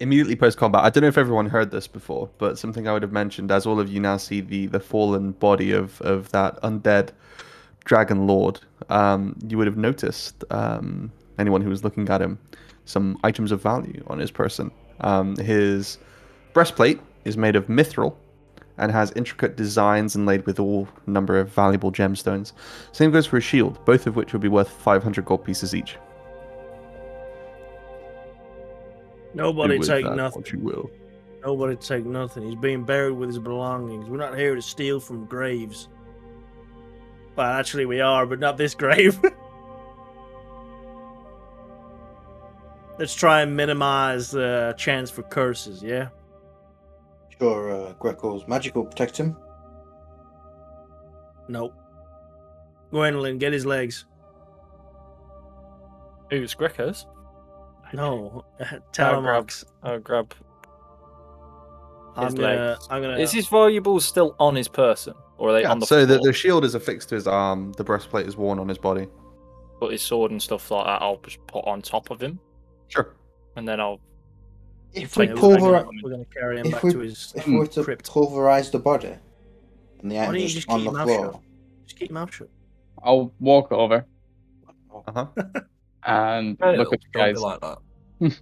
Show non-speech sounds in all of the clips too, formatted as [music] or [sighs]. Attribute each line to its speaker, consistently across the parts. Speaker 1: immediately post combat, I don't know if everyone heard this before, but something I would have mentioned as all of you now see the the fallen body of of that undead dragon lord, um, you would have noticed um, anyone who was looking at him some items of value on his person. Um, his breastplate is made of mithril and has intricate designs inlaid with all number of valuable gemstones. Same goes for his shield, both of which would be worth 500 gold pieces each. Do
Speaker 2: Nobody
Speaker 1: with
Speaker 2: take
Speaker 1: that
Speaker 2: nothing.
Speaker 1: What you will.
Speaker 2: Nobody take nothing. He's being buried with his belongings. We're not here to steal from graves. Well, actually, we are, but not this [laughs] grave. Let's try and minimize the chance for curses, yeah?
Speaker 3: Sure, uh, Greco's magic will protect him.
Speaker 2: Nope. Gwendolyn, get his legs.
Speaker 4: Who's Greco's?
Speaker 2: No. [laughs]
Speaker 4: I'll grab,
Speaker 2: Talamox.
Speaker 4: I'll grab.
Speaker 2: I'm
Speaker 4: his
Speaker 2: gonna,
Speaker 4: legs.
Speaker 2: I'm gonna.
Speaker 4: Is his valuables still on his person, or are they
Speaker 1: Yeah,
Speaker 4: on the
Speaker 1: so the,
Speaker 4: floor?
Speaker 1: the shield is affixed to his arm, the breastplate is worn on his body.
Speaker 4: But his sword and stuff like that, I'll just put on top of him,
Speaker 1: Sure.
Speaker 4: and then I'll.
Speaker 3: If
Speaker 4: Yeah,
Speaker 3: we
Speaker 2: Yeah,
Speaker 4: we'll
Speaker 2: we're,
Speaker 4: take
Speaker 3: pulverize,
Speaker 4: him.
Speaker 2: gonna, we're gonna carry him
Speaker 3: if
Speaker 2: back
Speaker 3: we-
Speaker 2: to his
Speaker 3: if we were to
Speaker 2: crypt.
Speaker 3: pulverize the body, and the
Speaker 2: Why don't you
Speaker 3: items
Speaker 2: just
Speaker 3: on
Speaker 2: keep
Speaker 3: the
Speaker 2: your mouth shut?
Speaker 3: floor,
Speaker 2: Just keep him out shut.
Speaker 5: I'll walk over
Speaker 1: Uh-huh.
Speaker 5: and
Speaker 4: Hey,
Speaker 5: look at you
Speaker 6: Don't be
Speaker 5: guys.
Speaker 6: like that.
Speaker 5: [laughs]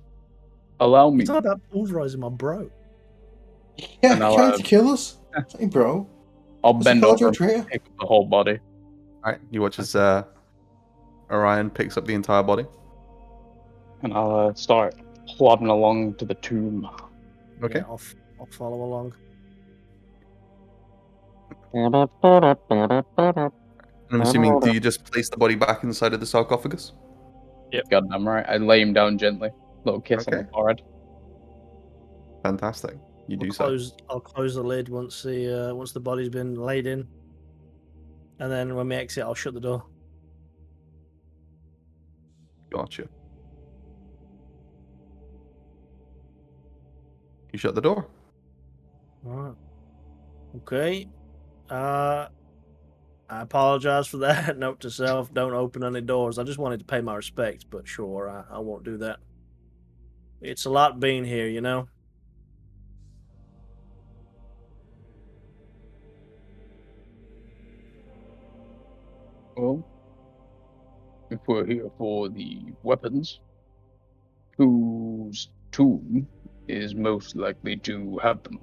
Speaker 5: Allow me.
Speaker 2: It's not about pulverizing my bro.
Speaker 3: [laughs] yeah,
Speaker 5: And I'll,
Speaker 3: trying
Speaker 5: uh,
Speaker 3: to kill us, hey, bro.
Speaker 5: I'll
Speaker 3: That's
Speaker 5: bend
Speaker 3: a
Speaker 5: over
Speaker 3: cultural
Speaker 5: and
Speaker 3: traitor.
Speaker 5: pick up the whole body.
Speaker 1: Alright, you watch as uh, Orion picks up the entire body.
Speaker 5: And I'll uh, start plodding along to the tomb.
Speaker 1: Okay.
Speaker 2: Yeah, I'll, f- I'll follow along.
Speaker 1: And I'm assuming, do you just place the body back inside of the sarcophagus?
Speaker 5: Goddamn right. I lay him down gently. Little kiss on
Speaker 1: Okay.
Speaker 5: the forehead.
Speaker 1: Fantastic. You
Speaker 2: I'll
Speaker 1: do so.
Speaker 2: close, I'll close the lid once the uh, once the body's been laid in, and then when we exit, I'll shut the door.
Speaker 1: Gotcha. You shut the door.
Speaker 2: Alright. Okay. Uh, I apologize for [laughs] that. Note to self: don't open any doors. I just wanted to pay my respects, but sure, I, I won't do that. It's a lot being here, you know.
Speaker 5: Well, if we're here for the weapons, whose tomb is most likely to have them?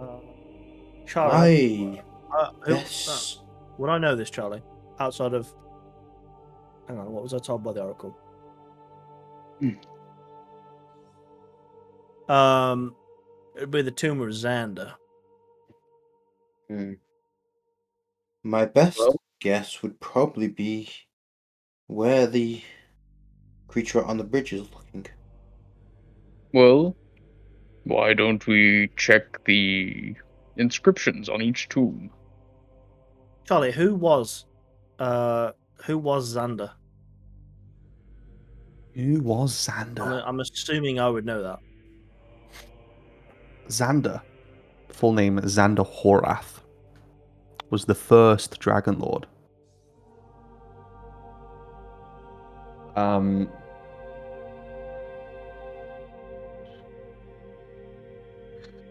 Speaker 2: Uh, Charlie,
Speaker 3: Aye,
Speaker 2: uh, who-
Speaker 3: yes.
Speaker 2: uh, would I know this, Charlie? Outside of, hang on, what was I told by the Oracle? Um, it'd be the tomb of Xander.
Speaker 3: My best
Speaker 5: Well-
Speaker 3: guess would probably be where the creature on the bridge is looking.
Speaker 5: Well, why don't we check the inscriptions on each tomb?
Speaker 2: Charlie, who was, uh, who was Xander?
Speaker 1: Who was
Speaker 2: I'm,
Speaker 1: Xander?
Speaker 2: I'm assuming I would know that.
Speaker 1: Xander, full name Xander Horath, was the first Dragon Lord. Um,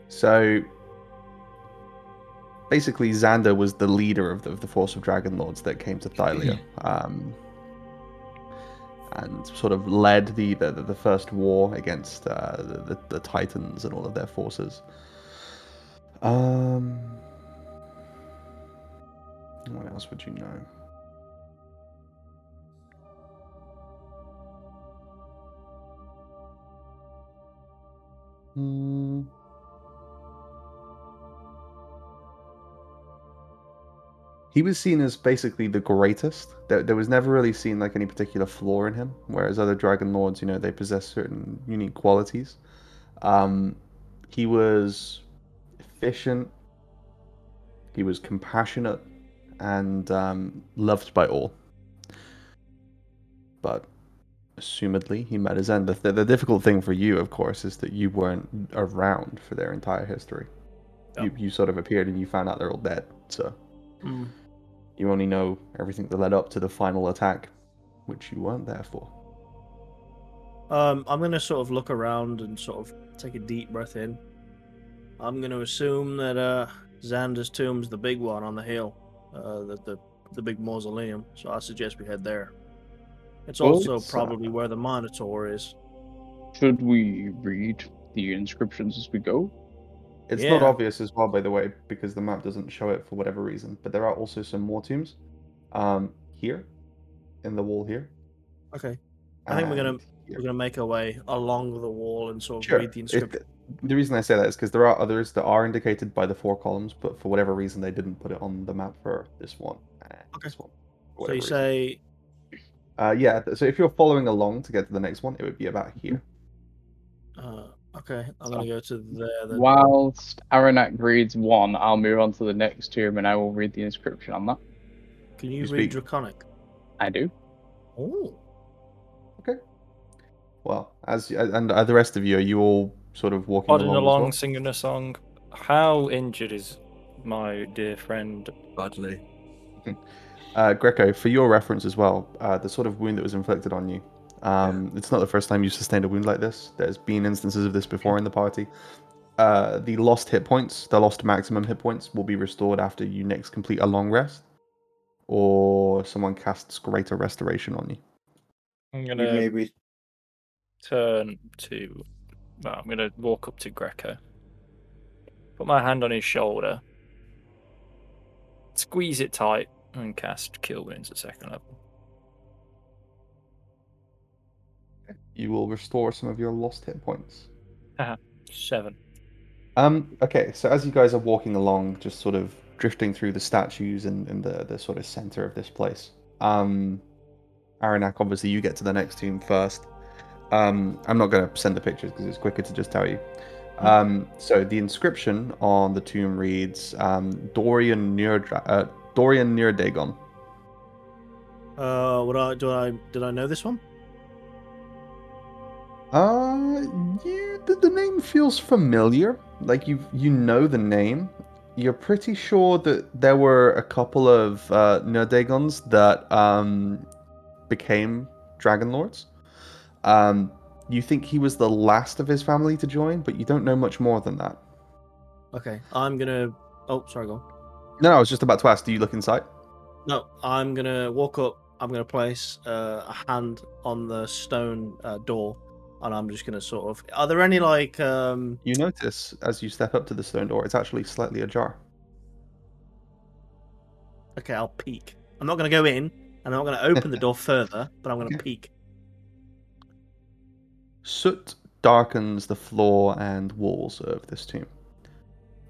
Speaker 1: so basically, Xander was the leader of the, of the force of Dragon Lords that came to [clears throat] Thylia. Um, and sort of led the the, the first war against uh, the, the the Titans and all of their forces. Um, what else would you know? Hmm. he was seen as basically the greatest. There, there was never really seen like any particular flaw in him, whereas other dragon lords, you know, they possess certain unique qualities. Um, he was efficient. He was compassionate, and um, loved by all. But assumedly, he met his end. The, the difficult thing for you, of course, is that you weren't around for their entire history.
Speaker 2: Yeah.
Speaker 1: You, you sort of appeared and you found out they're all dead. So.
Speaker 2: Mm.
Speaker 1: You only know everything that led up to the final attack, which you weren't there for.
Speaker 2: Um, I'm gonna sort of look around and sort of take a deep breath in. I'm gonna assume that uh, Xander's tomb's the big one on the hill, uh, the, the the big mausoleum. So I suggest we head there. It's
Speaker 5: Well,
Speaker 2: also
Speaker 1: it's, uh,
Speaker 2: probably where the Minotaur is.
Speaker 5: Should we read the inscriptions as we go?
Speaker 1: It's not
Speaker 2: Yeah.
Speaker 1: obvious as well, by the way, because the map doesn't show it for whatever reason. But there are also some more tombs um, here, in the wall here.
Speaker 2: Okay, I think we're gonna-
Speaker 1: and here.
Speaker 2: we're gonna make our way along the wall and sort of
Speaker 1: Sure.
Speaker 2: read the
Speaker 1: It-
Speaker 2: inscription.
Speaker 1: the reason I say that is because there are others that are indicated by the four columns, but for whatever reason they didn't put it on the map for this one. and
Speaker 2: Okay.
Speaker 1: This one. for
Speaker 2: So
Speaker 1: whatever
Speaker 2: you
Speaker 1: reason.
Speaker 2: say,
Speaker 1: Uh, yeah. th- So if you're following along to get to the next one, it would be about here.
Speaker 2: uh, okay, I'm
Speaker 5: So-
Speaker 2: gonna go to there. Then.
Speaker 5: Whilst Aranak reads one, I'll move on to the next tomb and I will read the inscription on that.
Speaker 2: Can you,
Speaker 1: You speak.
Speaker 2: read Draconic?
Speaker 5: I do.
Speaker 2: Oh,
Speaker 1: Well, as y- and are the rest of you, are you all sort of walking
Speaker 4: Plodding
Speaker 1: along? as
Speaker 4: along,
Speaker 1: well?
Speaker 4: singing a song. How injured is my dear friend?
Speaker 6: Badly.
Speaker 1: Uh, Greco, for your reference as well, uh, the sort of wound that was inflicted on you. Um, It's not the first time you've sustained a wound like this. There's been instances of this before in the party. Uh, the lost hit points, the lost maximum hit points, will be restored after you next complete a long rest, or someone casts greater restoration on you.
Speaker 4: I'm
Speaker 3: You
Speaker 4: gonna
Speaker 3: maybe
Speaker 4: turn to. No, I'm gonna walk up to Greco. Put my hand on his shoulder. Squeeze it tight and cast Kill Wounds at second level.
Speaker 1: You will restore some of your lost hit points.
Speaker 4: Seven.
Speaker 1: Um, okay, so as you guys are walking along, just sort of drifting through the statues and, and the, the sort of center of this place, um, Aranak, obviously you get to the next tomb first. Um, I'm not going to send the pictures because it's quicker to just tell you. Um, so the inscription on the tomb reads um, Dorian near uh, Dorian near Dagon.
Speaker 2: uh, what I do? I did I know this one?
Speaker 1: Uh, you, the, the name feels familiar. Like you, you know the name. You're pretty sure that there were a couple of uh, Nerdagons that um, became Dragon Lords. Um, you think he was the last of his family to join, but you don't know much more than that.
Speaker 2: Okay, I'm gonna. Oh, sorry, go on.
Speaker 1: No, I was just about to ask. Do you look inside?
Speaker 2: No, I'm gonna walk up. I'm gonna place uh, a hand on the stone uh, door, and I'm just gonna sort of. Are there any like? um
Speaker 1: You notice as you step up to the stone door, it's actually slightly ajar.
Speaker 2: Okay, I'll peek. I'm not gonna go in, and I'm not gonna open the door further, but I'm gonna
Speaker 1: Okay.
Speaker 2: peek.
Speaker 1: Soot darkens the floor and walls of this tomb.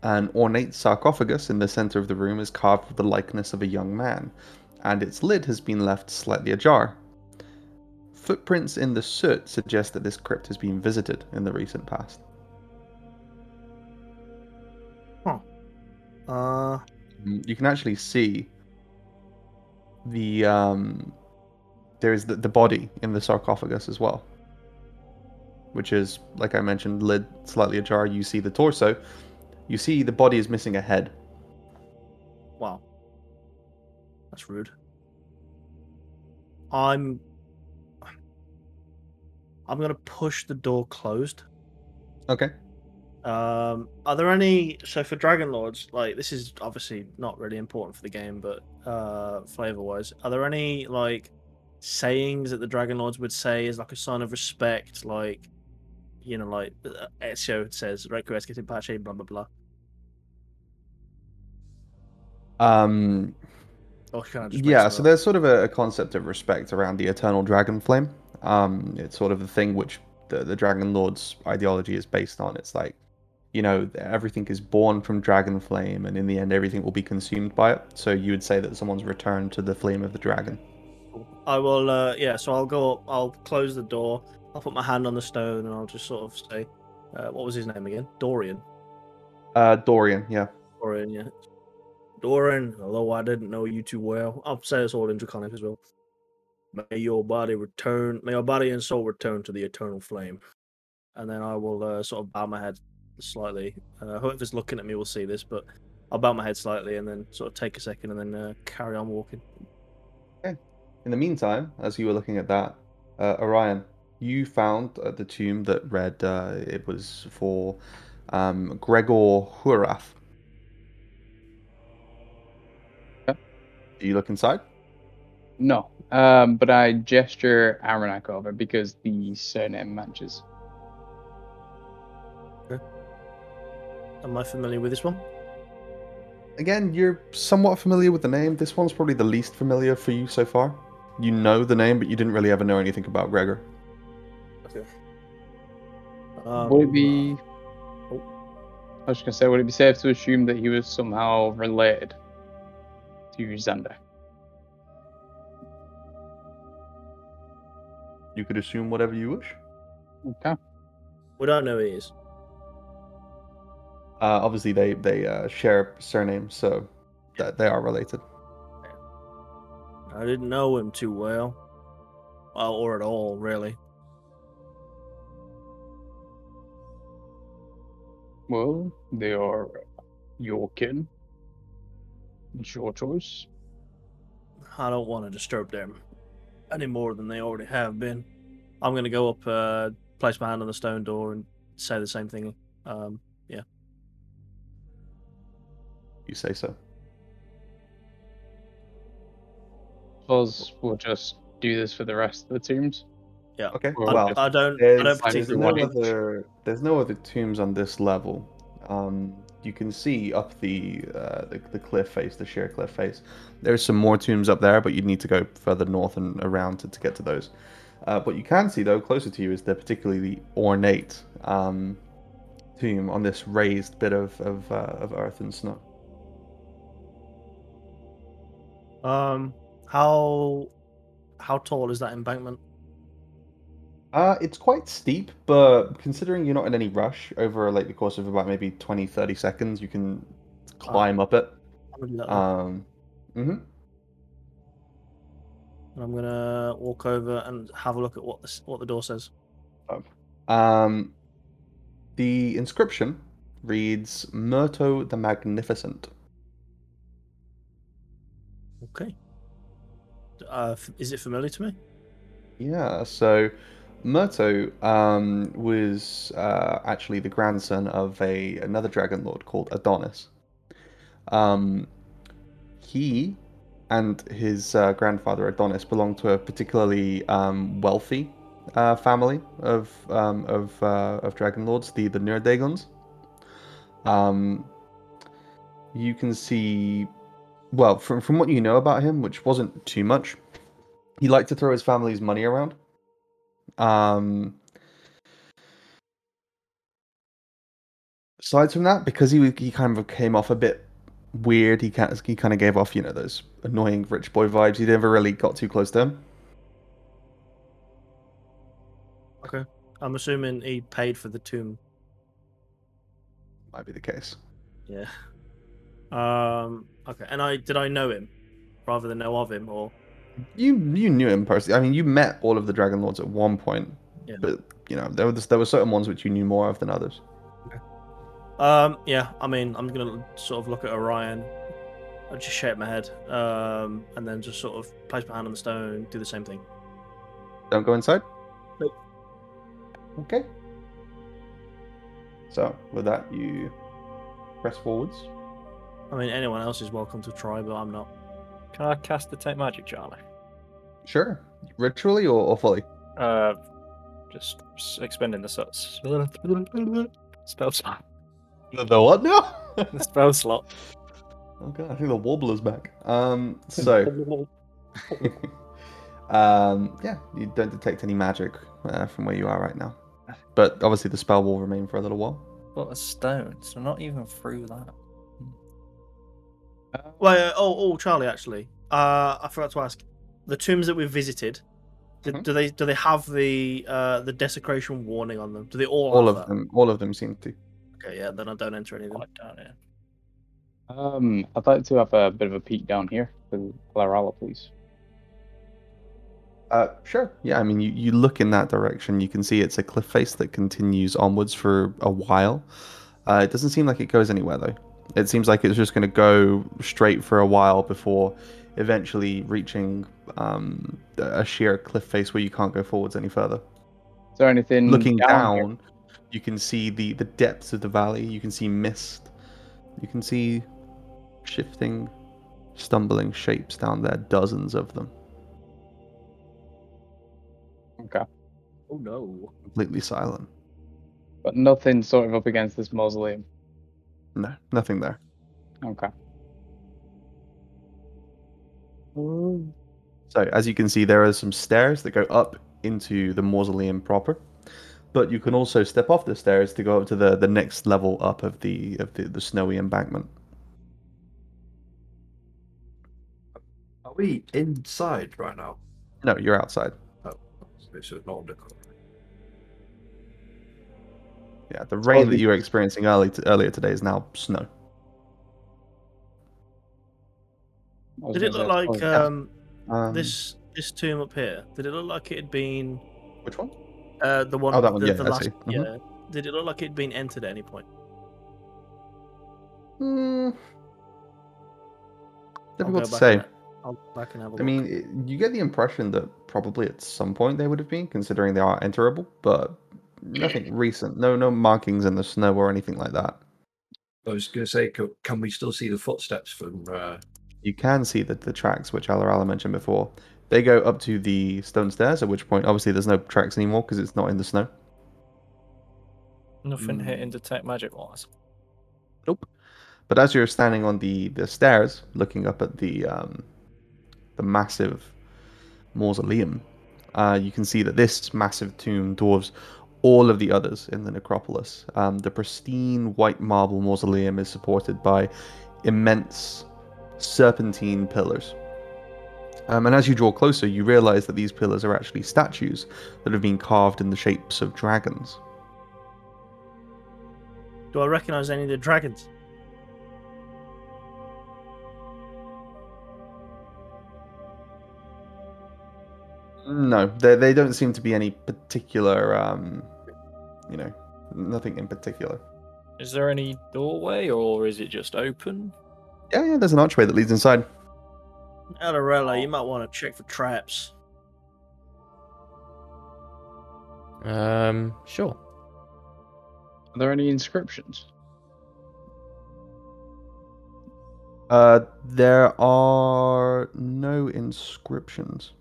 Speaker 1: An ornate sarcophagus in the center of the room is carved with the likeness of a young man, and its lid has been left slightly ajar. Footprints in the soot suggest that this crypt has been visited in the recent past.
Speaker 2: Uh,
Speaker 1: Mm, You can actually see the um, there is the, the body in the sarcophagus as well, which is like I mentioned, lid slightly ajar. You see the torso. You see the body is missing a head.
Speaker 2: wow, that's rude. I'm. I'm gonna push the door closed.
Speaker 1: Okay.
Speaker 2: Um, are there any so for Dragon Lords? Like this is obviously not really important for the game, but uh, flavor wise, are there any like sayings that the Dragon Lords would say as like a sign of respect? Like you know, like uh, Ezio says, "Requiescat in pace," blah blah blah.
Speaker 1: Um,
Speaker 2: Or can I just make
Speaker 1: yeah. So
Speaker 2: some up?
Speaker 1: there's sort of a, a concept of respect around the eternal dragon flame. Um, it's sort of the thing which the, the dragon lord's ideology is based on. It's like you know, everything is born from dragon flame, and in the end, everything will be consumed by it. So you would say that someone's returned to the flame of the dragon.
Speaker 2: I will. Uh, yeah, so I'll go up. I'll close the door. I'll put my hand on the stone, and I'll just sort of say, uh, "What was his name again? Dorian."
Speaker 1: Uh, Dorian, yeah.
Speaker 2: Dorian, yeah. Dorian, although I didn't know you too well, I'll say this all in Draconic as well. May your body return, may your body and soul return to the eternal flame. And then I will uh, sort of bow my head slightly. Uh, whoever's looking at me will see this, but I'll bow my head slightly and then sort of take a second and then uh, carry on walking.
Speaker 1: In the meantime, as you were looking at that, uh, Orion, you found at the tomb that read uh, it was for um, Gregor Hurath.
Speaker 5: Okay.
Speaker 1: Do you look inside?
Speaker 5: No, um, but I gesture Aranak over because the surname matches.
Speaker 2: Am I familiar with this one?
Speaker 1: Again, you're somewhat familiar with the name. This one's probably the least familiar for you so far. You know the name, but you didn't really ever know anything about Gregor.
Speaker 2: Um,
Speaker 5: would it be?
Speaker 2: oh.
Speaker 5: I was just gonna say, would it be safe to assume that he was somehow related to Xander?
Speaker 1: You could assume whatever you wish.
Speaker 5: Okay.
Speaker 2: We don't know who he is.
Speaker 1: Uh, obviously, they they uh, share surnames, so that they are related.
Speaker 2: I didn't know him too well. Well, or at all, really.
Speaker 5: Well, they are your kin. It's your choice.
Speaker 2: I don't want to disturb them any more than they already have been. I'm going to go up, uh, place my hand on the stone door, and say the same thing. Um,
Speaker 1: You say so.
Speaker 5: Suppose we'll just do this for the rest of the teams.
Speaker 1: Okay.
Speaker 5: Or
Speaker 1: well,
Speaker 5: just-
Speaker 2: I don't.
Speaker 1: There's,
Speaker 2: I don't
Speaker 5: I
Speaker 1: there's
Speaker 5: just
Speaker 2: particularly
Speaker 1: no
Speaker 2: want
Speaker 5: wanted-
Speaker 2: it.
Speaker 1: other there's no other tombs on this level. Um, you can see up the, uh, the the cliff face, the sheer cliff face. There's some more tombs up there, but you'd need to go further north and around to, to get to those. Uh, what you can see though, closer to you, is the particularly ornate um, tomb on this raised bit of of, uh, of earth and snow.
Speaker 2: Um, how how tall is that embankment?
Speaker 1: Uh, it's quite steep, but considering you're not in any rush over like the course of about maybe 20, 30 seconds, you can climb up it.
Speaker 2: I'm gonna do that one.
Speaker 1: Um, mhm.
Speaker 2: And I'm gonna walk over and have a look at what this, what the door says.
Speaker 1: Um, the inscription reads Murto the Magnificent.
Speaker 2: Okay. Uh, f- is it familiar to me?
Speaker 1: Yeah, so Murto um, was uh, actually the grandson of a another dragon lord called Adonis. Um, he and his uh, grandfather Adonis belonged to a particularly um, wealthy uh, family of um, of uh, of dragon lords, the the Nurdagons. Um, you can see, well, from from what you know about him, which wasn't too much, he liked to throw his family's money around. Um, aside from that, because he was- he kind of came off a bit weird, he kind of, he kind of gave off you know those annoying rich boy vibes. He never really got too close to him.
Speaker 2: I'm assuming he paid for the tomb.
Speaker 1: Might be the case.
Speaker 2: Yeah. Um. Okay. And I did I know him, rather than know of him, or
Speaker 1: You you knew him personally. I mean, you met all of the dragon lords at one point,
Speaker 2: Yeah.
Speaker 1: but you know there were there were certain ones which you knew more of than others.
Speaker 2: Um, yeah, I mean, I'm gonna sort of look at Orion. I just shake my head, um, and then just sort of place my hand on the stone, do the same thing.
Speaker 1: Don't go inside?
Speaker 2: Nope.
Speaker 1: Okay. So, with that, you press forwards.
Speaker 2: I mean, anyone else is welcome to try, but I'm not.
Speaker 4: Can I cast detect magic, Charlie?
Speaker 1: Sure. Ritually or, or fully?
Speaker 4: Uh, just s- expending the s- spell slot. [laughs]
Speaker 1: The, what now? [laughs]
Speaker 4: The spell slot.
Speaker 1: okay, I think the wobbler's back. Um, so, [laughs] um, yeah, you don't detect any magic uh, from where you are right now. But obviously, the spell will remain for a little while.
Speaker 4: What a stone. So not even through that.
Speaker 5: Uh,
Speaker 2: Well, uh, oh, oh, Charlie, actually, uh, I forgot to ask. The tombs that we visited, do,
Speaker 1: Mhm.
Speaker 2: do they do they have the uh, the desecration warning on them? Do they all?
Speaker 1: All
Speaker 2: have
Speaker 1: of
Speaker 2: that?
Speaker 1: them, all of them seem to.
Speaker 2: Okay, yeah, then I don't enter any of them.
Speaker 4: Quite down here.
Speaker 5: Um, I'd like to have a bit of a peek down here with Larala, please.
Speaker 1: Uh, sure. Yeah, I mean, you, you look in that direction. You can see it's a cliff face that continues onwards for a while. Uh, it doesn't seem like it goes anywhere, though. It seems like it's just going to go straight for a while before eventually reaching um, a sheer cliff face where you can't go forwards any further.
Speaker 5: Is there anything
Speaker 1: Looking down,
Speaker 5: here?
Speaker 1: you can see the the depths of the valley. You can see mist. You can see shifting, stumbling shapes down there. Dozens of them,
Speaker 5: Okay.
Speaker 2: Oh no.
Speaker 1: completely silent.
Speaker 5: But nothing sort of up against this mausoleum.
Speaker 1: No, nothing there.
Speaker 5: Okay.
Speaker 1: So, as you can see, there are some stairs that go up into the mausoleum proper, but you can also step off the stairs to go up to the, the next level up of the of the, the snowy embankment.
Speaker 6: Are we inside right now? Oh,
Speaker 1: No, you're outside.
Speaker 6: This is not the corner.
Speaker 1: Yeah, the rain that
Speaker 5: the-
Speaker 1: you were experiencing early t earlier today is now snow.
Speaker 5: I was
Speaker 2: Did it
Speaker 5: gonna
Speaker 2: look
Speaker 5: say-
Speaker 2: like
Speaker 5: oh,
Speaker 2: um,
Speaker 1: Um,
Speaker 2: this this tomb up here? Did it look like it had been
Speaker 1: which one?
Speaker 2: uh, the one?
Speaker 1: Oh, that one,
Speaker 2: The,
Speaker 1: yeah,
Speaker 2: the
Speaker 1: I
Speaker 2: last,
Speaker 1: see. Mhm.
Speaker 2: Yeah. Did it look like it had been entered at any point?
Speaker 1: Mm,
Speaker 2: I'll
Speaker 1: difficult
Speaker 2: go
Speaker 1: to
Speaker 2: back
Speaker 1: say.
Speaker 2: and- I'll go back and have a look.
Speaker 1: I mean, it, you get the impression that probably at some point they would have been, considering they are enterable, but nothing recent. No, no markings in the snow or anything like that.
Speaker 6: I was going to say, co- can we still see the footsteps from? Uh,
Speaker 1: you can see that the tracks which Alarala mentioned before. They go up to the stone stairs, at which point obviously there's no tracks anymore because it's not in the snow.
Speaker 4: Nothing
Speaker 1: Mm.
Speaker 4: hitting detect magic wise.
Speaker 1: Nope. But as you're standing on the, the stairs, looking up at the um, the massive mausoleum, uh, you can see that this massive tomb dwarves all of the others in the necropolis. Um, the pristine white marble mausoleum is supported by immense serpentine pillars. Um, and as you draw closer, you realize that these pillars are actually statues that have been carved in the shapes of dragons.
Speaker 2: Do I recognize any of the dragons?
Speaker 1: No, they they don't seem to be any particular, um, you know, nothing in particular.
Speaker 4: Is there any doorway or is it just open?
Speaker 1: Yeah, yeah. There's an archway that leads inside.
Speaker 2: Alarella,
Speaker 1: Oh.
Speaker 2: you might want to check for traps.
Speaker 7: Um, sure.
Speaker 5: Are there any inscriptions?
Speaker 1: Uh, there are no inscriptions.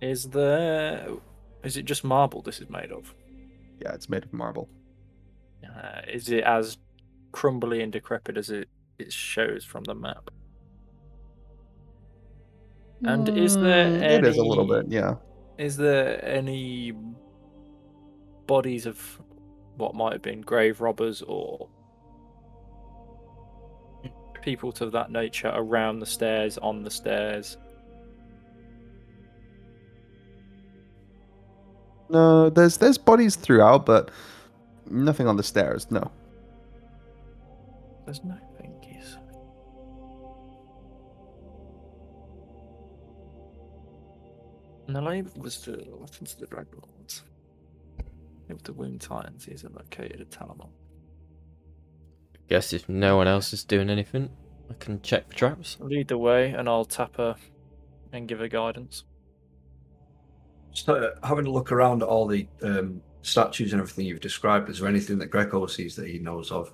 Speaker 4: Is there? Is it just marble this is made of?
Speaker 1: Yeah, it's made of marble.
Speaker 4: Uh, is it as crumbly and decrepit as it, it shows from the map? And is there
Speaker 1: Mm, It is a little bit.
Speaker 4: any-
Speaker 1: Yeah.
Speaker 4: Is there any bodies of what might have been grave robbers or people to that nature around the stairs, on the stairs?
Speaker 1: No, there's there's bodies throughout, but nothing on the stairs. No.
Speaker 4: There's no pinkies. And the lab was to listen to the Dragon Lords. If the Womb Titans is located at Talamon.
Speaker 7: Guess if no one else is doing anything, I can check for traps.
Speaker 4: Lead the way, and I'll tap her and give her guidance.
Speaker 6: just, uh, having a look around at all the um, statues and everything you've described, is there anything that Greco sees that he knows of?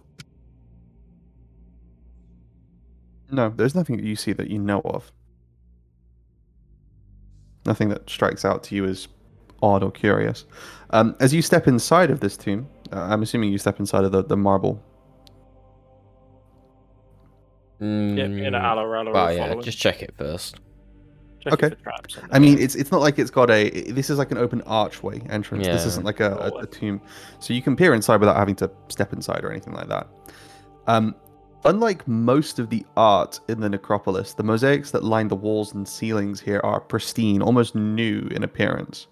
Speaker 1: No, there's nothing that you see that you know of. Nothing that strikes out to you as odd or curious. Um, as you step inside of this tomb, uh, I'm assuming you step inside of the, the marble.
Speaker 4: Yeah, me and Ala Rala
Speaker 7: well,
Speaker 4: are
Speaker 7: Mm, yeah,
Speaker 4: following.
Speaker 7: just check it first.
Speaker 4: Check it
Speaker 1: okay.
Speaker 4: for traps and
Speaker 1: I mean,
Speaker 4: then-
Speaker 1: it's it's not like it's got a. i- This is like an open archway entrance. This
Speaker 7: Yeah.
Speaker 1: isn't like a, a,
Speaker 4: Doorway.
Speaker 1: a tomb, so you can peer inside without having to step inside or anything like that. Um, unlike most of the art in the necropolis, the mosaics that line the walls and ceilings here are pristine, almost new in appearance.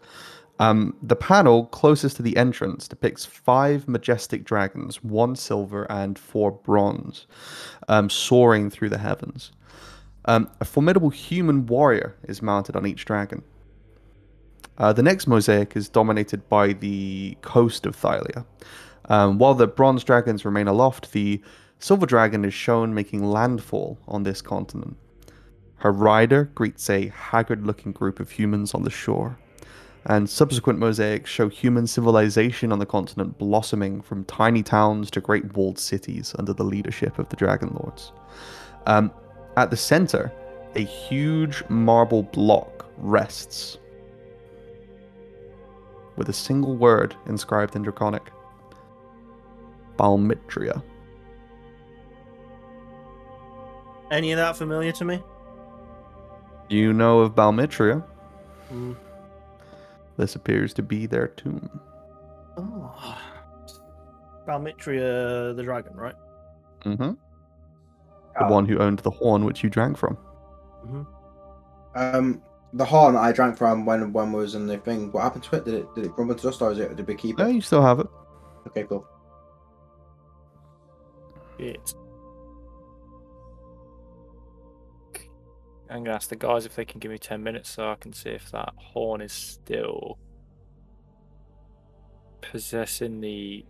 Speaker 1: Um, the panel closest to the entrance depicts five majestic dragons, one silver and four bronze, um, soaring through the heavens. Um, a formidable human warrior is mounted on each dragon. Uh, the next mosaic is dominated by the coast of Thylia. Um, while the bronze dragons remain aloft, the silver dragon is shown making landfall on this continent. Her rider greets a haggard looking group of humans on the shore. and subsequent mosaics show human civilization on the continent blossoming from tiny towns to great walled cities under the leadership of the Dragon Lords. Um, at the center, a huge marble block rests with a single word inscribed in Draconic Balmitria.
Speaker 2: Any of that familiar to me?
Speaker 1: You know of Balmitria. Hmm.
Speaker 2: Mm.
Speaker 1: This appears to be their tomb.
Speaker 2: Oh. Balmitria the dragon, right?
Speaker 1: Mm-hmm. The
Speaker 3: Ah.
Speaker 1: one who owned the horn which you drank from.
Speaker 3: Um, the horn I drank from when one was in the thing. What happened to it? Did it did it crumble to dust or is it did we keep
Speaker 1: No,
Speaker 3: it?
Speaker 1: you still have it.
Speaker 3: Okay, cool.
Speaker 4: Shit. I'm gonna ask the guys if they can give me ten minutes so I can see if that horn is still possessing the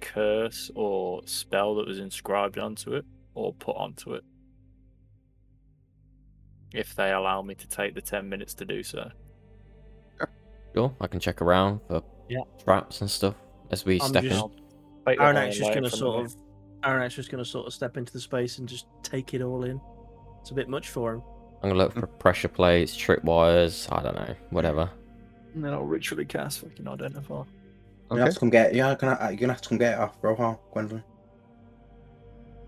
Speaker 4: curse or spell that was inscribed onto it or put onto it. If they allow me to take the ten minutes to do so.
Speaker 7: Sure, I can check around for
Speaker 2: Yeah.
Speaker 7: traps and stuff as we
Speaker 2: I'm
Speaker 7: step
Speaker 2: just-
Speaker 7: in.
Speaker 4: Take the horn
Speaker 2: Aronnax just
Speaker 4: right in
Speaker 2: gonna
Speaker 4: front
Speaker 2: sort
Speaker 4: me.
Speaker 2: of Aronnax just gonna sort of step into the space and just take it all in. It's a bit much for him.
Speaker 7: I'm gonna look for pressure plates, trip wires. I don't know, whatever.
Speaker 4: And then I'll ritually cast fucking identify.
Speaker 3: You have to come get it. Yeah, can I, uh, you're gonna have to come get it off Rohan, Gwendolyn.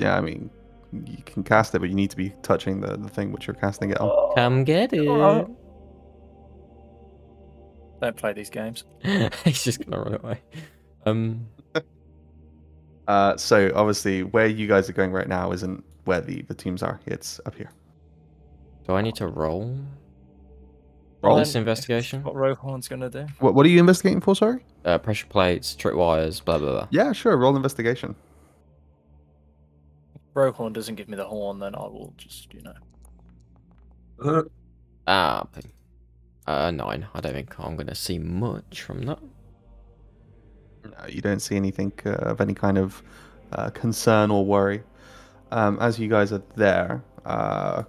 Speaker 1: Yeah, I mean, you can cast it, but you need to be touching the, the thing which you're casting
Speaker 4: Uh.
Speaker 1: it on.
Speaker 7: Come get it. [laughs]
Speaker 4: Oh. Don't play these games.
Speaker 7: He's just gonna run away. Um,
Speaker 1: Uh, so obviously, where you guys are going right now isn't where the, the teams are. It's up here.
Speaker 7: do I need to roll?
Speaker 1: Roll.
Speaker 7: This investigation.
Speaker 4: What Rohan's gonna do?
Speaker 1: What, what are you investigating for? Sorry.
Speaker 7: Uh, pressure plates, trip wires, blah blah blah.
Speaker 1: Yeah, sure. Roll investigation.
Speaker 4: Rohan doesn't give me the horn, then I will just, you know.
Speaker 6: Uh,
Speaker 7: Ah, p- uh, nine. I don't think I'm gonna see much from that.
Speaker 1: No, you don't see anything uh, of any kind of uh, concern or worry. Um, as you guys are there, uh,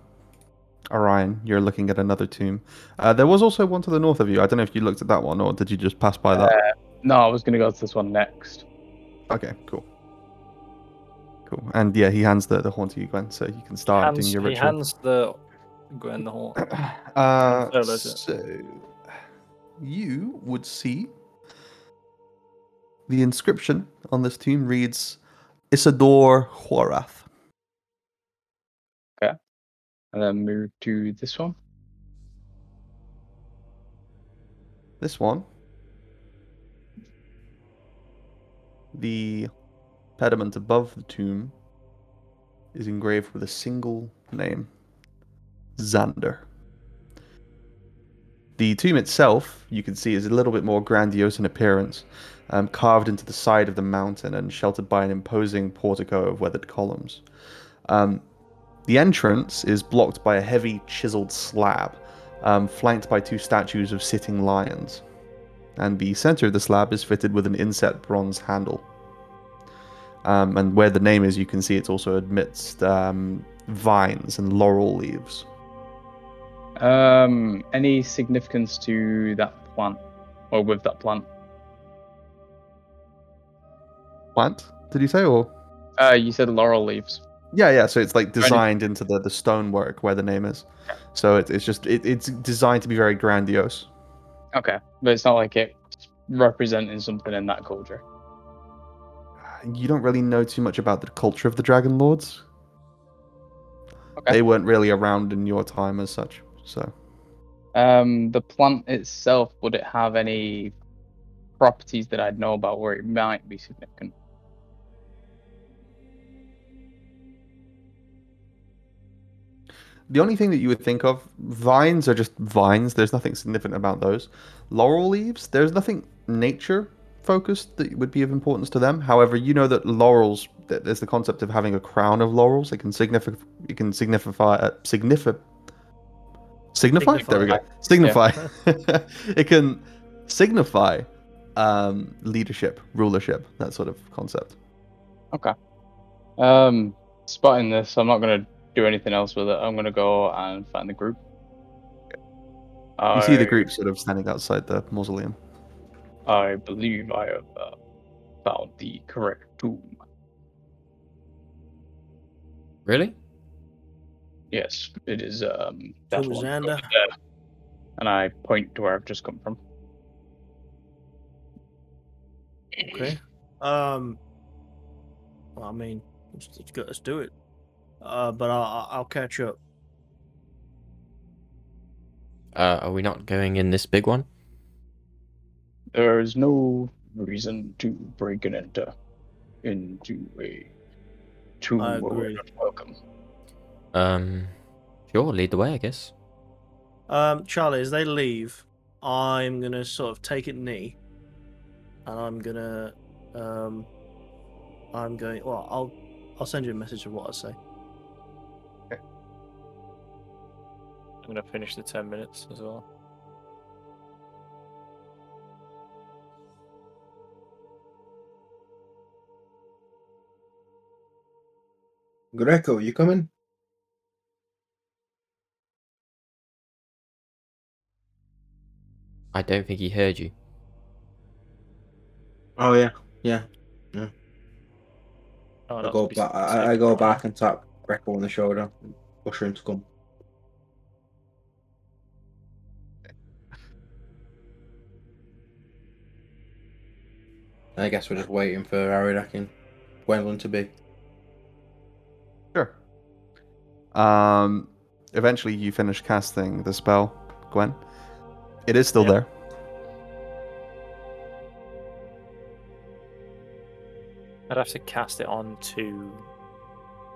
Speaker 1: Orion, you're looking at another tomb. Uh, there was also one to the north of you. I don't know if you looked at that one or did you just pass by that?
Speaker 4: Uh,
Speaker 5: No, I was gonna go to this one next.
Speaker 1: Okay, cool. Cool. And yeah, he hands the, the horn to you, Gwen, so you can start
Speaker 4: hands,
Speaker 1: doing your
Speaker 4: he
Speaker 1: ritual.
Speaker 4: hands the Gwen the horn.
Speaker 1: [clears throat] Uh,
Speaker 4: Oh, that's it.
Speaker 1: so you would see the inscription on this tomb reads Isidore Horath.
Speaker 5: And then move to this one.
Speaker 1: This one, the pediment above the tomb is engraved with a single name Xander. The tomb itself, you can see, is a little bit more grandiose in appearance, um, carved into the side of the mountain and sheltered by an imposing portico of weathered columns. Um, the entrance is blocked by a heavy chiseled slab, um, flanked by two statues of sitting lions. And the center of the slab is fitted with an inset bronze handle. Um, and where the name is, you can see it's also amidst um, vines and laurel leaves.
Speaker 5: Um, any significance to that plant, or with that plant?
Speaker 1: Plant? Did you say? Or
Speaker 5: Uh, you said laurel leaves.
Speaker 1: yeah, yeah. So it's like
Speaker 5: any-
Speaker 1: designed into the the stonework where the name is. So it, it's just it, it's designed to be very grandiose.
Speaker 5: Okay, but it's not like it's representing something in that culture.
Speaker 1: You don't really know too much about the culture of the Dragon Lords.
Speaker 5: Okay.
Speaker 1: They weren't really around in your time as such. So
Speaker 5: Um, the plant itself, would it have any properties that I'd know about where it might be significant?
Speaker 1: The only thing that you would think of, vines are just vines. There's nothing significant about those. Laurel leaves, there's nothing nature focused that would be of importance to them. However, you know that laurels, th- there's the concept of having a crown of laurels. It can signify, it can signify, uh, signify, signify. There we go. Signify. [laughs] it can signify um, leadership, rulership, that sort of concept.
Speaker 5: Um, spotting this, I'm not gonna do anything else with it. I'm gonna go and find the group.
Speaker 1: You see
Speaker 5: I-
Speaker 1: the group sort of standing outside the mausoleum.
Speaker 5: I believe I have uh, found the correct tomb.
Speaker 7: Really?
Speaker 5: Yes, it is um that
Speaker 2: Tomb of
Speaker 5: one over
Speaker 2: Xander.
Speaker 5: there. And I point to where I've just come from.
Speaker 2: Okay. Um. Well, I mean, let's, let's, go, let's do it. Uh, but I'll, I'll- I'll catch up.
Speaker 7: Uh, are we not going in this big one?
Speaker 5: There is no reason to break and enter into a tomb
Speaker 2: I
Speaker 5: where we're
Speaker 2: agree.
Speaker 5: not welcome.
Speaker 7: Um, sure. Lead the way, I guess.
Speaker 2: Um, Charlie, as they leave, I'm gonna sort of take a knee, and I'm gonna, um, I'm going. Well, I'll, I'll send you a message of what I say.
Speaker 4: I'm gonna finish the ten minutes as well.
Speaker 3: Greco, you coming?
Speaker 7: I don't think he heard you.
Speaker 3: Oh yeah.
Speaker 4: Oh,
Speaker 3: I
Speaker 4: not
Speaker 3: go
Speaker 4: to be
Speaker 3: back. I, I
Speaker 4: specific,
Speaker 3: go
Speaker 4: right?
Speaker 3: back and tap Greco on the shoulder. and Push her him to come. I guess we're just waiting for Aridak and Gwendolyn to be.
Speaker 1: Sure. Um, eventually, you finish casting the spell, Gwen. It is still
Speaker 4: Yep.
Speaker 1: there.
Speaker 4: I'd have to cast it on to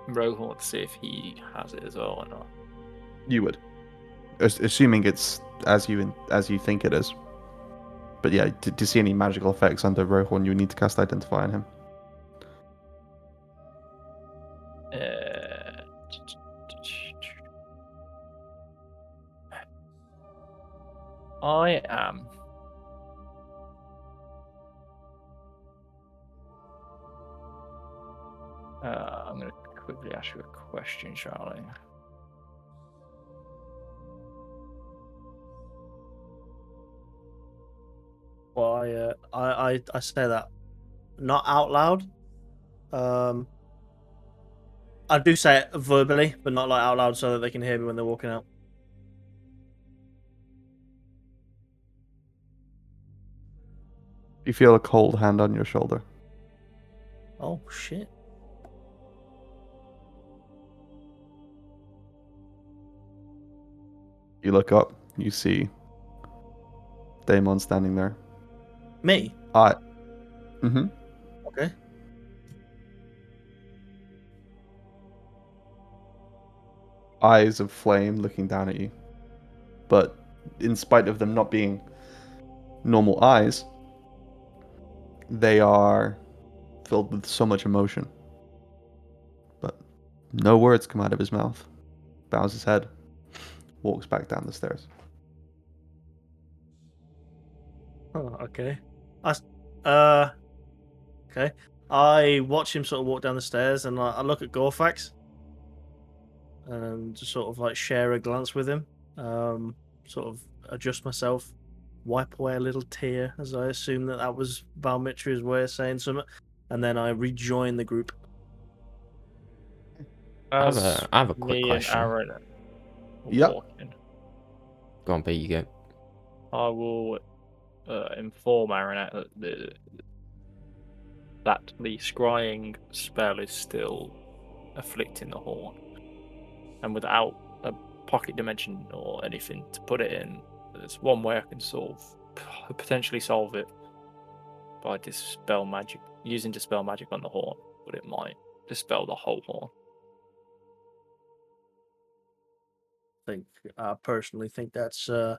Speaker 4: Rohorn to see if he has it as well or not.
Speaker 1: You would, As- assuming it's as you in, as you think it is. But yeah, to, to see any magical effects under Rohorn, you would need to cast Identify on him.
Speaker 4: Uh, I am. Uh, I'm going to quickly ask you a question, Charlie.
Speaker 2: Well, I, uh, I, I, I say that, not out loud. Um, I do say it verbally, but not like out loud, so that they can hear me when they're walking out.
Speaker 1: You feel a cold hand on your shoulder.
Speaker 2: Oh shit!
Speaker 1: You look up. You see Daemon standing there.
Speaker 2: Me?
Speaker 1: I. Mm-hmm.
Speaker 2: Okay.
Speaker 1: eyes of flame looking down at you. But in spite of them not being normal eyes, they are filled with so much emotion. But no words come out of his mouth. Bows his head, walks back down the stairs.
Speaker 2: Oh, okay. I, s- uh, okay. I watch him sort of walk down the stairs, and I, I look at Gorfax, and just sort of like share a glance with him. Um, sort of adjust myself, wipe away a little tear, as I assume that that was Balmitria's way of saying something, and then I rejoin the group.
Speaker 7: I have
Speaker 4: As
Speaker 7: a, I have a
Speaker 4: me
Speaker 7: quick question.
Speaker 4: and Aaron are
Speaker 1: Yep.
Speaker 4: walking,
Speaker 7: Go on, B. You go.
Speaker 4: I will uh, inform Aaron that the, that the scrying spell is still afflicting the horn, and without a pocket dimension or anything to put it in, there's one way I can solve potentially solve it by dispel magic using dispel magic on the horn, but it might dispel the whole horn.
Speaker 2: think I personally think that's uh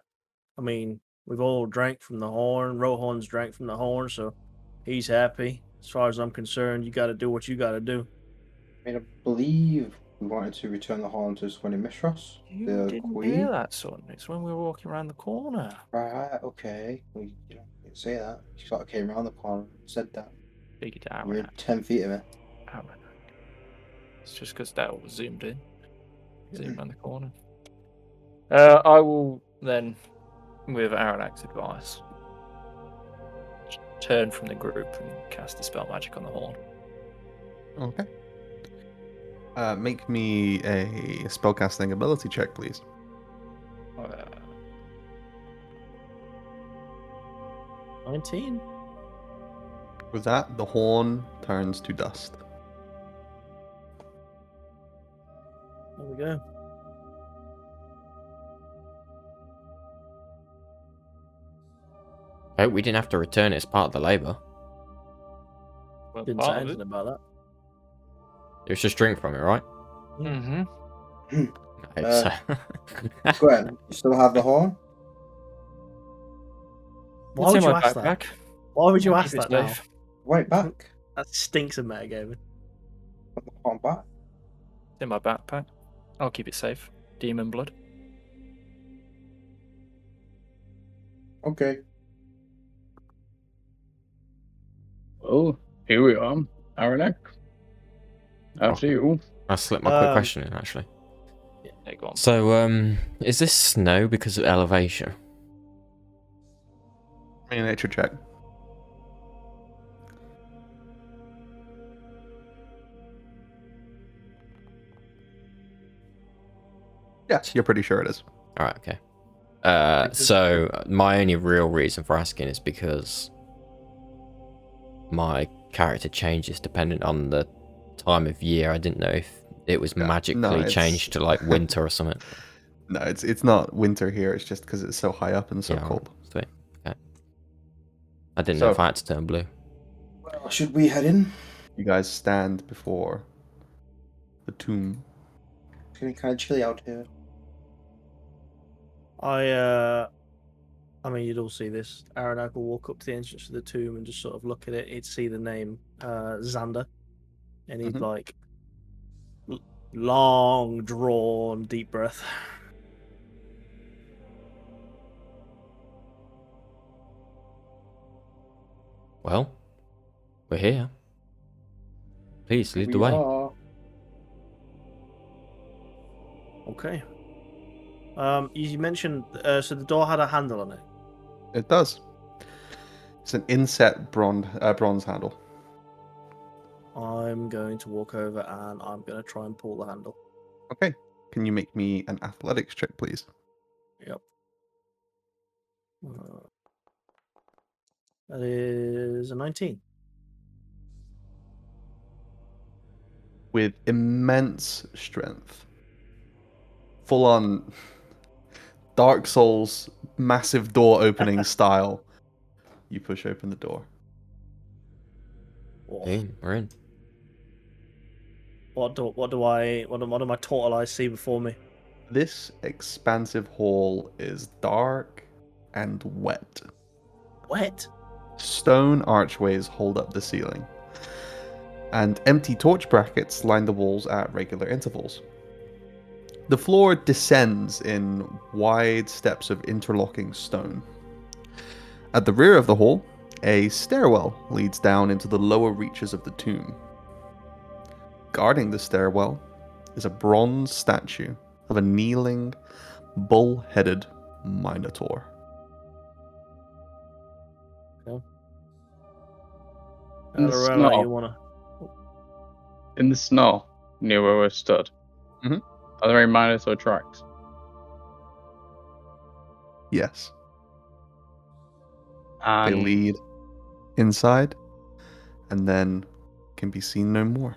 Speaker 2: I mean, we've all drank from the horn. Rohan's drank from the horn, so he's happy. As far as I'm concerned, you gotta do what you gotta do.
Speaker 3: I mean, I believe we wanted to return the horn to Swinny Mistros.
Speaker 4: You
Speaker 3: The
Speaker 4: didn't
Speaker 3: queen?
Speaker 4: hear that, son. It's when we were walking around the corner.
Speaker 3: Right, okay. We you know, didn't say that. She sort of came around the corner and said that.
Speaker 4: Big it to
Speaker 3: We
Speaker 4: Aaron.
Speaker 3: We're 10 feet
Speaker 2: [laughs]
Speaker 3: of it.
Speaker 4: Aaron. It's just because that was zoomed in, zoomed around the corner. Uh, I will then with Aranak's advice, turn from the group and cast Dispel Magic on the horn.
Speaker 1: Okay. Uh, make me a spellcasting ability check, please.
Speaker 4: Uh,
Speaker 2: 19.
Speaker 1: With that, the horn turns to dust.
Speaker 2: There we go.
Speaker 7: I hope Oh, we didn't have to return it as part of the labour.
Speaker 4: well,
Speaker 2: Didn't say
Speaker 4: part of
Speaker 2: anything about that.
Speaker 7: It was just drink from it, right?
Speaker 4: it. Mm-hmm.
Speaker 7: I hope
Speaker 3: Uh,
Speaker 7: so.
Speaker 3: Gwen, you still have the horn?
Speaker 2: Why would you ask that? Why would you
Speaker 4: Keep
Speaker 2: ask
Speaker 4: it
Speaker 2: that now?
Speaker 4: safe.
Speaker 3: Right back.
Speaker 2: That stinks of metagaming.
Speaker 3: Put the horn back.
Speaker 4: It's in my backpack. I'll keep it safe. Demon blood.
Speaker 3: Okay.
Speaker 5: Oh, here we are, Aranek. After
Speaker 7: Okay.
Speaker 5: you.
Speaker 7: [laughs] I slipped my quick
Speaker 2: Um,
Speaker 7: question in actually.
Speaker 4: Yeah, go on.
Speaker 7: So, um, is this snow because of elevation?
Speaker 1: Make a nature check. Yeah, you're pretty sure it is.
Speaker 7: All right, okay. Uh, so my only real reason for asking is because my character changes dependent on the time of year. I didn't know if it was
Speaker 1: Yeah, no,
Speaker 7: magically
Speaker 1: it's-
Speaker 7: changed to like winter
Speaker 1: [laughs]
Speaker 7: or something.
Speaker 1: No, it's it's not winter here. It's just because it's so high up and so
Speaker 7: Yeah,
Speaker 1: cold.
Speaker 7: Sweet. Okay. I didn't know
Speaker 1: So-
Speaker 7: if I had to turn blue.
Speaker 3: Well, should we head in?
Speaker 1: You guys stand before the tomb.
Speaker 3: It's getting kind of chilly out here.
Speaker 2: I, uh, I mean, you'd all see this. Aranak will walk up to the entrance to the tomb and just sort of look at it. He'd see the name uh, Xander, and he'd
Speaker 1: Mhm.
Speaker 2: like l- long drawn deep breath.
Speaker 7: Well, we're here. Please lead
Speaker 3: We
Speaker 7: the way.
Speaker 3: are.
Speaker 2: Okay. Um, you you mentioned uh, so the door had a handle on it.
Speaker 1: It does. It's an inset bronze uh, bronze handle.
Speaker 2: I'm going to walk over and I'm going to try and pull the handle.
Speaker 1: Okay. Can you make me an athletics check, please?
Speaker 2: Uh, That is a 19.
Speaker 1: with immense strength. Full on Dark Souls massive door opening style. You push open the door.
Speaker 2: What,
Speaker 7: Hey, we're in.
Speaker 2: what do what do I what do, what do my total eyes see before me?
Speaker 1: This expansive hall is dark and wet.
Speaker 2: Wet.
Speaker 1: Stone archways hold up the ceiling, and empty torch brackets line the walls at regular intervals. The floor descends in wide steps of interlocking stone. At the rear of the hall, a stairwell leads down into the lower reaches of the tomb. Guarding the stairwell is a bronze statue of a kneeling, bull headed minotaur.
Speaker 5: In the
Speaker 2: Alarella,
Speaker 5: snow.
Speaker 2: you wanna?
Speaker 5: In the snow, near where we're stood.
Speaker 1: Mhm.
Speaker 5: Are there any minotaur tracks?
Speaker 1: Yes.
Speaker 5: And
Speaker 1: they lead inside and then can be seen no more.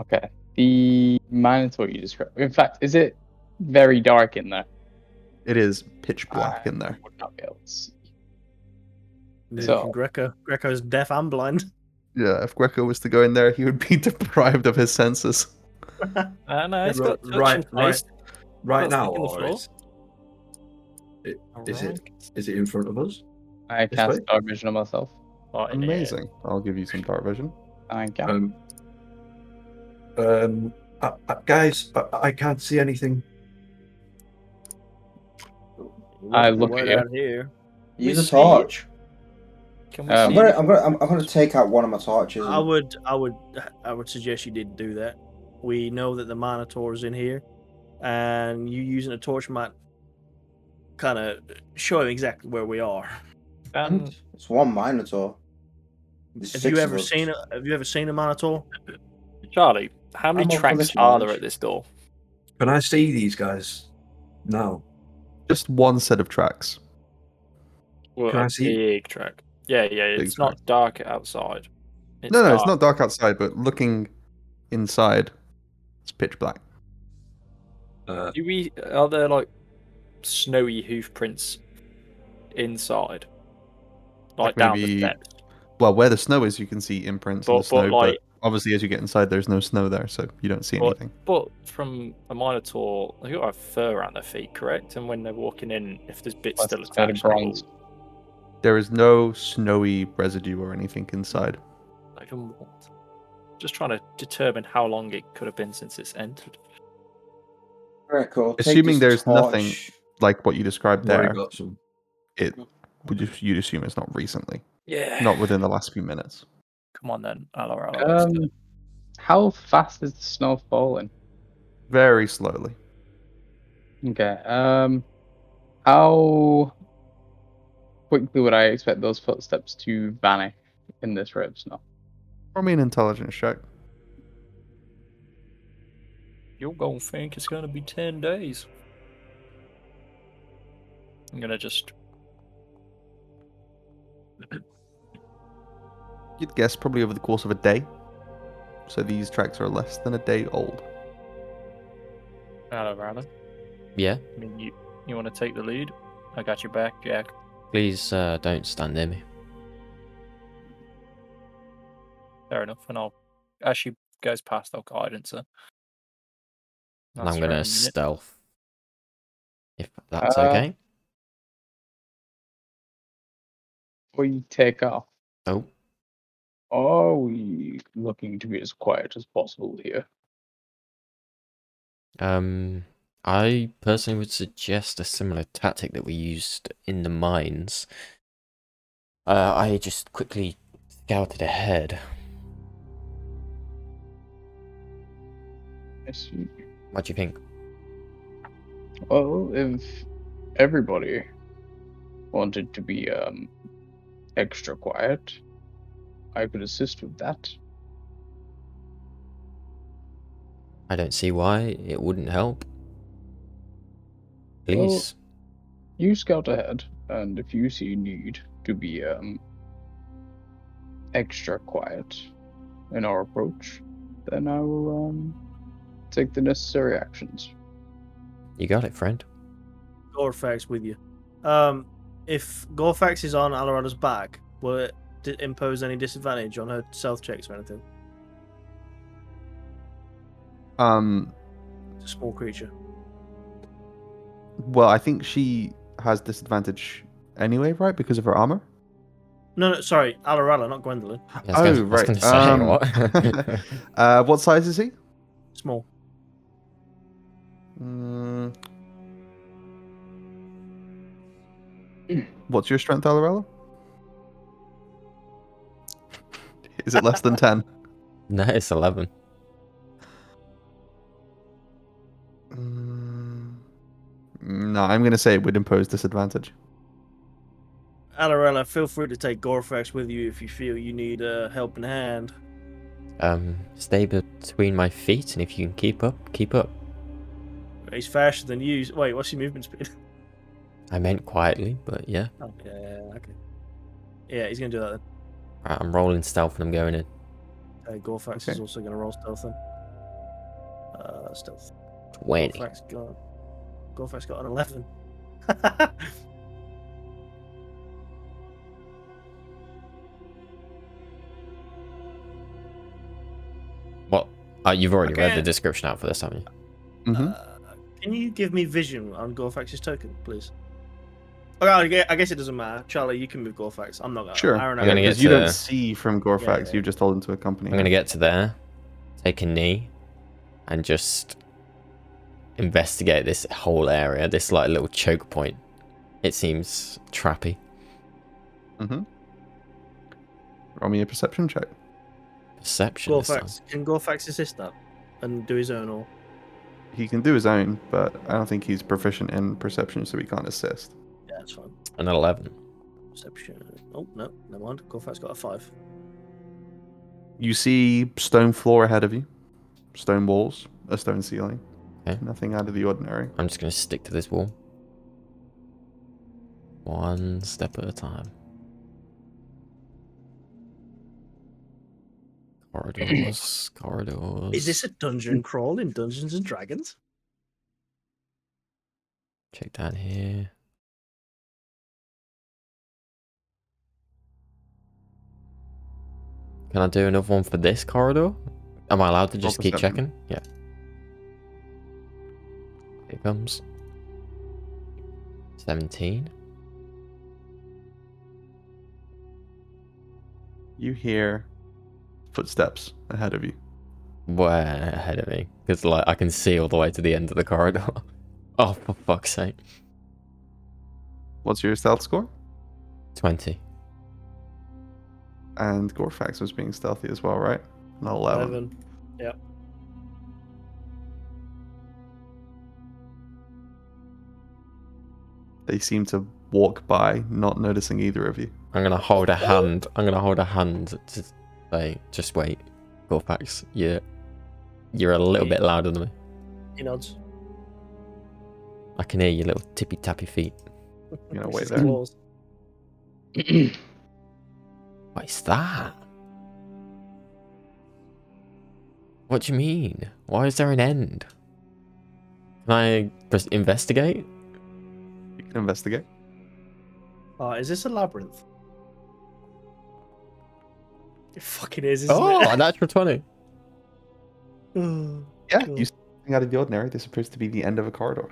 Speaker 5: Okay. The Minotaur you described. In fact, is it very dark in there?
Speaker 1: It is pitch black in there.
Speaker 5: I would not be able to see.
Speaker 2: So.
Speaker 5: So-
Speaker 2: Greco. Greco's deaf and blind.
Speaker 1: Yeah, if Greco was to go in there, he would be [laughs] deprived of his senses.
Speaker 4: Uh, no, it's
Speaker 6: Yeah,
Speaker 4: got
Speaker 6: ri-
Speaker 4: touch
Speaker 6: right-
Speaker 4: and place. Not
Speaker 6: Right now,
Speaker 4: sticking the
Speaker 6: or
Speaker 4: floor.
Speaker 6: is, is it is it in front of us?
Speaker 5: I
Speaker 6: This
Speaker 5: cast
Speaker 6: way?
Speaker 5: Dark Vision on myself.
Speaker 4: Right in here.
Speaker 1: Amazing. I'll give you some dark vision.
Speaker 5: Thank you.
Speaker 6: Um, um, I, I, guys, I, I can't see anything.
Speaker 5: I look
Speaker 2: We're
Speaker 5: at you.
Speaker 2: down here.
Speaker 3: Use
Speaker 4: We
Speaker 3: a
Speaker 4: see-
Speaker 3: torch.
Speaker 4: Can we
Speaker 5: Um,
Speaker 3: I'm
Speaker 4: see
Speaker 3: gonna, I'm gonna, I'm, I'm gonna take out one of my torches.
Speaker 2: I
Speaker 3: And,
Speaker 2: would, I would, I would suggest you didn't do that. We know that the Minotaur is in here, and you using a torch might kind of show him exactly where we are.
Speaker 4: And
Speaker 3: It's one minotaur. There's
Speaker 2: Have
Speaker 3: six
Speaker 2: you
Speaker 3: of
Speaker 2: ever
Speaker 3: us.
Speaker 2: seen? A, have you ever seen a minotaur?
Speaker 4: Charlie, how many
Speaker 3: I'm on
Speaker 4: tracks
Speaker 3: collision
Speaker 4: are there
Speaker 3: damage.
Speaker 4: at this door?
Speaker 6: Can I see these guys now?
Speaker 1: Just one set of tracks.
Speaker 4: Well,
Speaker 6: Can I
Speaker 4: a
Speaker 6: see?
Speaker 4: Big track. Yeah, yeah.
Speaker 1: Big
Speaker 4: It's not dark outside.
Speaker 1: no, no, it's not dark outside, but looking inside, it's pitch black.
Speaker 6: Uh,
Speaker 4: Do we? Are there like snowy hoof prints inside,
Speaker 1: Like
Speaker 4: like, down
Speaker 1: maybe
Speaker 4: the steps?
Speaker 1: Well, where the snow is, you can see imprints in
Speaker 4: But-
Speaker 1: the
Speaker 4: but,
Speaker 1: snow, but,
Speaker 4: like-
Speaker 1: obviously as you get inside, there's no snow there, so you don't see
Speaker 4: But-
Speaker 1: anything.
Speaker 4: But from a minotaur, they got to have fur around their feet, correct? And when they're walking in, if there's bits
Speaker 5: That's
Speaker 4: still
Speaker 5: a kind of
Speaker 4: attached, they'll-
Speaker 5: bronze.
Speaker 1: There is no snowy residue or anything inside.
Speaker 4: Like, um, what? Just trying to determine how long it could have been since it's entered.
Speaker 3: Greco, take
Speaker 1: Assuming
Speaker 3: this
Speaker 1: there's
Speaker 3: torch.
Speaker 1: nothing Like what you described
Speaker 6: there.
Speaker 1: there,
Speaker 6: Got some.
Speaker 1: it would you, you'd assume it's not recently,
Speaker 4: Yeah.
Speaker 1: not within the last few minutes.
Speaker 4: Come on then, Alara.
Speaker 5: Um, how fast is the snow falling?
Speaker 1: Very slowly.
Speaker 5: Okay. Um, how quickly would I expect those footsteps to vanish in this road of snow?
Speaker 1: Throw me an intelligence check.
Speaker 4: You're gonna think it's gonna be ten days. I'm gonna just
Speaker 1: You'd guess probably over the course of a day. So these tracks are less than a day old.
Speaker 4: Hello, Alan.
Speaker 7: Yeah.
Speaker 4: I uh, mean you you wanna take the lead? I got your back, Jack.
Speaker 7: Please uh, don't stand near me.
Speaker 4: Fair enough, and I'll as she goes past I'll guidance her.
Speaker 7: And
Speaker 4: That's
Speaker 7: I'm
Speaker 4: her
Speaker 7: gonna
Speaker 4: own unit.
Speaker 7: stealth. If that's
Speaker 5: Uh,
Speaker 7: okay.
Speaker 5: We take off.
Speaker 7: Oh.
Speaker 5: Are we looking to be as quiet as possible here?
Speaker 7: Um, I personally would suggest a similar tactic that we used in the mines. Uh, I just quickly scouted ahead.
Speaker 5: I see.
Speaker 7: What do you think?
Speaker 5: Well, if everybody wanted to be um extra quiet, I could assist with that.
Speaker 7: I don't see why it wouldn't help. Please.
Speaker 5: You scout ahead, and if you see need to be um extra quiet in our approach, then I will um take the necessary [clears throat] actions.
Speaker 7: You got it, friend.
Speaker 2: Gorfax with you. Um, if Gorfax is on Alorada's back, will it d- impose any disadvantage on her stealth checks or anything?
Speaker 1: Um,
Speaker 2: It's a small creature.
Speaker 1: well, I think she has disadvantage anyway, right? Because of her armor?
Speaker 2: No, no, sorry, Alorada, not Gwendolyn.
Speaker 7: Yeah, I was
Speaker 1: Oh,
Speaker 7: gonna- I was
Speaker 1: right,
Speaker 7: gonna say,
Speaker 1: [laughs]
Speaker 7: what? [laughs]
Speaker 1: Uh, what size is he?
Speaker 2: Small.
Speaker 1: Mm. What's your strength, Alarella? Is it less than 10?
Speaker 7: no, it's 11.
Speaker 1: Mm. No, I'm going to say it would impose disadvantage.
Speaker 2: Alarella, feel free to take Gorfax with you if you feel you need a helping hand.
Speaker 7: Um, stay between my feet, and if you can keep up, keep up.
Speaker 2: He's faster than you. Wait, what's your movement speed? [laughs]
Speaker 7: I meant quietly, but yeah.
Speaker 2: Oh, yeah, okay. Yeah, he's gonna do that
Speaker 7: Right, I'm rolling stealth and I'm going in.
Speaker 2: then. Uh, Gorfax is
Speaker 1: Okay.
Speaker 2: also gonna roll stealth then. Uh, stealth.
Speaker 7: 20.
Speaker 2: Gorfax got. Gorfax got an eleven. [laughs]
Speaker 7: What? Uh, you've already read
Speaker 2: Okay.
Speaker 7: the description out for this, haven't you?
Speaker 1: hmm
Speaker 2: Uh, can you give me vision on Gorfax's token, please? Oh, I gue- I guess it doesn't matter. Charlie, you can move Gorfax. I'm not gonna.
Speaker 1: Sure.
Speaker 2: Aaron,
Speaker 7: I'm gonna
Speaker 1: Because
Speaker 7: get
Speaker 1: you
Speaker 7: to-
Speaker 1: don't see from Gorfax,
Speaker 2: Yeah, yeah.
Speaker 1: you've just told him to accompany
Speaker 7: I'm going
Speaker 1: him.
Speaker 7: to get to there, take a knee, and just investigate this whole area, this like little choke point. It seems trappy.
Speaker 1: Roll me a perception check.
Speaker 7: Perception. this time.
Speaker 2: Gorfax. Can Gorfax assist that and do his own or?
Speaker 1: He can do his own, but I don't think he's proficient in perception, so he can't assist.
Speaker 2: Yeah, that's fine.
Speaker 7: An 11.
Speaker 2: Perception. Oh no, never mind. Corfat's got a five.
Speaker 1: You see stone floor ahead of you, stone walls, a stone ceiling.
Speaker 7: Okay.
Speaker 1: Nothing out of the ordinary.
Speaker 7: I'm just going to stick to this wall. One step at a time. Corridors,
Speaker 2: [clears throat]
Speaker 7: corridors.
Speaker 2: Is this a dungeon crawl in Dungeons and Dragons?
Speaker 7: Check down here. Can I do another one for this corridor? Am I allowed to just keep
Speaker 1: perception.
Speaker 7: checking? Yeah. Here comes. 17.
Speaker 1: You hear footsteps ahead of you.
Speaker 7: Way ahead of me. Because like I can see all the way to the end of the corridor. [laughs] oh for fuck's sake.
Speaker 1: What's your stealth score?
Speaker 7: Twenty.
Speaker 1: And Gorfax was being stealthy as well, right? An
Speaker 7: Oh.
Speaker 1: 11.
Speaker 2: Eleven.
Speaker 1: They seem to walk by, not noticing either of you.
Speaker 7: I'm gonna hold a hand. I'm gonna hold a hand to say, just wait, Gorfax. You're you're a little bit louder than me.
Speaker 2: He
Speaker 7: [laughs]
Speaker 2: nods.
Speaker 7: I can hear your little tippy tappy feet.
Speaker 1: You know,
Speaker 2: This
Speaker 1: wait
Speaker 2: is the
Speaker 1: there.
Speaker 2: walls.
Speaker 7: What is that? What do you mean? Why is there an end? Can I pres- investigate?
Speaker 1: You can investigate.
Speaker 2: Ah, is this a labyrinth? It fucking is, isn't
Speaker 7: Oh, [laughs]
Speaker 2: it?
Speaker 7: a natural twenty.
Speaker 1: Yeah,
Speaker 2: Cool.
Speaker 1: you see something out of the ordinary. This appears to be the end of a corridor.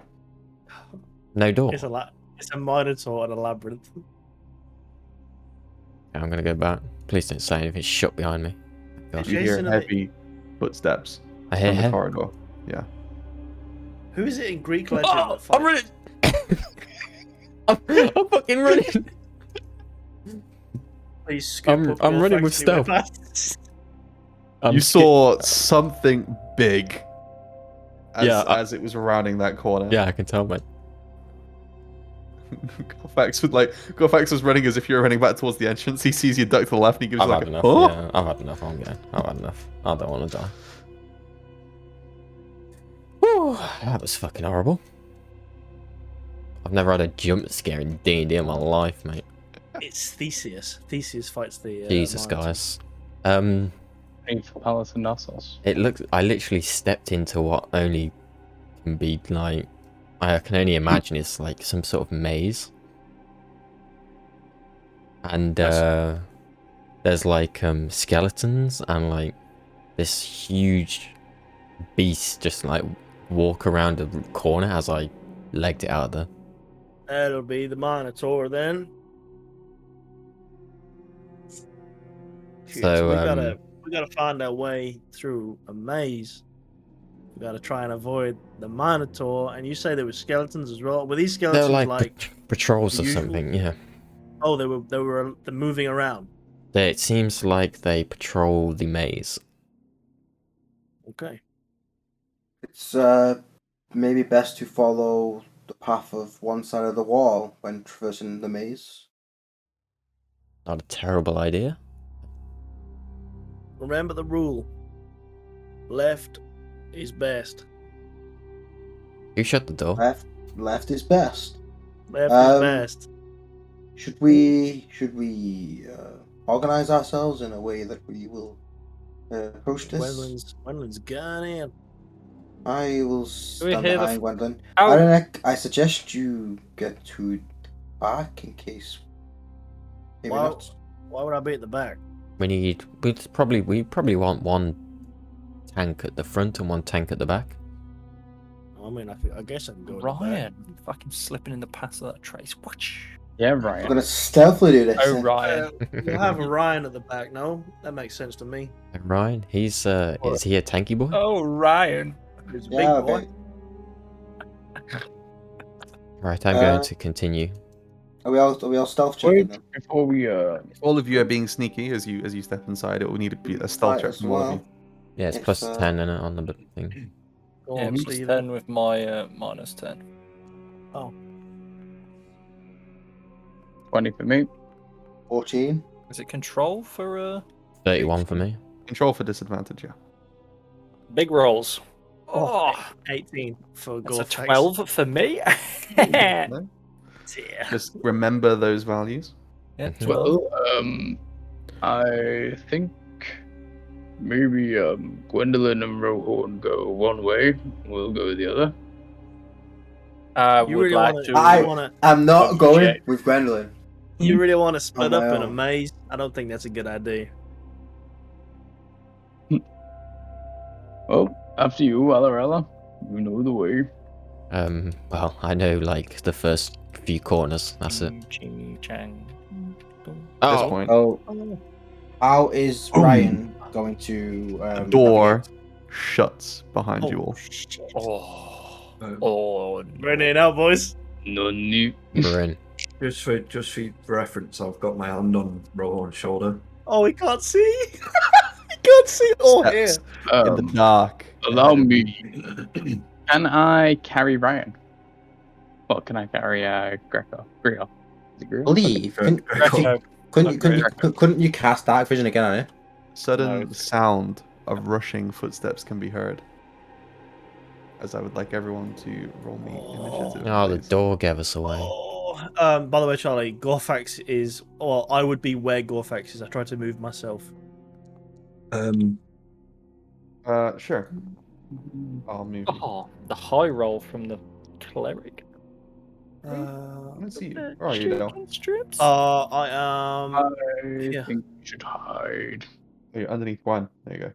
Speaker 7: No
Speaker 2: [laughs]
Speaker 7: door.
Speaker 2: it's a la- It's a minotaur and a labyrinth.
Speaker 7: I'm gonna go back. Please don't say anything. It's shut behind me. Gosh.
Speaker 1: You hear
Speaker 2: Jason, are they-
Speaker 1: heavy footsteps
Speaker 7: I hear
Speaker 1: in the
Speaker 7: him.
Speaker 1: corridor.
Speaker 2: Who is it in Greek legend?
Speaker 7: Oh,
Speaker 2: that fights-
Speaker 7: running. I'm, [laughs] I'm fucking running.
Speaker 2: Please scoop
Speaker 7: I'm-
Speaker 2: up
Speaker 7: I'm
Speaker 2: your
Speaker 7: running with
Speaker 2: factory
Speaker 7: stealth. [laughs]
Speaker 2: past.
Speaker 7: I'm
Speaker 1: you
Speaker 7: ski-
Speaker 1: saw something big as,
Speaker 7: Yeah, I-
Speaker 1: as it was rounding that corner.
Speaker 7: Yeah, I can tell, mate.
Speaker 1: [laughs] Gorfax would like Gorfax was running as if you were running back towards the entrance. He sees you duck to the left and he gives
Speaker 7: I've
Speaker 1: you like
Speaker 7: had
Speaker 1: a
Speaker 7: enough.
Speaker 1: "Huh?"
Speaker 7: Yeah, I've had enough. I'm going. I've had enough. I don't want to die. Whew, that was fucking horrible. I've never had a jump scare in D and D in my life, mate.
Speaker 2: It's Theseus. Theseus fights the. Uh,
Speaker 7: Jesus,
Speaker 2: minotaur.
Speaker 7: guys. Um,
Speaker 5: Heading for Palace of Knossos.
Speaker 7: it looks. I literally stepped into what only can be like. I can only imagine it's like some sort of maze. And
Speaker 4: That's-
Speaker 7: uh, there's like um skeletons and like this huge beast just like walk around the corner as I legged it out of there.
Speaker 2: That'll be the Minotaur then. Shit,
Speaker 7: So,
Speaker 2: we gotta
Speaker 7: um,
Speaker 2: we gotta find our way through a maze. We gotta try and avoid the Minotaur. And you say there were skeletons as well. Were these
Speaker 7: They're
Speaker 2: skeletons
Speaker 7: like,
Speaker 2: like,
Speaker 7: pat- patrols
Speaker 2: the
Speaker 7: or
Speaker 2: usual-
Speaker 7: something, yeah.
Speaker 2: oh they were they were they're moving around?
Speaker 7: They, it seems like they patrol the maze.
Speaker 2: Okay.
Speaker 3: It's uh, maybe best to follow the path of one side of the wall when traversing the maze.
Speaker 7: Not a terrible idea.
Speaker 2: Remember the rule. Left is best.
Speaker 7: You shut the door.
Speaker 3: Left, left is best.
Speaker 2: Left
Speaker 3: Um,
Speaker 2: is best.
Speaker 3: Should we should we uh, organize ourselves in a way that we will uh, approach this?
Speaker 2: Wendland's Wendland's gone in.
Speaker 3: I will
Speaker 4: we
Speaker 3: stand
Speaker 4: hear the
Speaker 3: behind
Speaker 4: f-
Speaker 3: Gwendolyn.
Speaker 4: Ow.
Speaker 3: I don't. Know, I suggest you get to the back in case. Maybe
Speaker 2: Wow.
Speaker 3: not.
Speaker 2: Why would I be at the back?
Speaker 7: We need. We probably. We probably want one tank at the front and one tank at the back.
Speaker 2: I mean, I, could- I guess I can go. at the back.
Speaker 4: Ryan, fucking slipping in the pass of that trace. Watch.
Speaker 5: Yeah,
Speaker 3: I'm
Speaker 5: right.
Speaker 3: gonna stealthily do this.
Speaker 4: Oh,
Speaker 3: eh?
Speaker 4: Ryan.
Speaker 2: We'll
Speaker 7: [laughs]
Speaker 2: have Ryan at the back, no? That makes sense to me.
Speaker 7: Ryan, he's. uh Is he a tanky boy?
Speaker 4: Oh, Ryan.
Speaker 2: He's a big
Speaker 3: Yeah,
Speaker 2: boy.
Speaker 3: okay.
Speaker 7: Right, I'm
Speaker 3: uh,
Speaker 7: going to continue.
Speaker 3: Are we all are we all stealth checking
Speaker 5: Wait
Speaker 3: them?
Speaker 5: before we uh
Speaker 1: All of you are being sneaky as you as you step inside. It will need to be a stealth
Speaker 3: Might
Speaker 1: check
Speaker 3: as
Speaker 1: from all of you.
Speaker 3: well.
Speaker 7: Yeah, it's
Speaker 3: it's,
Speaker 7: plus
Speaker 3: uh,
Speaker 7: ten in it on the b- thing.
Speaker 2: Go
Speaker 4: yeah,
Speaker 2: on,
Speaker 4: plus
Speaker 2: Steve.
Speaker 4: ten with my uh, minus ten.
Speaker 5: Twenty for me.
Speaker 3: 14.
Speaker 4: Is it control for uh,
Speaker 7: 31 for me.
Speaker 1: Control for disadvantage, yeah.
Speaker 4: big rolls?
Speaker 2: Oh,
Speaker 4: Oh,
Speaker 2: 18 for
Speaker 4: that's
Speaker 2: gold.
Speaker 4: a
Speaker 2: tax.
Speaker 4: twelve for me. [laughs] yeah,
Speaker 1: No? [laughs] Just remember those values.
Speaker 4: twelve.
Speaker 5: Well, um, I think maybe um Gwendolyn and Rohorn go one way. We'll go the other.
Speaker 4: I
Speaker 2: You
Speaker 4: Uh, would
Speaker 2: really
Speaker 4: like
Speaker 2: want to?
Speaker 4: to.
Speaker 3: I-
Speaker 2: You, wanna-
Speaker 3: I'm not
Speaker 5: Oh,
Speaker 3: going
Speaker 5: shit.
Speaker 3: with Gwendolyn.
Speaker 2: you really want to split
Speaker 3: my
Speaker 2: up in a
Speaker 3: own.
Speaker 2: maze? I don't think that's a good idea.
Speaker 5: Well, after you, Alarella. You know the way.
Speaker 7: Um, well, I know like the first few corners. That's it.
Speaker 4: Ching chang.
Speaker 1: At this point,
Speaker 3: Oh, how is Ryan going to. Um,
Speaker 1: Oh. door shuts behind you
Speaker 2: Oh,
Speaker 1: all.
Speaker 2: shit.
Speaker 4: Oh,
Speaker 6: Um,
Speaker 4: oh, no.
Speaker 2: Bring it out, boys.
Speaker 5: No new.
Speaker 7: We're in.
Speaker 6: Just for just for reference, I've got my hand on Rohan's shoulder.
Speaker 2: Oh, he can't see. [laughs] he can't see. Oh, here.
Speaker 1: Steps in the
Speaker 5: Um,
Speaker 1: dark.
Speaker 5: allow me.
Speaker 6: [clears throat]
Speaker 5: Can I carry Ryan? Well, can I carry uh Greco? Greco. Is it Greco?
Speaker 3: Leave.
Speaker 6: Greco-
Speaker 3: Couldn't, couldn't,
Speaker 4: Greco.
Speaker 3: couldn't, couldn't, you, couldn't you cast Dark Vision again eh? on it?
Speaker 1: Sudden
Speaker 4: No.
Speaker 1: sound of rushing footsteps can be heard. As I would like everyone to roll me initiative.
Speaker 7: Oh, the
Speaker 1: please.
Speaker 7: door gave us away.
Speaker 2: Oh, um, by the way, Charlie, Gorfax is. Well, I would be where Gorfax is. I tried to move myself.
Speaker 6: Um,
Speaker 1: Uh, sure. I'll move. you.
Speaker 4: [laughs] Oh, the high roll from the cleric.
Speaker 2: Uh,
Speaker 1: Let's see. Where are you now?
Speaker 4: Chicken strips?
Speaker 2: uh, I am.
Speaker 3: Uh,
Speaker 5: I
Speaker 2: Yeah.
Speaker 5: think you should hide.
Speaker 1: Oh, you're underneath one. There you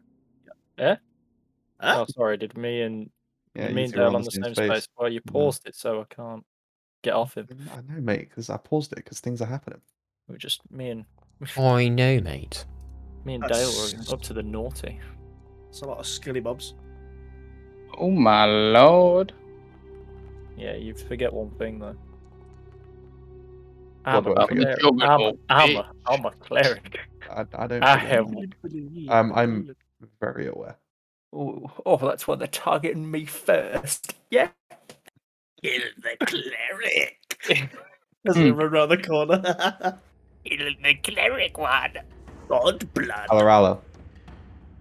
Speaker 1: go.
Speaker 4: oh, sorry. Did me and
Speaker 1: Yeah,
Speaker 4: me
Speaker 1: you
Speaker 4: and
Speaker 1: two are
Speaker 4: Dale on the same space? Well, you paused it, so I can't get off him.
Speaker 1: I know, mate, because I paused it because things are happening.
Speaker 4: We were just me and
Speaker 7: I know, mate.
Speaker 4: me and Dale
Speaker 2: That's-
Speaker 4: were up to the naughty.
Speaker 2: It's a lot of skilly bobs.
Speaker 5: Oh my lord.
Speaker 4: Yeah, you forget one thing though.
Speaker 1: What
Speaker 4: I'm
Speaker 1: do
Speaker 4: a
Speaker 1: I forget?
Speaker 4: cleric.
Speaker 5: You're an
Speaker 4: I'm a,
Speaker 5: old
Speaker 4: I'm a, I'm a cleric.
Speaker 1: I, I don't.
Speaker 4: I
Speaker 1: forget
Speaker 4: have.
Speaker 1: anything. Um, I'm very aware.
Speaker 4: Oh, oh, that's why they're targeting me first. Yeah. Kill
Speaker 1: [laughs]
Speaker 4: the cleric.
Speaker 2: As we run around the corner.
Speaker 4: Kill the cleric one.
Speaker 2: God blood.
Speaker 1: Alarala,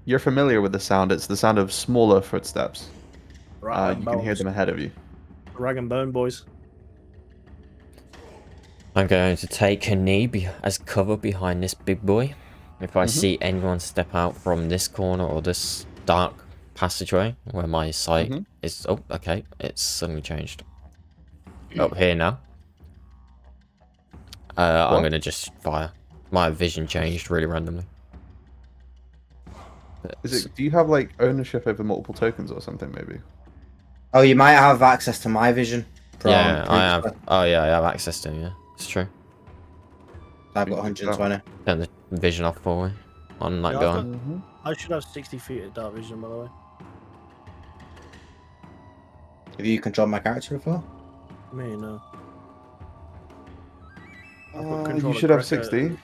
Speaker 1: you're familiar with the sound. It's the sound of smaller footsteps. Uh, you can hear them ahead of you.
Speaker 2: Rag and bone, boys.
Speaker 7: I'm going to take a knee be- as cover behind this big boy. If I see anyone step out from this corner or this dark passageway where my sight
Speaker 1: Mhm.
Speaker 7: is. Oh, okay. It's suddenly changed. Up here now. Uh, I'm
Speaker 1: What?
Speaker 7: going to just fire. My vision changed really randomly.
Speaker 1: Is it? Do you have like ownership over multiple tokens or something? Maybe.
Speaker 3: Oh, you might have access to my vision. from
Speaker 7: Yeah, I
Speaker 3: previous-
Speaker 7: have. Oh, yeah, I have access to him, yeah. It's true.
Speaker 3: I've got 120.
Speaker 7: Turn the vision off for me. On that
Speaker 2: Yeah, I've
Speaker 7: guy.
Speaker 2: got- I should have 60 feet of dark vision, by the way.
Speaker 3: Have you controlled my character before?
Speaker 2: Me, no. uh, I've got
Speaker 1: Uh,
Speaker 2: control
Speaker 1: you
Speaker 2: of
Speaker 1: should have
Speaker 2: Greco.
Speaker 1: sixty.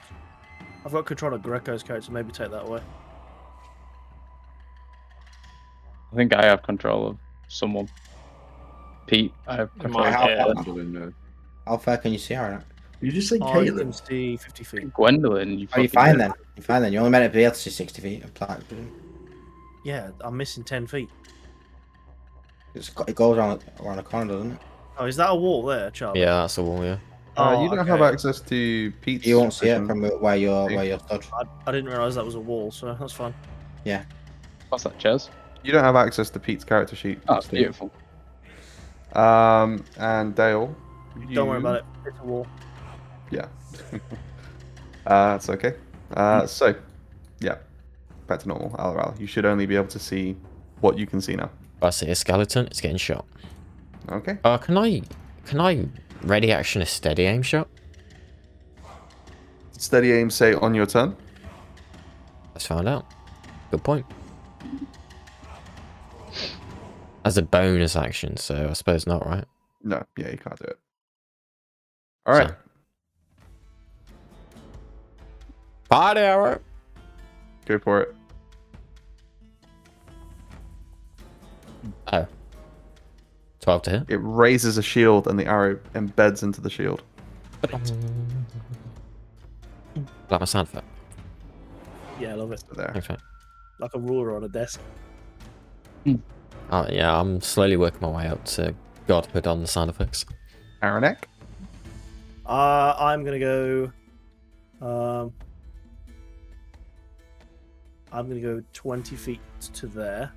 Speaker 2: I've got control of Greco's character. Maybe take that away.
Speaker 5: I think I have control of someone. Pete, I have control
Speaker 4: might
Speaker 5: of
Speaker 3: have.
Speaker 5: Gwendolyn.
Speaker 3: How far can you see Oh, her?
Speaker 6: you just say
Speaker 2: I Oh, can
Speaker 6: Caitlin.
Speaker 2: see 50 feet.
Speaker 5: Gwendolyn, you
Speaker 3: Are you
Speaker 5: fucking
Speaker 3: fine
Speaker 5: nerd.
Speaker 3: then? You're fine then. You're only meant to be able to see 60 feet of dark vision.
Speaker 2: Yeah, I'm missing 10 feet.
Speaker 3: It's got, it goes around, around the corner, doesn't it?
Speaker 2: Oh, is that a wall there, Charlie?
Speaker 7: Yeah, that's a wall, yeah.
Speaker 1: Uh,
Speaker 2: Oh,
Speaker 1: you don't
Speaker 2: okay.
Speaker 1: have access to Pete's.
Speaker 3: You won't see it
Speaker 1: vision.
Speaker 3: from where you're
Speaker 1: See?
Speaker 3: where you're stood.
Speaker 2: I, I didn't realize that was a wall, so that's fine.
Speaker 5: What's that, Chaz?
Speaker 1: You don't have access to Pete's character sheet.
Speaker 5: Oh,
Speaker 1: Steve.
Speaker 5: beautiful.
Speaker 1: Um, and Dale.
Speaker 2: Don't worry
Speaker 1: you-
Speaker 2: about it. It's a wall.
Speaker 1: Yeah. [laughs] uh, that's okay. Uh, so, yeah, back to normal. Alaral, you should only be able to see what you can see now.
Speaker 7: I see a skeleton, it's getting shot.
Speaker 1: Okay.
Speaker 7: Uh, can I, can I ready action a steady aim shot?
Speaker 1: Steady aim, say on your turn.
Speaker 7: Let's find out. Good point. As a bonus action, so I suppose not, right?
Speaker 1: No, yeah, you can't do it. All right.
Speaker 7: So- Fire arrow.
Speaker 1: Go for it.
Speaker 7: Oh, 12 to hit.
Speaker 1: It raises a shield and the arrow embeds into the shield.
Speaker 7: Like my sound effect.
Speaker 2: Yeah, I love it.
Speaker 1: There.
Speaker 7: Okay.
Speaker 2: Like a ruler on a desk.
Speaker 7: Uh, yeah, I'm slowly working my way up to godhood on the sound effects.
Speaker 1: Aranek?
Speaker 2: Uh, I'm gonna go. Um, I'm gonna go 20 feet to there.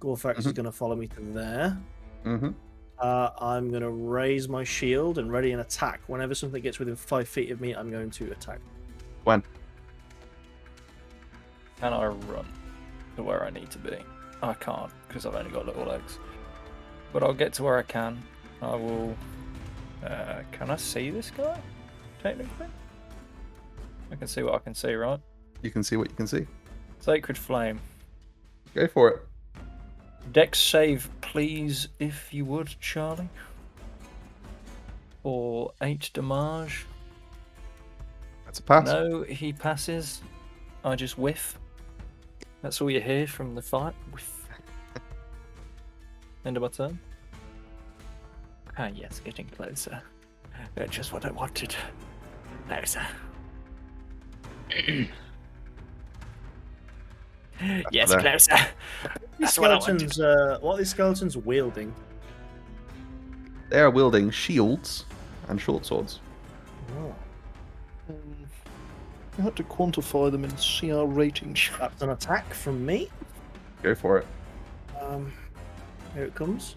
Speaker 2: Gorfax is gonna follow me to there.
Speaker 1: Mm-hmm.
Speaker 2: Uh, I'm gonna raise my shield and ready an attack. Whenever something gets within five feet of me, I'm going to attack.
Speaker 4: Can I run to where I need to be? I can't because I've only got little legs. But I'll get to where I can. I will. Uh, can I see this guy? Technically, I can see what I can see, right?
Speaker 1: You can see what you can see.
Speaker 4: Sacred flame.
Speaker 1: Go for it.
Speaker 4: Dex save, please, if you would, Charlie. Or eight damage.
Speaker 1: That's a pass.
Speaker 4: No, [laughs] he passes. I just whiff. That's all you hear from the fight. Whiff. End of my turn. Ah, yes, getting closer. That's just what I wanted. Closer. [clears throat] yes,
Speaker 1: there.
Speaker 4: closer.
Speaker 2: These
Speaker 4: That's what I wanted.
Speaker 2: skeletons. Uh, what are these skeletons wielding?
Speaker 1: They are wielding shields and short swords.
Speaker 2: Oh,
Speaker 8: You had to quantify them in CR ratings.
Speaker 2: that's an attack from me.
Speaker 1: Go for it.
Speaker 2: Um, here it comes.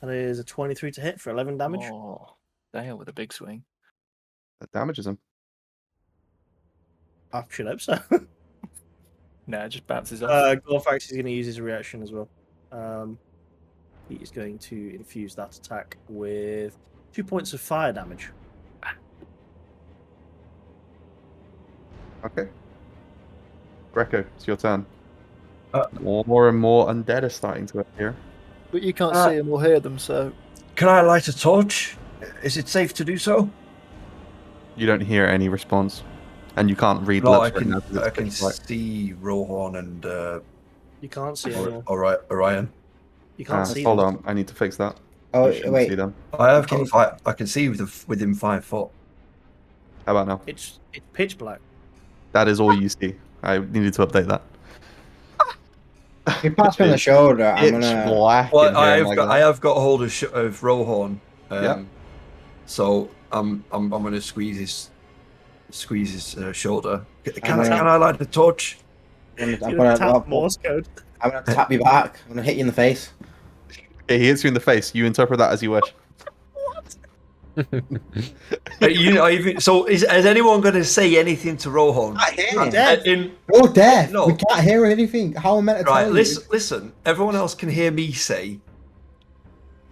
Speaker 2: That is a 23 to hit for 11 damage.
Speaker 4: Oh, Dale with a big swing.
Speaker 1: That damages him.
Speaker 2: I should [laughs] hope so.
Speaker 4: No, it just bounces off.
Speaker 2: Uh, Gorfax is going to use his reaction as well. Um, he is going to infuse that attack with two points of fire damage.
Speaker 1: Okay. Greco, it's your turn.
Speaker 6: Uh,
Speaker 1: more, more and more undead are starting to appear.
Speaker 8: But you can't
Speaker 6: Uh,
Speaker 8: see them or hear them, so
Speaker 6: Can I light a torch? Is it safe to do so?
Speaker 1: You don't hear any response, and you can't read
Speaker 6: No, I
Speaker 1: lips right
Speaker 6: can,
Speaker 1: now 'cause it's
Speaker 6: I can
Speaker 1: pitch black.
Speaker 6: see Rohan and uh,
Speaker 2: You can't see
Speaker 6: Ori-
Speaker 2: anymore.
Speaker 6: Ori- Orion.
Speaker 2: You can't
Speaker 1: Ah,
Speaker 2: see.
Speaker 1: hold
Speaker 2: them.
Speaker 1: on, I need to fix that.
Speaker 3: Oh
Speaker 1: You shouldn't see
Speaker 3: wait,
Speaker 1: them.
Speaker 6: I have can I, I can see with the, within five foot.
Speaker 1: How about now?
Speaker 2: It's it's pitch black.
Speaker 1: That is all you see. I needed to update that.
Speaker 3: you pass me on the shoulder. I'm
Speaker 1: Pitch
Speaker 3: gonna.
Speaker 1: black in
Speaker 6: Well,
Speaker 1: here,
Speaker 6: I
Speaker 1: my
Speaker 6: have got,
Speaker 1: God.
Speaker 6: I have got hold of, sh- of Rohan. Um,
Speaker 1: Yeah.
Speaker 6: So I'm I'm I'm gonna squeeze his squeeze his uh, shoulder. C- Can I,
Speaker 3: gonna-
Speaker 6: can I light the torch?
Speaker 3: I'm
Speaker 2: You're
Speaker 3: gonna, I'm
Speaker 2: gonna
Speaker 3: gonna,
Speaker 2: tap
Speaker 3: I'm gonna,
Speaker 2: Morse code.
Speaker 3: tap you back. I'm gonna hit you in the face.
Speaker 1: He hits you in the face. You interpret that as you wish.
Speaker 6: Uh, you know, even, so is, is anyone gonna say anything to Rohan?
Speaker 3: hear
Speaker 6: Uh,
Speaker 2: dead.
Speaker 6: in-
Speaker 3: Oh, deaf.
Speaker 6: No.
Speaker 3: We can't hear anything. How am I meant to
Speaker 6: right,
Speaker 3: tell
Speaker 6: listen, listen. Everyone else can hear me say,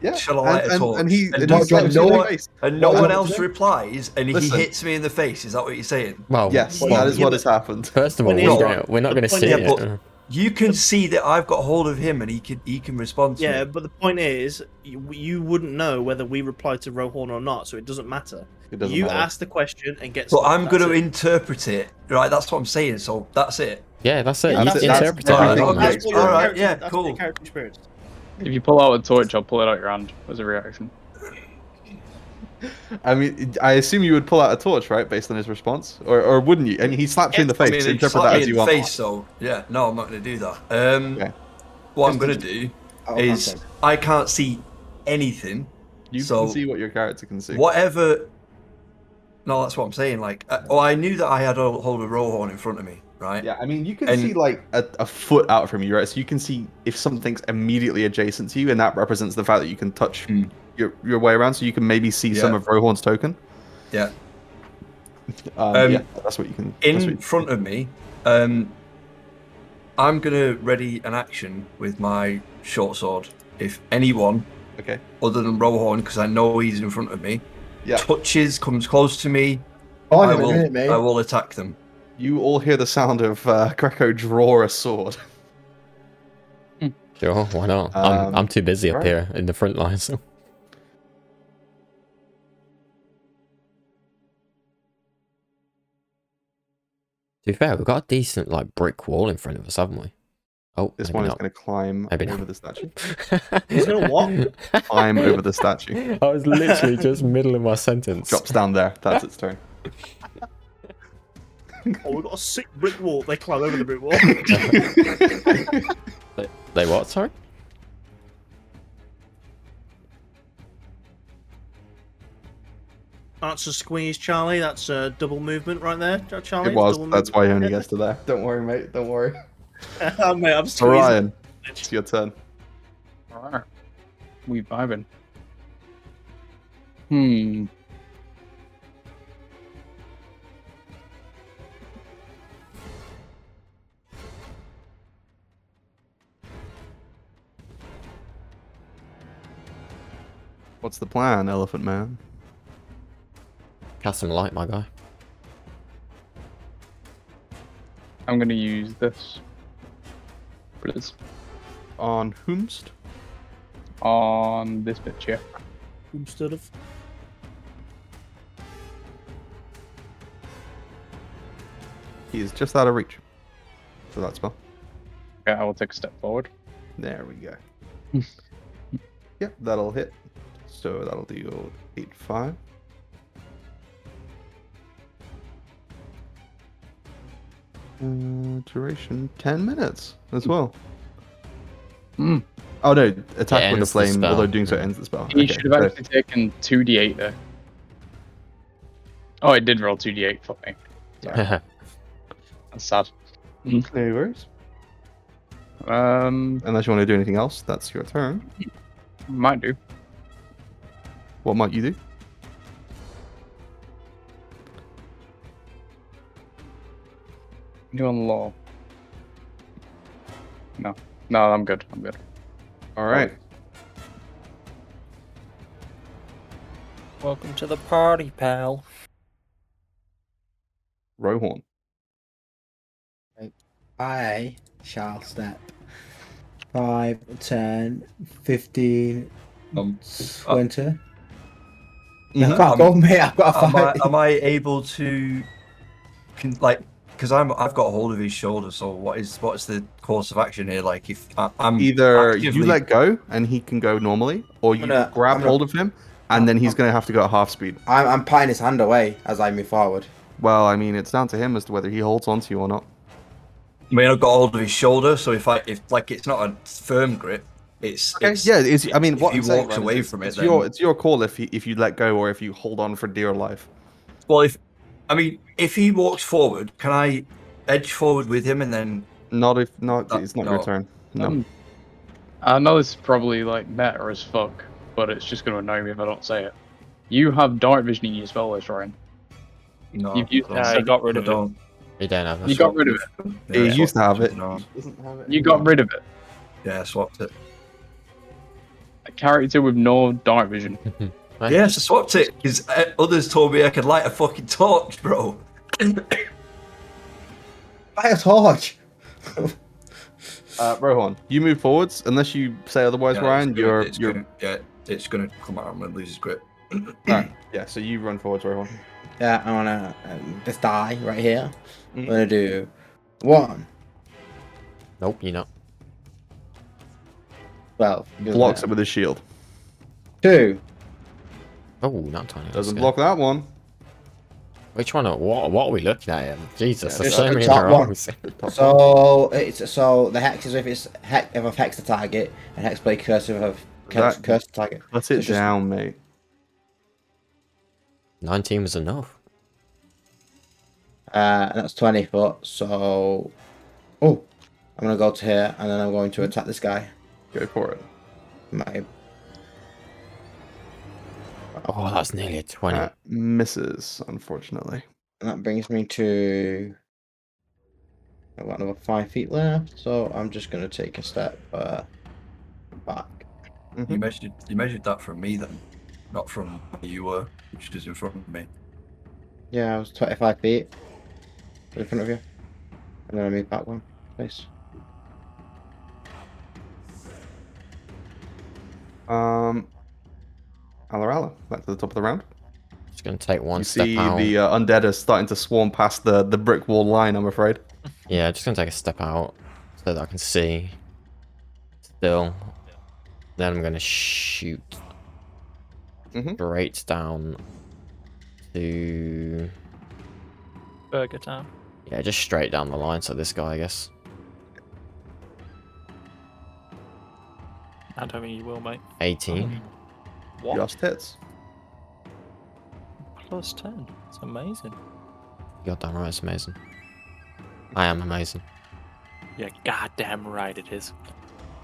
Speaker 1: Yeah.
Speaker 6: Shall I light
Speaker 1: and,
Speaker 6: a
Speaker 1: and,
Speaker 6: torch?
Speaker 1: and he,
Speaker 6: And
Speaker 1: and
Speaker 6: do
Speaker 1: he
Speaker 6: it
Speaker 1: slaps
Speaker 6: no
Speaker 1: you in the
Speaker 6: one-
Speaker 1: face.
Speaker 6: and no
Speaker 3: Well,
Speaker 6: one
Speaker 3: I-
Speaker 6: else replies, and
Speaker 1: Listen.
Speaker 6: he hits me in the face. Is that what you're saying?
Speaker 7: Well,
Speaker 1: Yes,
Speaker 7: well,
Speaker 1: that is what has happened.
Speaker 7: First of all,
Speaker 2: When
Speaker 7: we're,
Speaker 2: he's
Speaker 7: gonna,
Speaker 2: right.
Speaker 7: we're
Speaker 2: The
Speaker 7: not going to
Speaker 2: point
Speaker 7: see
Speaker 2: is-
Speaker 7: it.
Speaker 6: Yeah, You can see that I've got hold of him, and he can he can respond to
Speaker 2: Yeah,
Speaker 6: me.
Speaker 2: but the point is, you, you wouldn't know whether we reply to Rohorn or not, so it doesn't matter.
Speaker 1: It doesn't
Speaker 2: you
Speaker 1: matter.
Speaker 2: ask the question and get.
Speaker 6: So
Speaker 2: stuff,
Speaker 6: I'm
Speaker 2: that's
Speaker 6: going to
Speaker 2: it.
Speaker 6: interpret it. Right, that's what I'm saying. So that's it.
Speaker 7: yeah, that's it.
Speaker 2: Yeah,
Speaker 7: you
Speaker 2: that's it.
Speaker 7: interpret
Speaker 6: That's-
Speaker 7: everything.
Speaker 6: that's-
Speaker 7: like-
Speaker 2: That's what your
Speaker 6: Alright,
Speaker 2: character-
Speaker 6: yeah,
Speaker 2: that's what your
Speaker 6: cool.
Speaker 2: character experience.
Speaker 5: If you pull out a torch, I'll pull it out your hand as a reaction.
Speaker 1: I mean, I assume you would pull out a torch, right, based on his response, or, or wouldn't you? And he slapped you in the face.
Speaker 6: I mean,
Speaker 1: so
Speaker 6: he
Speaker 1: interpret
Speaker 6: slapped
Speaker 1: that
Speaker 6: me
Speaker 1: as
Speaker 6: in
Speaker 1: you
Speaker 6: the
Speaker 1: want.
Speaker 6: face, so yeah, no, I'm not going to do that. Um,
Speaker 1: Okay.
Speaker 6: What I'm going to do
Speaker 3: Oh,
Speaker 6: is
Speaker 3: okay.
Speaker 6: I can't see anything.
Speaker 1: You
Speaker 6: So-
Speaker 1: can see what your character can see.
Speaker 6: Whatever. No, that's what I'm saying. Like, uh, oh, I knew that I had a hold of Rohan in front of me, right?
Speaker 1: Yeah, I mean, you can
Speaker 6: And-
Speaker 1: see like a, a foot out from you, right? So you can see if something's immediately adjacent to you, and that represents the fact that you can touch
Speaker 6: Hmm.
Speaker 1: your, your way around. So you can maybe see some
Speaker 6: Yeah.
Speaker 1: of Rohorn's token.
Speaker 6: Yeah.
Speaker 1: Um,
Speaker 6: Um,
Speaker 1: yeah, that's what you can. that's what
Speaker 6: In
Speaker 1: you-
Speaker 6: front of me, um, I'm going to ready an action with my short sword. If anyone
Speaker 1: Okay.
Speaker 6: other than Rohan, because I know he's in front of me,
Speaker 1: Yeah.
Speaker 6: touches, comes close to me,
Speaker 3: Hold on
Speaker 6: I
Speaker 3: a
Speaker 6: will,
Speaker 3: minute, mate.
Speaker 6: I will attack them.
Speaker 1: You all hear the sound of uh, Greco draw a sword.
Speaker 7: Sure, why not?
Speaker 1: Um,
Speaker 7: I'm, I'm too busy up
Speaker 1: right.
Speaker 7: here in the front lines. [laughs] To be fair, we've got a decent like brick wall in front of us, haven't we? Oh,
Speaker 1: This
Speaker 7: maybe
Speaker 1: one is
Speaker 7: not.
Speaker 1: going to climb
Speaker 7: Maybe not.
Speaker 1: over the statue.
Speaker 2: He's
Speaker 7: [laughs]
Speaker 2: gonna what?
Speaker 1: Climb over the
Speaker 6: [laughs]
Speaker 1: statue.
Speaker 7: I was literally just middle of my sentence.
Speaker 1: Drops down there. That's its turn.
Speaker 2: Oh, we've got a sick brick wall. They climb over the brick
Speaker 6: [laughs]
Speaker 2: wall.
Speaker 7: They, they what? Sorry.
Speaker 2: That's a squeeze, Charlie. That's a double movement right there, Ch- Charlie.
Speaker 1: It was.
Speaker 2: Double
Speaker 1: That's why he only gets to there. Don't worry, mate. Don't worry.
Speaker 2: movement. [laughs] oh, mate, I'm squeezing.
Speaker 1: Orion, it's your turn.
Speaker 5: Alright. We vibing. Hmm.
Speaker 1: What's the plan, Elephant Man?
Speaker 7: Cast some light, my guy. [laughs]
Speaker 5: I'm gonna use this. Blitz
Speaker 1: On whomst?
Speaker 5: on this bitch here.
Speaker 2: Instead of.
Speaker 1: He is just out of reach for that spell.
Speaker 5: Okay, I will take a step forward.
Speaker 1: There we go. yep, that'll hit. So that'll deal 8 5. Uh, duration 10 minutes as well.
Speaker 5: Hmm.
Speaker 1: Oh no, attack with the
Speaker 7: ends the
Speaker 1: flame,
Speaker 7: spell.
Speaker 1: although doing so ends the spell.
Speaker 5: He
Speaker 1: Okay,
Speaker 5: should have
Speaker 1: so-
Speaker 5: actually taken 2d8 there. Oh, it did roll 2d8 for me. That's sad.
Speaker 1: No worries.
Speaker 5: Um,
Speaker 1: Unless you want to do anything else, that's your turn.
Speaker 5: might do.
Speaker 1: What might you do?
Speaker 5: New on law. No. No, I'm good. I'm good.
Speaker 1: Alright.
Speaker 4: Welcome to the party, pal.
Speaker 1: Rohorn.
Speaker 3: I shall step. 5, 10, 15,
Speaker 6: Um,
Speaker 3: 20.
Speaker 1: Mhm.
Speaker 6: Um,
Speaker 3: Fuck off, mate. I've got a
Speaker 6: am, I,
Speaker 3: five.
Speaker 6: am I able to, can, like, because I'm I've got a hold of his shoulder. So what is what's the course of action here? Like, if I, I'm
Speaker 1: Either you
Speaker 6: actively-
Speaker 1: let go and he can go normally, or you
Speaker 3: gonna-
Speaker 1: grab
Speaker 3: I'm gonna-
Speaker 1: hold of him and then he's going to have to go at half speed.
Speaker 3: I'm, I'm patting his hand away as I move forward.
Speaker 1: Well, I mean, it's down to him as to whether he holds on to you or not.
Speaker 6: I mean, I've got hold of his shoulder, so if I if like it's not a firm grip, it's,
Speaker 1: Okay.
Speaker 6: it's
Speaker 1: yeah, it's, I mean,
Speaker 6: if
Speaker 1: what
Speaker 6: he
Speaker 1: I'm saying,
Speaker 6: walks
Speaker 1: Ryan,
Speaker 6: away
Speaker 1: is it's,
Speaker 6: from it,
Speaker 1: It's your,
Speaker 6: then-
Speaker 1: it's your call if he, if you let go or if you hold on for dear life.
Speaker 6: Well, if I mean, if he walks forward, can I edge forward with him and then?
Speaker 1: Not if not.
Speaker 6: Uh,
Speaker 1: it's not
Speaker 6: no.
Speaker 1: your turn. No.
Speaker 5: Um, I know this is probably like meta as fuck, but it's just gonna annoy me if I don't say it. You have dark vision in your spell list, Ryan.
Speaker 6: No,
Speaker 5: You've used-
Speaker 6: I
Speaker 4: Yeah, he uh, got rid
Speaker 6: I
Speaker 4: of it.
Speaker 6: don't.
Speaker 7: you don't have that.
Speaker 5: you got rid of it.
Speaker 1: he
Speaker 6: Yeah,
Speaker 1: used to have it.
Speaker 6: No.
Speaker 1: He doesn't have it
Speaker 5: You got
Speaker 1: anymore.
Speaker 5: rid of it.
Speaker 6: Yeah, I swapped it.
Speaker 5: A character with no dark vision.
Speaker 7: Right.
Speaker 6: Yes, I swapped it because others told me I could light a fucking torch, bro.
Speaker 3: Buy a torch.
Speaker 1: Uh, Rohan, you move forwards unless you say otherwise,
Speaker 6: Yeah,
Speaker 1: Ryan.
Speaker 6: it's gonna-
Speaker 1: You're
Speaker 6: it's
Speaker 1: you're
Speaker 6: gonna, yeah, it's gonna come out and lose his grip. [clears throat]
Speaker 1: Alright, yeah. So you run forwards, Rohan.
Speaker 3: Yeah, I wanna um, this die right here. I'm
Speaker 1: Mm.
Speaker 3: gonna do one.
Speaker 7: Nope, you're not.
Speaker 3: Well, doesn't
Speaker 1: Blocks it
Speaker 3: matter.
Speaker 1: with his shield.
Speaker 3: two.
Speaker 7: Oh, not tiny. that's
Speaker 1: Doesn't
Speaker 7: good.
Speaker 1: block that one.
Speaker 7: Which one? Are, what? What are we looking at? Here? Jesus,
Speaker 1: Yeah,
Speaker 7: there's
Speaker 1: just
Speaker 7: so
Speaker 3: the
Speaker 7: many
Speaker 3: top
Speaker 7: other [laughs]
Speaker 3: one.
Speaker 7: options.
Speaker 1: Top
Speaker 3: So it's so the hex is if it's hex if I've hexed the target and hex blade curse if I've curse,
Speaker 1: That-
Speaker 3: cursed the target.
Speaker 1: Cut it
Speaker 3: It's just-
Speaker 1: down, mate.
Speaker 7: Nineteen was enough.
Speaker 3: Uh, and that's twenty foot. So, oh, I'm gonna go to here and then I'm going to attack this guy.
Speaker 1: Go for it.
Speaker 3: My
Speaker 7: Oh, that's nearly a twenty.
Speaker 1: That Uh, misses, unfortunately.
Speaker 3: And that brings me to. I've got another five feet left, so I'm just going to take a step uh, back.
Speaker 1: Mhm.
Speaker 6: You measured you measured that from me then, not from where you were, which is in front of me.
Speaker 3: Yeah, I was 25 feet in front of you. And then I move back one, please.
Speaker 1: Um, Alarala, back to the top of the round.
Speaker 7: Just gonna take one
Speaker 1: you
Speaker 7: step
Speaker 1: see
Speaker 7: out.
Speaker 1: the uh, undead are starting to swarm past the, the brick wall line, I'm afraid.
Speaker 7: Yeah, just gonna take a step out. So so that I can see. Still. Then I'm gonna shoot
Speaker 1: Mm-hmm.
Speaker 3: Mhm.
Speaker 7: straight down to
Speaker 4: Burger Town.
Speaker 7: yeah, just straight down the line. So this guy, I guess.
Speaker 4: I don't think you will, mate.
Speaker 1: Mm-hmm.
Speaker 7: 18.
Speaker 4: What?
Speaker 1: Just hits.
Speaker 4: Plus 10. It's amazing.
Speaker 7: Goddamn right, it's amazing. I am amazing.
Speaker 4: Yeah, goddamn right it is.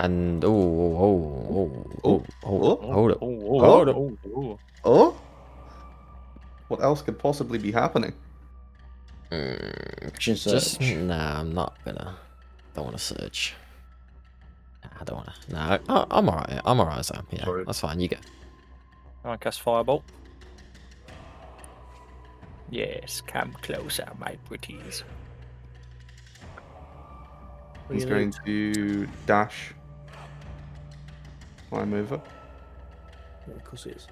Speaker 7: And oh, oh, oh, oh, oh,
Speaker 1: Oh.
Speaker 7: hold up.
Speaker 4: Oh,
Speaker 1: Hold
Speaker 4: oh,
Speaker 1: up.
Speaker 4: oh, oh.
Speaker 1: Oh? What else could possibly be happening? Oh.
Speaker 7: Mm,
Speaker 3: Action search.
Speaker 7: Just nah, I'm not gonna. Don't want to search. Nah, I don't want to. Nah, I, I'm alright. I'm alright as I am. Yeah,
Speaker 6: Sorry.
Speaker 7: that's fine. You go.
Speaker 4: Can I cast Firebolt? Yes, come closer, my pretties.
Speaker 2: What
Speaker 1: He's
Speaker 2: you gonna
Speaker 1: going to dash. Climb over.
Speaker 2: do? Yeah, 'cause it's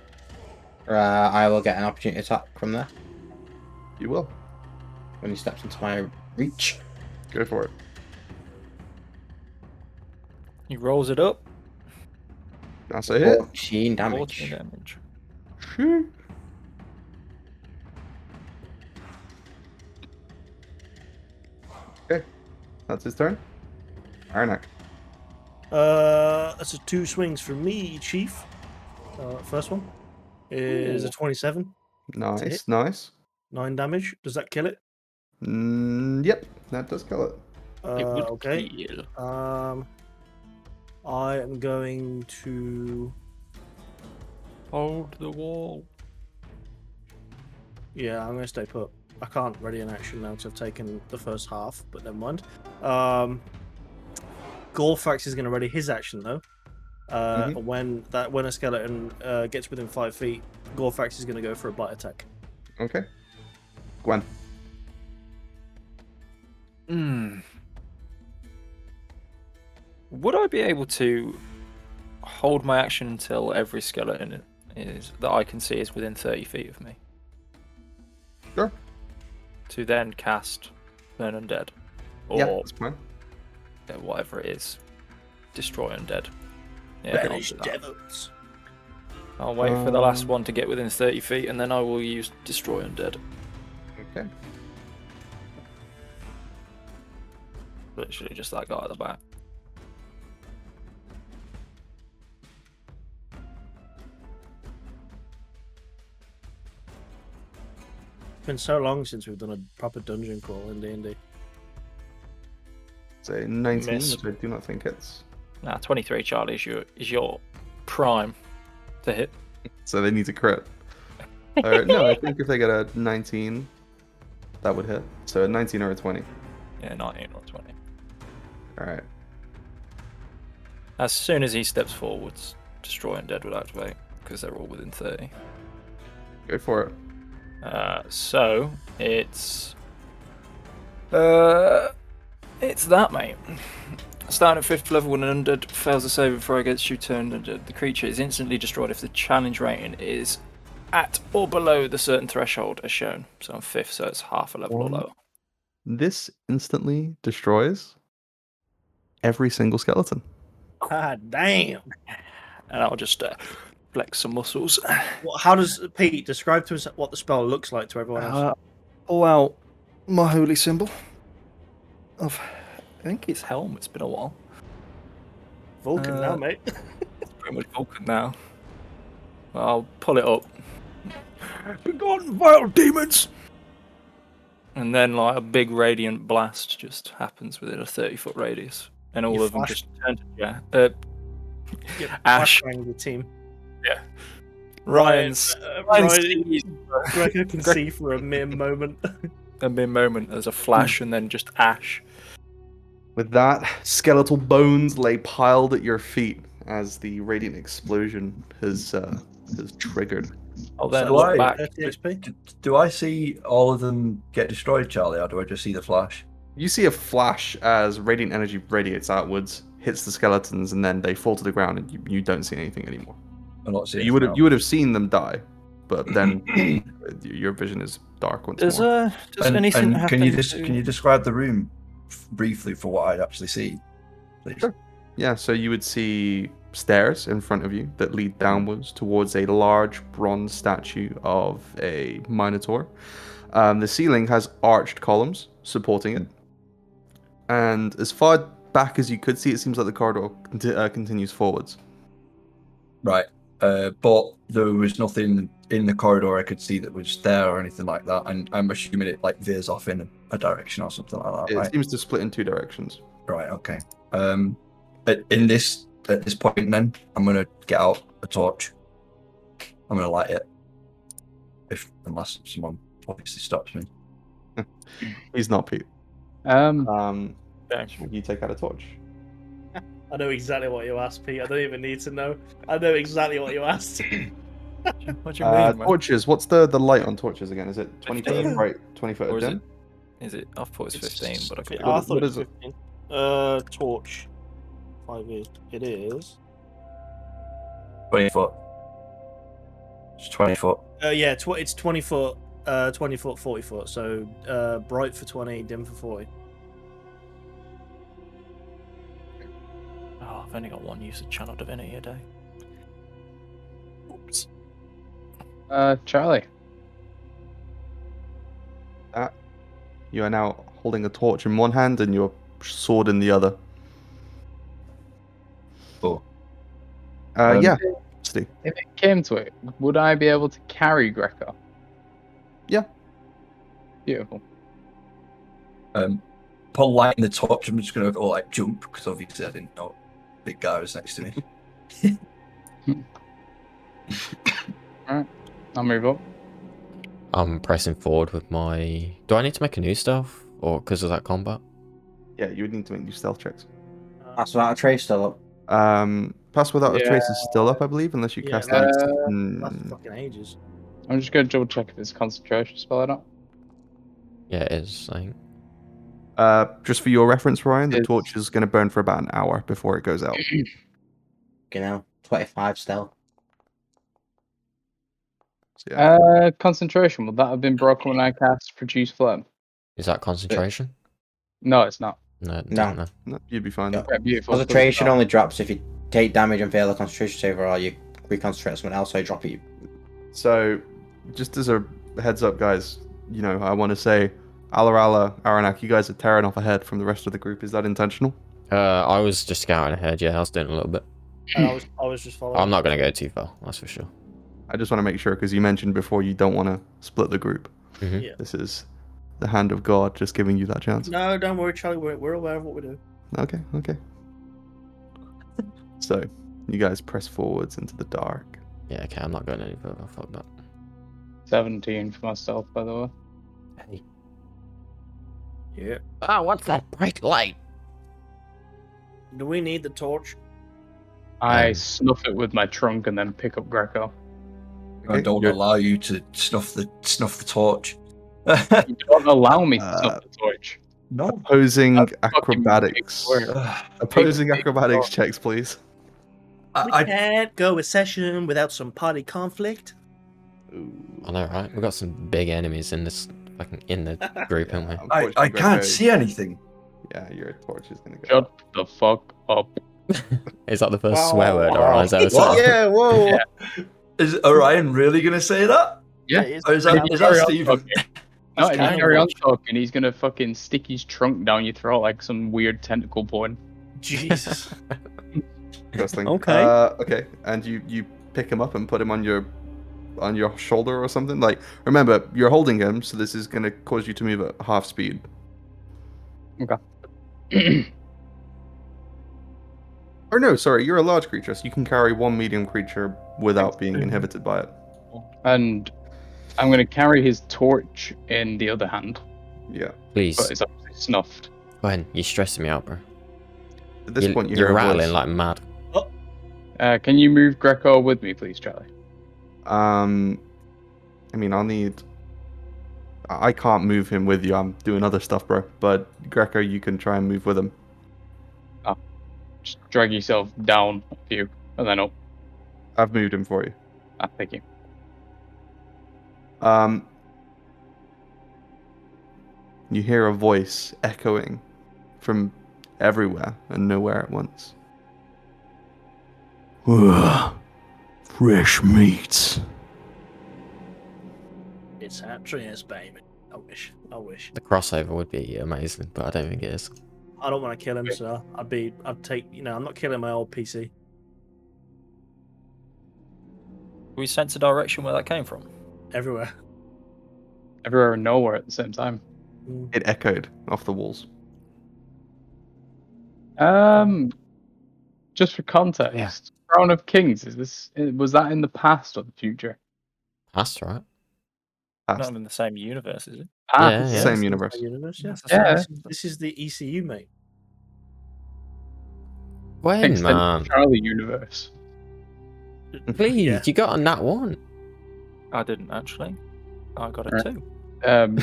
Speaker 3: Uh, I will get an opportunity attack from there
Speaker 1: You will.
Speaker 3: when he steps into my reach.
Speaker 1: Go for it.
Speaker 4: He rolls it up.
Speaker 1: That's a hit.
Speaker 3: 14
Speaker 4: 14
Speaker 3: damage.
Speaker 4: damage.
Speaker 1: Shoo. Okay. That's his turn. Arnak.
Speaker 2: Uh, that's a two swings for me, Chief. Uh, first one is a 27, a hit.
Speaker 1: Nice, nice.
Speaker 2: nine damage. Does that kill it?
Speaker 1: Mm, yep, that does kill it.
Speaker 2: Uh,
Speaker 4: It would
Speaker 2: okay.
Speaker 4: kill.
Speaker 2: Um, I am going to.
Speaker 4: Hold the wall.
Speaker 2: Yeah, I'm going to stay put. I can't ready an action now because I've taken the first half, but never mind. Um, Gorfax is going to ready his action though. Uh,
Speaker 4: Mm-hmm.
Speaker 2: When that when a skeleton uh, gets within five feet, Gorfax is going to go for a bite attack.
Speaker 1: Okay. Gwen.
Speaker 4: Mm. Would I be able to hold my action until every skeleton is that I can see is within 30 feet of me?
Speaker 1: Sure.
Speaker 4: To then cast Burn Undead or
Speaker 1: yeah, that's fine.
Speaker 4: uh, whatever it is, Destroy Undead. Yeah, I'll
Speaker 2: Banish
Speaker 4: do that.
Speaker 2: devils.
Speaker 4: I'll wait for the last
Speaker 1: Um,
Speaker 4: one to get within 30 feet and then I will use Destroy Undead,
Speaker 1: Okay.
Speaker 4: literally just that guy at the back.
Speaker 2: It's been so long since we've done a proper dungeon crawl in D and D.
Speaker 1: It's a 19,
Speaker 4: Miss.
Speaker 1: which I do not think it's.
Speaker 4: Nah, 23 Charlie is your, is your prime to hit.
Speaker 1: So they need to crit. Or, no, I think if they get a 19, that would hit. So a 19 or a 20.
Speaker 4: Yeah, 19 or 20.
Speaker 1: Alright.
Speaker 4: As soon as he steps forwards, Destroy Undead would activate because they're all within 30.
Speaker 1: Go for it.
Speaker 4: Uh, so it's uh, it's that mate. Starting at fifth level, when an undead fails a saving throw against you, turned undead, the creature is instantly destroyed if the challenge rating is at or below the certain threshold as shown. So I'm fifth, so it's half a level or
Speaker 1: One.
Speaker 4: lower.
Speaker 1: This instantly destroys every single skeleton.
Speaker 2: Ah, damn.
Speaker 4: And I'll just uh, flex some muscles.
Speaker 2: What, how does Pete describe to us what the spell looks like to everyone else?
Speaker 8: Uh, pull out my holy symbol. Of, I think
Speaker 4: His
Speaker 8: it's
Speaker 4: helm. It's been a while.
Speaker 2: Vulcan now,
Speaker 4: uh,
Speaker 2: mate. [laughs]
Speaker 4: pretty much Vulcan now. I'll pull it up. Begone, vile demons! And then, like, a big radiant blast just happens within a 30 foot radius. And all
Speaker 2: You
Speaker 4: of them
Speaker 2: flash-
Speaker 4: just turn to yeah. Uh,
Speaker 2: Yeah,
Speaker 4: Ash.
Speaker 2: flashbang the team.
Speaker 4: Ryan's.
Speaker 2: Uh,
Speaker 4: Ryan's
Speaker 2: Ryan, Gregor
Speaker 4: [laughs]
Speaker 2: can see for a mere moment.
Speaker 4: a mere moment, there's a flash, and then just ash.
Speaker 1: With that, skeletal bones lay piled at your feet as the radiant explosion has uh, has triggered.
Speaker 4: I'll then
Speaker 6: So
Speaker 4: look
Speaker 2: [laughs]
Speaker 6: I-
Speaker 4: back.
Speaker 2: 30 XP.
Speaker 6: D- do I see all of them get destroyed, Charlie, or do I just see the flash?
Speaker 1: You see a flash as radiant energy radiates outwards, hits the skeletons, and then they fall to the ground, and you, you don't see anything anymore.
Speaker 6: I'm not seeing.
Speaker 1: You would have
Speaker 6: now.
Speaker 1: you would have seen them die, but then your vision is dark once
Speaker 4: Does,
Speaker 1: more.
Speaker 4: uh, does
Speaker 6: And-
Speaker 4: anything
Speaker 6: and
Speaker 4: happen?
Speaker 6: can you just
Speaker 4: to-
Speaker 6: can you describe the room f- briefly for what I actually see? please?
Speaker 1: Sure. Yeah, so you would see stairs in front of you that lead downwards towards a large bronze statue of a Minotaur. Um, the ceiling has arched columns supporting it. And as far back as you could see, it seems like the corridor conti- uh, continues forwards.
Speaker 6: Right. Uh, but there was nothing in the corridor I could see that was there or anything like that. And I'm assuming it like veers off in a direction or something like that.
Speaker 1: It
Speaker 6: right?
Speaker 1: seems to split in two directions.
Speaker 6: Right. Okay. Um, at- in this at this point, then I'm gonna get out a torch. I'm gonna light it, if unless someone obviously stops me.
Speaker 1: He's not Pete.
Speaker 5: Um,
Speaker 1: Um,
Speaker 4: Yeah.
Speaker 1: you take out a torch.
Speaker 2: I know exactly what you asked, Pete. I don't even need to know. I know exactly what you asked.
Speaker 4: What do you
Speaker 1: Uh,
Speaker 4: mean? man?
Speaker 1: torches. What's the, the light on torches again? Is it 20 foot
Speaker 4: Fifteen.
Speaker 1: right? 20 foot
Speaker 4: Or
Speaker 1: of
Speaker 4: is
Speaker 1: dim?
Speaker 4: it? Is it? I thought it was
Speaker 2: It's-
Speaker 4: 15, but I could
Speaker 2: I
Speaker 1: What-
Speaker 2: thought
Speaker 1: what
Speaker 2: it was
Speaker 1: is it?
Speaker 2: 15. Uh, torch. Five years. It is.
Speaker 6: Twenty foot. It's twenty foot.
Speaker 2: Uh, yeah, tw- it's 20 foot, uh, 20 foot, 40 foot. So uh, bright for 20, dim for 40.
Speaker 4: Oh, I've only got one use of channel divinity a day. Oops.
Speaker 5: uh, Charlie.
Speaker 1: You are now holding a torch in one hand and your sword in the other.
Speaker 6: Cool.
Speaker 1: Uh,
Speaker 6: Um,
Speaker 1: yeah, Steve.
Speaker 5: If it came to it, would I be able to carry Greco?
Speaker 1: Yeah.
Speaker 5: Beautiful.
Speaker 6: Um, upon lighting the torch, I'm just gonna go like jump because obviously I didn't know big guy was
Speaker 1: [laughs]
Speaker 6: next to me.
Speaker 5: I'll move up.
Speaker 7: I'm pressing forward with my. Do I need to make a new stealth or because of that combat?
Speaker 1: Yeah, you would need to make new stealth checks.
Speaker 2: Uh,
Speaker 3: That's without a trace still up.
Speaker 1: Um, pass without a
Speaker 5: Yeah.
Speaker 1: trace is still up, I believe, unless you
Speaker 2: Yeah,
Speaker 1: cast
Speaker 5: uh,
Speaker 1: that.
Speaker 2: that's
Speaker 1: Mm,
Speaker 2: fucking ages.
Speaker 5: I'm just going to double check if it's concentration spell or not.
Speaker 7: Yeah, it is. I think.
Speaker 1: Uh, just for your reference, Ryan, the
Speaker 5: It's-
Speaker 1: torch is going to burn for about an hour before it goes out.
Speaker 3: You know, 25 still.
Speaker 1: So, yeah.
Speaker 5: Uh, concentration. Would that have been broken when I cast produce flame?
Speaker 7: Is that concentration?
Speaker 5: No, it's not.
Speaker 7: No, I don't
Speaker 3: No.
Speaker 7: know.
Speaker 1: No, you'd be fine.
Speaker 3: Yeah.
Speaker 5: Yeah, beautiful.
Speaker 3: Concentration only drops if you take damage and fail a concentration save, or you reconcentrate on someone else, so you drop it.
Speaker 1: So, just as a heads up, guys, you know, I want to say, Alarala, Aranak, you guys are tearing off ahead from the rest of the group. Is that intentional?
Speaker 7: Uh, I was just scouting ahead. Yeah, I was doing a little bit.
Speaker 2: And I was, I was just following.
Speaker 7: I'm not gonna go too far. That's for sure.
Speaker 1: I just want to make sure because you mentioned before you don't want to split the group.
Speaker 7: Mhm.
Speaker 2: Yeah.
Speaker 1: This is the hand of God just giving you that chance.
Speaker 2: No, don't worry, Charlie. We're, we're aware of what we do.
Speaker 1: Okay, okay. so, you guys press forwards into the dark.
Speaker 7: Yeah, okay. I'm not going any further. Fuck that.
Speaker 5: 17 for myself, by the way.
Speaker 2: Yeah.
Speaker 7: Ah, what's that bright light?
Speaker 2: Do we need the torch?
Speaker 5: I
Speaker 7: Um,
Speaker 5: snuff it with my trunk and then pick up Greco.
Speaker 1: Okay,
Speaker 6: I don't
Speaker 1: you're-
Speaker 6: allow you to snuff the snuff the torch. [laughs] [sighs]
Speaker 5: You don't allow me to
Speaker 1: Uh,
Speaker 5: snuff the torch.
Speaker 6: no.
Speaker 1: Opposing
Speaker 5: That's fucking big
Speaker 1: acrobatics.
Speaker 5: word.
Speaker 6: I,
Speaker 1: Opposing
Speaker 5: big
Speaker 1: acrobatics
Speaker 5: word.
Speaker 1: checks, please.
Speaker 2: we
Speaker 6: [sighs] I
Speaker 2: can't go a session without some party conflict.
Speaker 7: I know, right? We've got some big enemies in this fucking in the group, haven't we?
Speaker 6: I, I
Speaker 1: Unfortunately, Greco-
Speaker 6: can't see anything.
Speaker 1: Yeah, your torch is gonna go.
Speaker 5: Shut
Speaker 1: out.
Speaker 5: the fuck up.
Speaker 7: Is that the first swear word Orion's ever
Speaker 6: Wow.
Speaker 7: said?
Speaker 3: whoa!
Speaker 5: Yeah.
Speaker 6: Is Orion really going to say that?
Speaker 5: Yeah.
Speaker 2: It is-
Speaker 6: Or is
Speaker 5: If
Speaker 6: that,
Speaker 5: you
Speaker 6: is that
Speaker 5: carry on
Speaker 6: Stephen?
Speaker 5: talking- No, if you
Speaker 4: kinda
Speaker 5: carry on
Speaker 4: watch.
Speaker 5: talking, he's gonna fucking stick his trunk down your throat like some weird tentacle porn.
Speaker 4: Jesus.
Speaker 1: Interesting.
Speaker 2: Okay.
Speaker 1: Uh, okay. And you you pick him up and put him on your on your shoulder or something. Like remember, you're holding him, so this is gonna cause you to move at half speed. Or no, sorry, you're a large creature, so you can carry one medium creature without being inhibited by it.
Speaker 5: [clears throat] and I'm gonna carry his torch in the other hand,
Speaker 1: Yeah.
Speaker 7: Please,
Speaker 5: but it's obviously snuffed.
Speaker 7: Gwen, you're stressing me out, bro.
Speaker 1: At this
Speaker 7: you,
Speaker 1: point, you
Speaker 7: are
Speaker 1: hear a voice.
Speaker 7: rattling like mad.
Speaker 5: Uh, can you move Greco with me, please, Charlie?
Speaker 1: Um, I mean, I'll need. I I can't move him with you. I'm doing other stuff, bro. But Greco, you can try and move with him.
Speaker 5: Just drag yourself down a few and then up.
Speaker 1: I've moved him for you.
Speaker 5: I thank you.
Speaker 1: Um, you hear a voice echoing from everywhere and nowhere at once.
Speaker 9: Ugh, fresh meat.
Speaker 2: It's happening, yes, baby. I wish. I wish.
Speaker 7: The crossover would be amazing, but I don't think it is.
Speaker 2: I don't want to kill him, so I'd be. I'd take. You know, I'm not killing my old PC.
Speaker 4: We sense a direction where that came from.
Speaker 2: Everywhere.
Speaker 5: Everywhere and nowhere at the same time.
Speaker 2: Mm.
Speaker 1: It echoed off the walls.
Speaker 5: Um, just for context, Crown of Kings is this? Was that in the past or the future?
Speaker 7: That's right.
Speaker 1: Past.
Speaker 4: Not in the same universe, is it?
Speaker 7: Yeah, yeah.
Speaker 1: Same universe.
Speaker 2: Universe, yes.
Speaker 5: Yeah.
Speaker 2: This is- This is the ECU, mate.
Speaker 7: When,
Speaker 5: Extended
Speaker 7: man?
Speaker 5: Charlie universe.
Speaker 7: Please,
Speaker 2: Yeah.
Speaker 7: you got on that one.
Speaker 4: I didn't actually. I got it
Speaker 5: Right.
Speaker 4: too.
Speaker 5: [laughs] Um,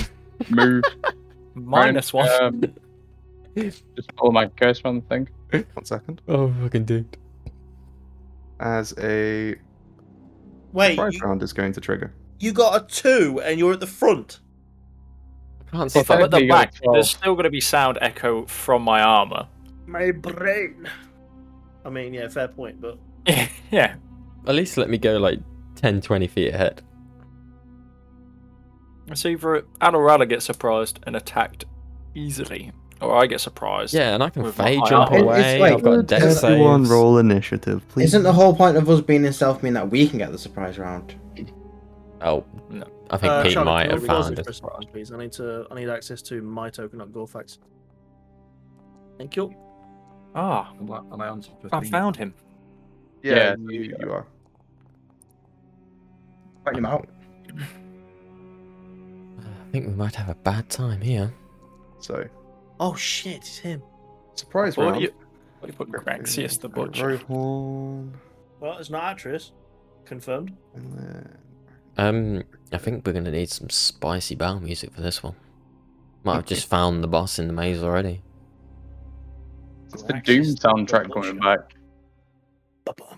Speaker 5: move.
Speaker 4: Minus one.
Speaker 5: Um, just follow my cursor on the thing.
Speaker 1: One second.
Speaker 7: Oh, fucking dude.
Speaker 1: As a
Speaker 2: Wait,
Speaker 1: surprise
Speaker 2: you,
Speaker 1: round is going to trigger.
Speaker 2: you got a two and you're at the front.
Speaker 7: I can't
Speaker 4: [laughs]
Speaker 7: see
Speaker 4: if I'm
Speaker 7: that.
Speaker 4: at the
Speaker 5: uh, you got a
Speaker 4: back,
Speaker 5: 12.
Speaker 4: there's still going to be sound echo from my armor. [laughs]
Speaker 2: My brain. I mean, yeah, fair point, but
Speaker 4: yeah.
Speaker 7: At least let me go like 10, 20 feet ahead.
Speaker 4: It's either Anorala gets surprised and attacked easily, or I get surprised.
Speaker 7: Yeah, and I can
Speaker 4: With my
Speaker 7: fade
Speaker 4: eye
Speaker 7: jump
Speaker 4: out. It-
Speaker 3: it's
Speaker 7: away.
Speaker 3: like-
Speaker 7: I've got deck
Speaker 3: Everyone
Speaker 1: Everyone
Speaker 7: saves.
Speaker 1: roll initiative, please.
Speaker 3: Isn't the whole point of us being in stealth mean that we can get the surprise round?
Speaker 7: Oh,
Speaker 4: No.
Speaker 7: I think Pete
Speaker 2: Charlotte,
Speaker 7: might
Speaker 2: uh, can
Speaker 7: have
Speaker 2: we pause it
Speaker 7: found
Speaker 2: for a
Speaker 7: it.
Speaker 2: second, please. I need to. I need access to my token, not Gorfax. Thank you.
Speaker 4: Ah,
Speaker 6: Am I- am I on top of
Speaker 4: I
Speaker 6: things?
Speaker 4: found him.
Speaker 1: yeah,
Speaker 5: Yeah,
Speaker 1: you, you are.
Speaker 3: Fight him out.
Speaker 7: I think we might have a bad time here.
Speaker 1: So
Speaker 2: Oh shit, it's him.
Speaker 1: surprise
Speaker 4: What
Speaker 1: round.
Speaker 4: you, what you put Graxius the Butcher?
Speaker 1: Rohorn,
Speaker 2: Well, it's not actress. Confirmed.
Speaker 1: and then
Speaker 7: Um, I think we're gonna need some spicy battle music for this one. Might have just found the boss in the maze already.
Speaker 5: It's the Doom soundtrack coming back.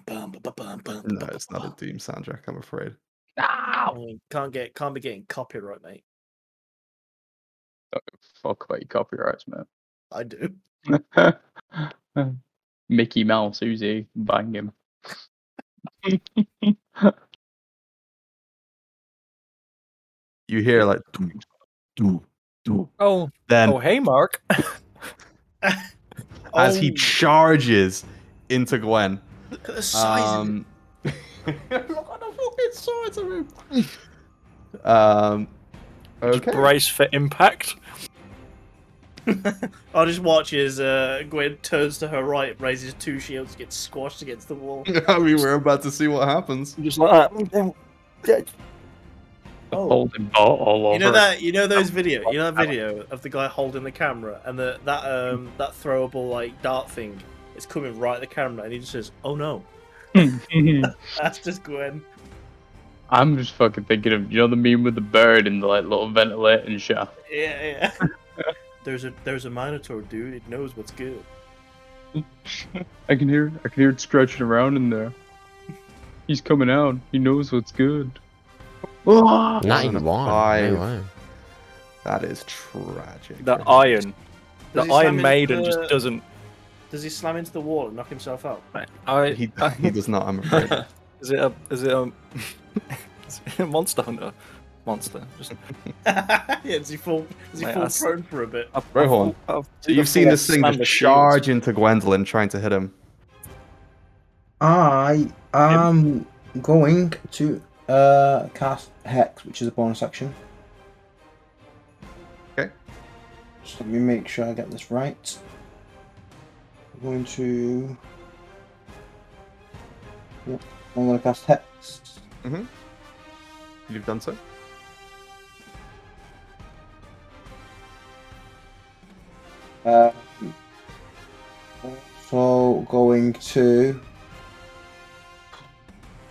Speaker 1: no, it's not a Doom soundtrack. I'm afraid.
Speaker 5: Ah,
Speaker 2: I mean, can't get, can't be getting copyright, mate.
Speaker 5: Fuck about your copyrights,
Speaker 2: I do.
Speaker 5: man. [laughs] Mickey Mouse, Uzi, bang him.
Speaker 1: You hear like
Speaker 9: Do, do, do.
Speaker 4: Oh,
Speaker 1: then
Speaker 4: oh, hey, Mark.
Speaker 1: as he
Speaker 2: Oh,
Speaker 1: charges into Gwen.
Speaker 2: look at the size. of it.
Speaker 1: [laughs] Um, fucking swords at him. Um, okay.
Speaker 4: Brace for impact.
Speaker 2: I'll just watch as uh, Gwen turns to her right, raises two shields, gets squashed against the wall.
Speaker 1: [laughs] I mean, we're about to see what happens.
Speaker 4: Just like that.
Speaker 5: The
Speaker 7: Oh. [laughs]
Speaker 5: folding ball all over.
Speaker 2: You know
Speaker 5: it.
Speaker 2: that you know those video you know that video of the guy holding the camera and the that um that throwable like dart thing is coming right at the camera and he just says, Oh no. [laughs]
Speaker 5: [laughs]
Speaker 2: That's just Gwen.
Speaker 5: I'm just fucking thinking of you know the meme with the bird and the like little ventilating shaft.
Speaker 2: Yeah, [laughs] yeah. there's a there's a minotaur dude, it knows what's good.
Speaker 5: I can hear I can hear it stretching around in there. He's coming out. He knows what's good. Ah!
Speaker 7: Not
Speaker 1: and a
Speaker 7: even one.
Speaker 1: five.
Speaker 7: No way.
Speaker 1: That is tragic.
Speaker 4: The iron. The
Speaker 2: Does he slam
Speaker 4: Iron
Speaker 2: into
Speaker 4: Maiden
Speaker 2: the-
Speaker 4: just doesn't.
Speaker 2: Does he slam into the wall and knock himself out? [laughs]
Speaker 4: I, [laughs]
Speaker 1: He, [laughs] he does not. I'm afraid.
Speaker 4: is it a is it a, [laughs] is it a monster hunter? Monster. Just,
Speaker 2: yeah, does he fall does he
Speaker 4: Mate,
Speaker 2: fall
Speaker 4: that's-
Speaker 2: prone for a bit?
Speaker 4: I've,
Speaker 1: Rohan,
Speaker 4: I've- I've-
Speaker 1: So you've
Speaker 4: I've
Speaker 1: seen this thing
Speaker 4: slammed
Speaker 1: just
Speaker 4: the shields.
Speaker 1: charge into Gwendolyn, trying to hit him.
Speaker 3: I am going to uh cast Hex, which is a bonus action.
Speaker 1: Okay.
Speaker 3: Just let me make sure I get this right. I'm going to. Yep, I'm going to cast Hex.
Speaker 1: You've done so.
Speaker 3: Uh, also going to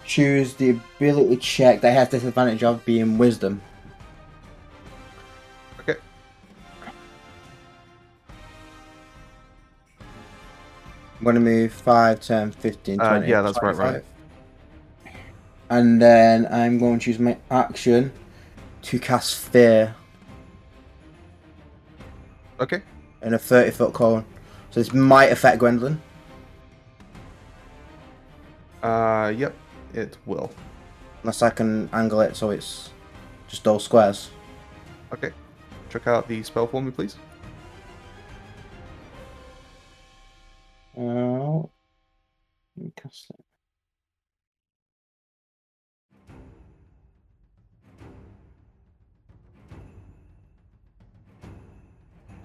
Speaker 3: choose the ability check that has disadvantage of being wisdom.
Speaker 1: Okay.
Speaker 3: I'm going to move 5, 10, 15, 20.
Speaker 1: Uh, yeah, that's right, right.
Speaker 3: 25. And then I'm going to use my action to cast Fear
Speaker 1: Okay.
Speaker 3: in a 30 foot cone So this might affect Gwendolyn.
Speaker 1: Uh, yep, it will.
Speaker 3: Unless I can angle it so it's just all squares.
Speaker 1: Okay, check out the spell for me, please.
Speaker 3: Uh, let me cast it.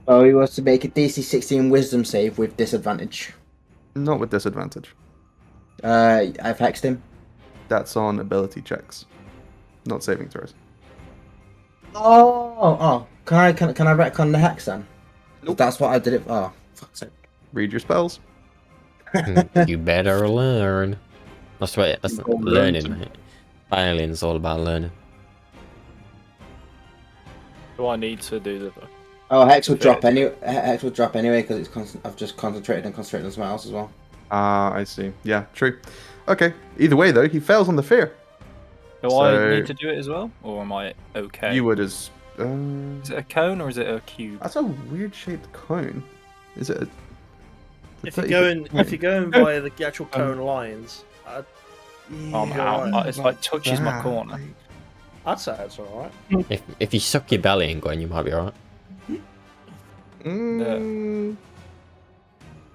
Speaker 3: So he was to make a DC 16 Wisdom save with disadvantage.
Speaker 1: Not with disadvantage.
Speaker 3: Uh, I've hexed him.
Speaker 1: That's on ability checks, not saving throws.
Speaker 3: Oh, oh, can I can, can I retcon the hex then?
Speaker 1: Nope.
Speaker 3: That's what I did it. Oh, fuck's sake.
Speaker 1: Read your spells.
Speaker 7: [laughs] you better learn. That's what. That's
Speaker 3: Go learn
Speaker 7: learning.
Speaker 3: some-
Speaker 7: mate. Violin's all about learning.
Speaker 4: Do I need to do the
Speaker 3: Oh, hex will
Speaker 4: Okay.
Speaker 3: drop any hex will drop anyway because it's con- I've just concentrated and concentrated on something else as well.
Speaker 1: Ah, I see. Yeah, true. Okay. Either way, though, he fails on the fear.
Speaker 4: Do
Speaker 1: So-
Speaker 4: I need to do it as well, or am I okay?
Speaker 1: You would as. Uh,
Speaker 4: Is it a cone or is it a cube?
Speaker 1: that's a weird shaped cone. Is it? A,
Speaker 2: If you're going, if you're going via the actual cone lines, I'd,
Speaker 4: I'm
Speaker 2: Yeah,
Speaker 4: out.
Speaker 2: right.
Speaker 4: It's like touches my corner.
Speaker 2: I'd say it's all right.
Speaker 7: If if you suck your belly in, Gwen, you might be alright.
Speaker 1: Mm,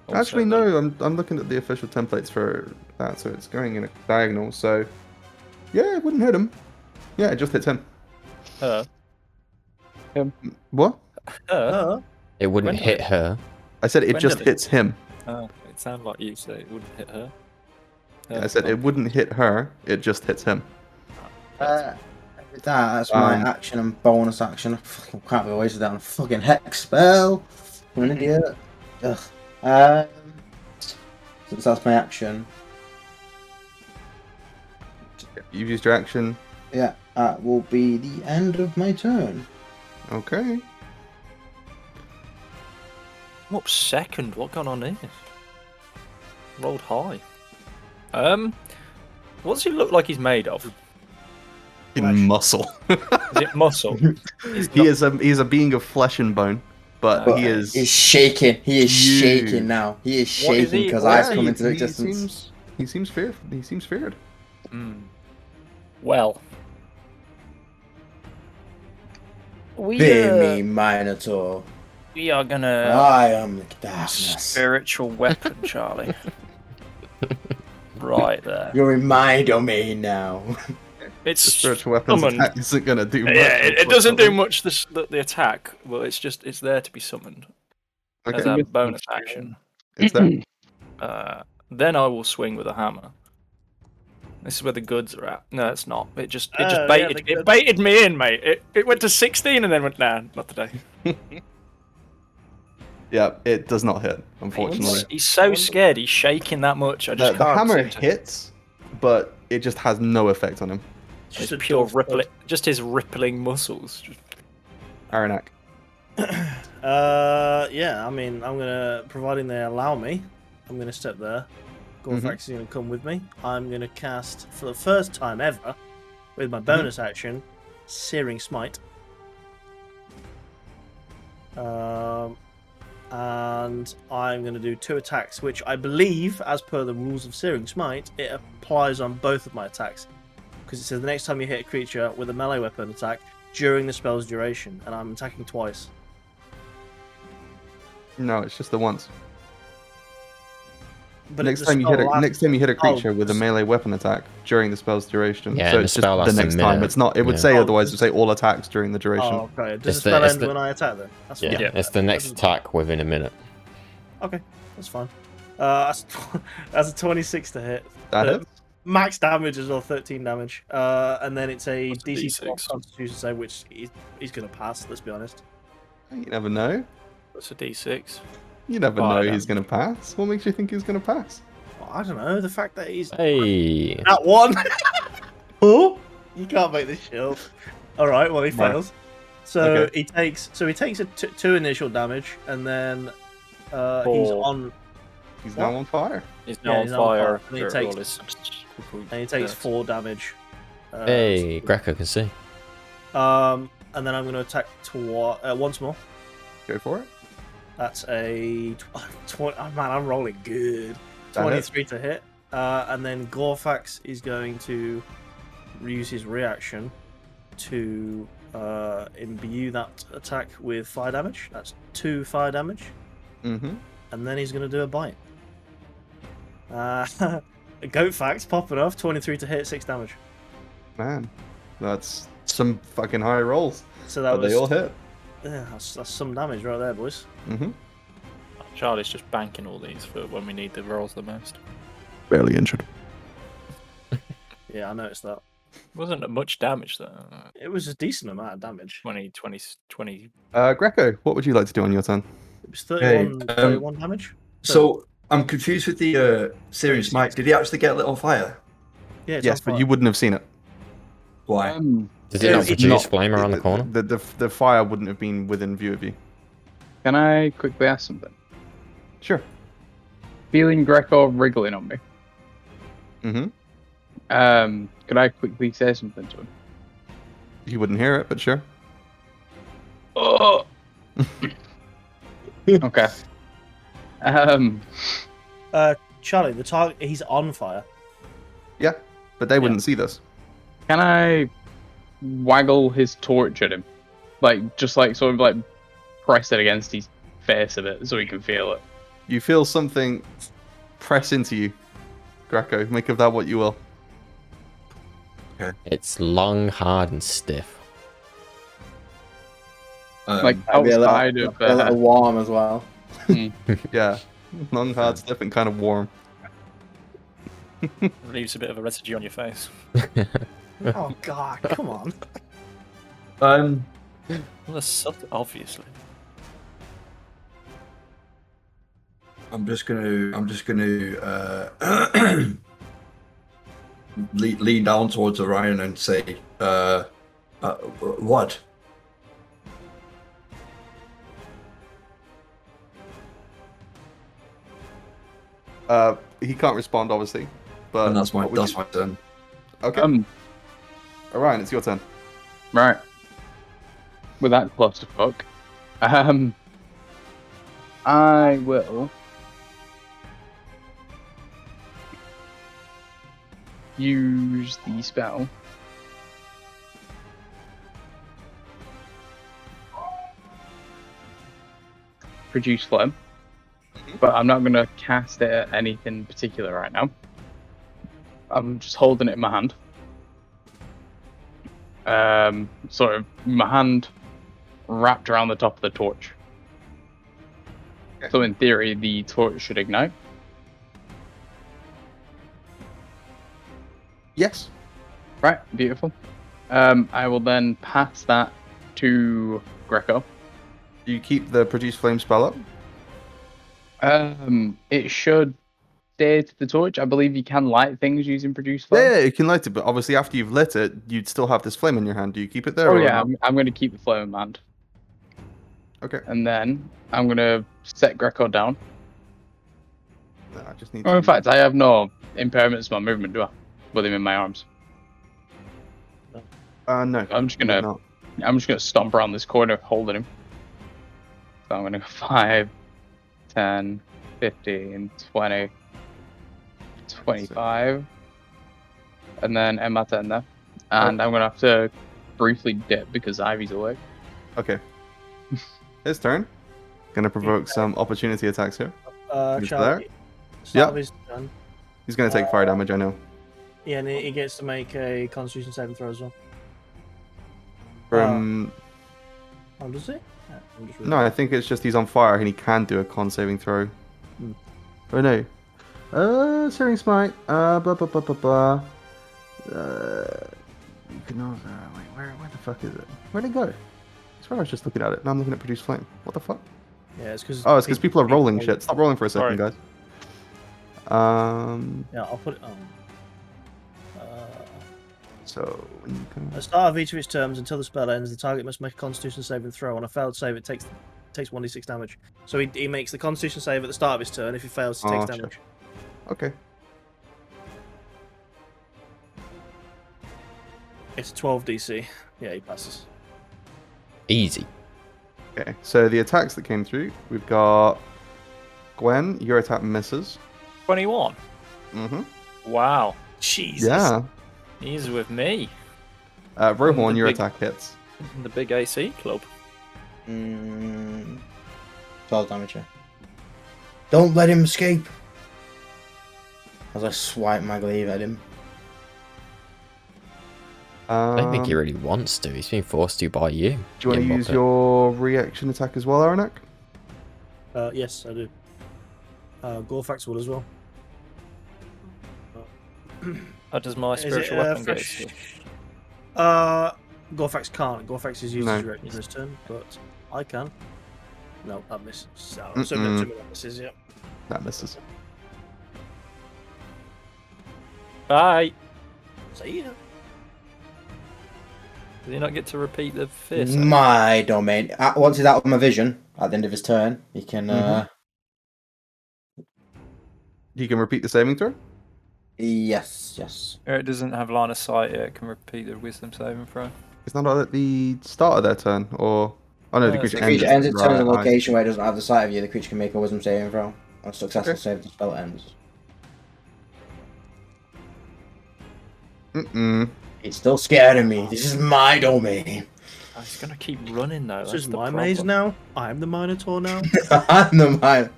Speaker 4: Also,
Speaker 1: Actually,
Speaker 4: like,
Speaker 1: no. I'm, I'm looking at the official templates for that, so it's going in a diagonal. So, yeah, it wouldn't hit him. Yeah, it just hits him.
Speaker 4: Her,
Speaker 1: What?
Speaker 2: Uh,
Speaker 4: her.
Speaker 7: It wouldn't
Speaker 4: Gwendolyn.
Speaker 7: hit her.
Speaker 1: I said it just
Speaker 4: Gwendolyn.
Speaker 1: hits him.
Speaker 4: Oh, it sounded like you said it wouldn't hit her.
Speaker 1: I said it wouldn't hit her. It just hits him.
Speaker 3: Uh, that, that's my
Speaker 1: Um,
Speaker 3: action and bonus action. [laughs] I fucking can't be wasted that on a fucking hex spell. I'm an idiot. Ugh. Um, since that's my action,
Speaker 1: You've used your action.
Speaker 3: yeah, that will be the end of my turn.
Speaker 1: Okay.
Speaker 4: I'm up second. What going on here? Rolled high. Um, what's he look like? He's made of?
Speaker 2: Flesh.
Speaker 1: muscle.
Speaker 4: [laughs] Is it muscle?
Speaker 1: he is a he is a being of flesh and bone, but
Speaker 3: But
Speaker 1: he is.
Speaker 3: He's shaking. He is
Speaker 1: Huge.
Speaker 3: shaking now. He is
Speaker 4: What is
Speaker 3: shaking
Speaker 4: he?
Speaker 3: because
Speaker 4: Why
Speaker 3: I've
Speaker 4: is
Speaker 3: come
Speaker 1: he,
Speaker 3: into
Speaker 1: he
Speaker 3: existence.
Speaker 1: seems he seems feared. He seems feared.
Speaker 4: Hmm. Well, we
Speaker 3: Fear
Speaker 4: uh,
Speaker 3: me, Minotaur.
Speaker 4: we are gonna
Speaker 3: I am the darkness.
Speaker 4: spiritual weapon, Charlie. [laughs] right there.
Speaker 3: You're in my domain now.
Speaker 4: It's
Speaker 1: The spiritual weapons
Speaker 4: summoned.
Speaker 1: attack isn't going to do much.
Speaker 4: Yeah, it, it doesn't do
Speaker 1: unfortunately.
Speaker 4: much this, the, the attack, but it's just it's there to be summoned as
Speaker 1: Okay,
Speaker 4: a bonus
Speaker 1: [laughs]
Speaker 4: action.
Speaker 1: it's
Speaker 3: [laughs]
Speaker 1: there.
Speaker 4: Uh, then I will swing with a hammer. This is where the goods are at. No, it's not. It just it
Speaker 2: Oh, yeah,
Speaker 4: just baited
Speaker 2: the
Speaker 4: it baited me in, mate. It, it went to sixteen and then went nah, not today.
Speaker 1: Yeah, it does not hit,
Speaker 4: He's,
Speaker 1: unfortunately.
Speaker 4: he's so scared. He's shaking that much. I
Speaker 1: The,
Speaker 4: just
Speaker 1: the
Speaker 4: can't.
Speaker 1: hammer
Speaker 4: seem to-
Speaker 1: hits, but it just has no effect on him.
Speaker 4: It's
Speaker 2: a
Speaker 4: pure
Speaker 2: dog's
Speaker 4: rippling, just his rippling muscles. Just-
Speaker 1: Aranak.
Speaker 2: Uh, yeah, I mean, I'm gonna, providing they allow me, I'm gonna step there. Gorfax is gonna come with me. I'm gonna cast, for the first time ever, with my bonus action, Searing Smite. Um, and I'm gonna do two attacks, which I believe, as per the rules of Searing Smite, it applies on both of my attacks. Because it says the next time you hit a creature with a melee weapon attack during the spell's duration, and I'm attacking twice.
Speaker 1: No, it's just the once.
Speaker 2: But
Speaker 1: next
Speaker 2: the
Speaker 1: time you hit a
Speaker 2: spell lasts-
Speaker 1: next time you hit a
Speaker 2: Oh,
Speaker 1: creature with a
Speaker 2: s-
Speaker 1: melee weapon attack during the spell's duration.
Speaker 7: Yeah,
Speaker 1: so
Speaker 7: and
Speaker 1: it's
Speaker 7: the spell
Speaker 1: just
Speaker 7: lasts
Speaker 1: the
Speaker 7: a
Speaker 1: next time.
Speaker 7: minute.
Speaker 1: It's not. It would
Speaker 7: Yeah.
Speaker 1: say
Speaker 2: Oh.
Speaker 1: otherwise. It would say all attacks during the duration.
Speaker 2: Oh, okay. Does
Speaker 7: It's
Speaker 2: the
Speaker 7: the-
Speaker 2: spell
Speaker 7: it's
Speaker 2: end
Speaker 7: the-
Speaker 2: when I attack then? That's
Speaker 7: Yeah.
Speaker 2: fine.
Speaker 7: It's the next attack within a minute.
Speaker 2: Okay, that's fine. Uh, that's, [laughs] that's a 26 to hit.
Speaker 1: That
Speaker 2: Uh,
Speaker 1: hits.
Speaker 2: Max damage as well, 13 damage. Uh, and then it's a
Speaker 4: That's a
Speaker 2: DC 12
Speaker 4: D6.
Speaker 2: Constitution save, which he's, he's going to pass, let's be honest.
Speaker 1: You never know.
Speaker 4: that's a D6.
Speaker 1: You never
Speaker 4: Oh, I
Speaker 1: know
Speaker 4: know.
Speaker 1: he's going to pass. What makes you think he's going to pass?
Speaker 2: Well, I don't know, the fact that
Speaker 7: [laughs]
Speaker 2: he's
Speaker 7: Hey,
Speaker 2: at [laughs] one. oh, you can't make this shit up. All right, well he
Speaker 1: No.
Speaker 2: fails. So
Speaker 1: Okay.
Speaker 2: he takes so he takes a t- two initial damage, and then uh, he's
Speaker 4: Four.
Speaker 2: on
Speaker 1: He's
Speaker 2: What?
Speaker 1: now on fire.
Speaker 4: He's
Speaker 2: Yeah,
Speaker 4: now
Speaker 2: he's
Speaker 4: on
Speaker 2: on fire,
Speaker 4: fire.
Speaker 2: and he
Speaker 4: after
Speaker 2: takes-
Speaker 4: all his subsequent
Speaker 2: and he takes
Speaker 4: deaths.
Speaker 2: four damage. Uh,
Speaker 7: hey, Greco can see.
Speaker 2: Um, and then I'm going to attack twa- uh, once more.
Speaker 1: Go for it.
Speaker 2: That's a tw- [laughs] tw- oh, man. I'm rolling good.
Speaker 1: That hits.
Speaker 2: Twenty-three to hit, uh, and then Gorfax is going to use his reaction to uh, imbue that attack with fire damage. That's two fire damage,
Speaker 1: Mm-hmm.
Speaker 2: and then he's going to do a bite. Uh, [laughs] Goatfax popping off. Twenty-three to hit, six damage.
Speaker 1: Man, that's some fucking high rolls.
Speaker 2: So
Speaker 1: But
Speaker 2: that was
Speaker 1: they all hit.
Speaker 2: yeah, that's, that's some damage right there, boys.
Speaker 1: Mm-hmm.
Speaker 4: Charlie's just banking all these for when we need the rolls the most.
Speaker 9: Barely injured.
Speaker 2: Yeah, I noticed that.
Speaker 4: Wasn't much damage though.
Speaker 2: It was a decent amount of damage.
Speaker 4: 20, 20, 20
Speaker 1: Uh, Greco, what would you like to do on your turn?
Speaker 2: It was 31,
Speaker 6: um,
Speaker 2: 31 damage.
Speaker 6: So I'm confused with the uh, Syrian Smite. Did he actually get lit on fire?
Speaker 2: Yeah, it's
Speaker 1: yes,
Speaker 2: on
Speaker 1: but
Speaker 2: fire.
Speaker 1: you wouldn't have seen it.
Speaker 6: Why?
Speaker 5: Um,
Speaker 7: Does it not
Speaker 5: It's
Speaker 7: produce
Speaker 5: not-
Speaker 7: flame around the corner?
Speaker 1: The, the, the fire wouldn't have been within view of you.
Speaker 5: can I quickly ask something?
Speaker 1: Sure.
Speaker 5: Feeling Greco wriggling on me.
Speaker 1: Mm-hmm.
Speaker 5: Um, could I quickly say something to him?
Speaker 1: You wouldn't hear it, but sure.
Speaker 5: Oh. okay. Um,
Speaker 2: Charlie, the target, he's on
Speaker 1: [laughs]
Speaker 2: fire.
Speaker 1: Yeah, but they wouldn't see this.
Speaker 5: can I waggle his torch at him, like just like sort of like press it against his face a bit so he can feel it?
Speaker 1: You feel something press into you, Greco. Make of that what you will.
Speaker 7: It's long, hard, and stiff.
Speaker 6: Um,
Speaker 5: Like
Speaker 3: Might be a little-
Speaker 5: outside
Speaker 3: might
Speaker 5: of
Speaker 3: be a little
Speaker 5: uh,
Speaker 3: warm as well.
Speaker 1: Yeah, long, hard, stiff, and kind of warm.
Speaker 4: leaves a bit of a residue on your face.
Speaker 2: Oh, God,
Speaker 1: [laughs]
Speaker 2: come on.
Speaker 6: um,
Speaker 4: Well, that's subtle, obviously.
Speaker 6: I'm just gonna, I'm just gonna uh, [clears throat] lean, lean down towards Orion and say, uh, uh, "What?
Speaker 1: Uh, he can't respond, obviously. But
Speaker 6: and that's my,
Speaker 1: what would
Speaker 6: that's
Speaker 1: you-
Speaker 6: my turn.
Speaker 1: Okay,
Speaker 5: um
Speaker 1: Orion, it's your turn.
Speaker 5: right. With that clusterfuck, um, I will use the spell. Produce flame,
Speaker 3: Mm-hmm.
Speaker 5: but I'm not going to cast it at anything particular right now. I'm just holding it in my hand. Um, sort of my hand wrapped around the top of the torch. So in theory, the torch should ignite.
Speaker 1: Yes.
Speaker 5: Right, beautiful. Um, I will then pass that to Greco.
Speaker 1: You keep the produce flame spell up.
Speaker 5: Um, it should stay to the torch. I believe you can light things using produce
Speaker 1: Yeah,
Speaker 5: flame.
Speaker 1: yeah, you can light it, but obviously after you've lit it, you'd still have this flame in your hand. Do you keep it there?
Speaker 5: Oh
Speaker 1: or
Speaker 5: yeah,
Speaker 1: not?
Speaker 5: I'm, I'm going to keep the flame in hand,
Speaker 1: Okay.
Speaker 5: and then I'm going to set Greco down.
Speaker 1: No, I just need.
Speaker 5: Oh, in
Speaker 1: to-
Speaker 5: fact, I have no impairments to my movement, do I? With him in my arms,
Speaker 1: uh, no.
Speaker 5: I'm just gonna
Speaker 1: Not.
Speaker 5: I'm just gonna stomp around this corner holding him. So I'm gonna go [laughs] 5, 10, 15, 20, 25. And then end my turn there. And I'm gonna have to briefly dip because Ivy's awake. [laughs]
Speaker 1: Okay. His turn. Gonna provoke some opportunity attacks here.
Speaker 2: Uh,
Speaker 1: He's
Speaker 2: Charlie.
Speaker 1: Yeah.
Speaker 2: Salvi's done.
Speaker 1: He's gonna take fire damage. I know.
Speaker 2: Yeah, and he he gets to make a constitution saving throw as well.
Speaker 1: From
Speaker 2: Oh, does he? Yeah, I'm just
Speaker 1: no, I think it's just he's on fire and he can do a con saving throw. Oh no. Uh, searing smite. Uh, blah blah blah blah blah. Uh, you can also, uh, wait, where where the fuck is it? Where'd it go? That's where I was just looking at it. Now I'm looking at produce flame. What the fuck?
Speaker 2: Yeah, it's because.
Speaker 1: Oh, it's because people are rolling shit. Stop rolling for a second, guys. Um,
Speaker 2: Yeah, I'll put it on. Uh,
Speaker 1: so when you
Speaker 2: At the
Speaker 1: can-
Speaker 2: start of each of its terms, until the spell ends, the target must make a Constitution saving throw. On a failed save, it takes takes 1d6 damage. So he, he makes the Constitution save at the start of his turn. If he fails, he takes
Speaker 1: Oh, shit.
Speaker 2: damage.
Speaker 1: okay,
Speaker 2: It's 12 DC. Yeah, he passes.
Speaker 7: Easy.
Speaker 1: Okay, so the attacks that came through, we've got Gwen, your attack misses.
Speaker 4: 21.
Speaker 1: Mm-hmm.
Speaker 4: Wow. Jesus.
Speaker 1: Yeah.
Speaker 4: He's with me.
Speaker 1: Uh, Rohorn,
Speaker 4: The
Speaker 1: your
Speaker 4: big-
Speaker 1: attack hits.
Speaker 4: in The big AC club.
Speaker 9: [laughs] Mm, 12 damage, yeah. Don't let him escape! As I swipe my glaive at him.
Speaker 1: Um,
Speaker 7: I don't think he really wants to. He's being forced to by you.
Speaker 1: Do you want to
Speaker 7: Yeah,
Speaker 1: use
Speaker 7: Muppet.
Speaker 1: your reaction attack as well, Aranak?
Speaker 2: Uh, yes, I do. Uh, Gorfax will as well.
Speaker 4: How does my
Speaker 2: Is it,
Speaker 4: spiritual
Speaker 2: uh,
Speaker 4: weapon go?
Speaker 2: fresh- Uh, Gorfax can't. Gorfax is used
Speaker 1: No.
Speaker 2: his reaction this turn, but I can. No, I miss. So, so no,
Speaker 1: Mm-mm.
Speaker 2: two minute misses, yeah.
Speaker 1: That misses.
Speaker 4: Bye.
Speaker 2: So, yeah.
Speaker 4: Did he not get to repeat the fist?
Speaker 9: my domain. Uh, Once he's out of my vision, at the end of his turn, he can. Uh,
Speaker 4: Mm-hmm.
Speaker 1: You can repeat the saving throw.
Speaker 9: Yes, yes.
Speaker 4: Or it doesn't have line of sight, it can repeat the wisdom saving throw.
Speaker 1: It's not at the start of their turn, or oh no,
Speaker 4: No,
Speaker 1: the
Speaker 4: it's
Speaker 1: creature
Speaker 9: The
Speaker 1: ends.
Speaker 9: creature ends its turn in a
Speaker 1: Right, right.
Speaker 9: location where it doesn't have the sight of you. The creature can make a wisdom saving throw. On successful
Speaker 1: Okay.
Speaker 9: save, the spell ends.
Speaker 1: Mm-mm.
Speaker 9: He's still scared of me. This is my domain. [laughs]
Speaker 4: Oh, he's gonna keep running though.
Speaker 2: This
Speaker 4: that's
Speaker 2: is
Speaker 4: the
Speaker 2: my maze
Speaker 4: problem.
Speaker 2: now. I'm the Minotaur
Speaker 4: [laughs]
Speaker 2: now.
Speaker 9: I'm the mine.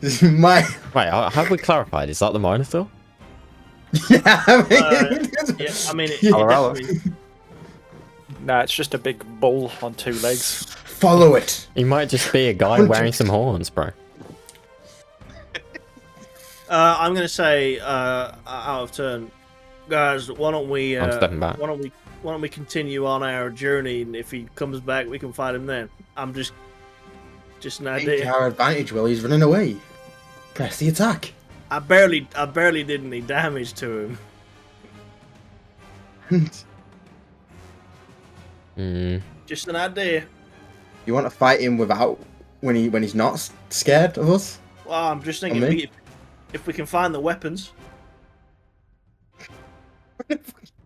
Speaker 9: This is my.
Speaker 7: Right, how- have we clarified? Is that the Minotaur?
Speaker 9: [laughs] yeah, I mean,
Speaker 2: Uh, yeah, I mean, it,
Speaker 1: Hello, hello.
Speaker 2: it definitely-
Speaker 4: Nah, it's just a big bull on two legs.
Speaker 9: follow it.
Speaker 7: He might just be a guy wearing some horns, bro.
Speaker 2: uh, I'm going to say, uh, out of turn, guys. Why don't we?
Speaker 7: I'm
Speaker 2: Uh,
Speaker 7: stepping back.
Speaker 2: why don't we? Why don't we continue on our journey? And if he comes back, we can fight him then. I'm just, just an
Speaker 9: Take
Speaker 2: idea.
Speaker 9: our advantage, Will. He's running away. Press the attack. [laughs]
Speaker 2: I barely, I barely did any damage to him.
Speaker 7: Mm,
Speaker 2: Just an idea.
Speaker 9: You want to fight him without when he when he's not s- scared of us? [laughs]
Speaker 2: Well, I'm just thinking,
Speaker 9: Amen.
Speaker 2: if we, if we can find the weapons,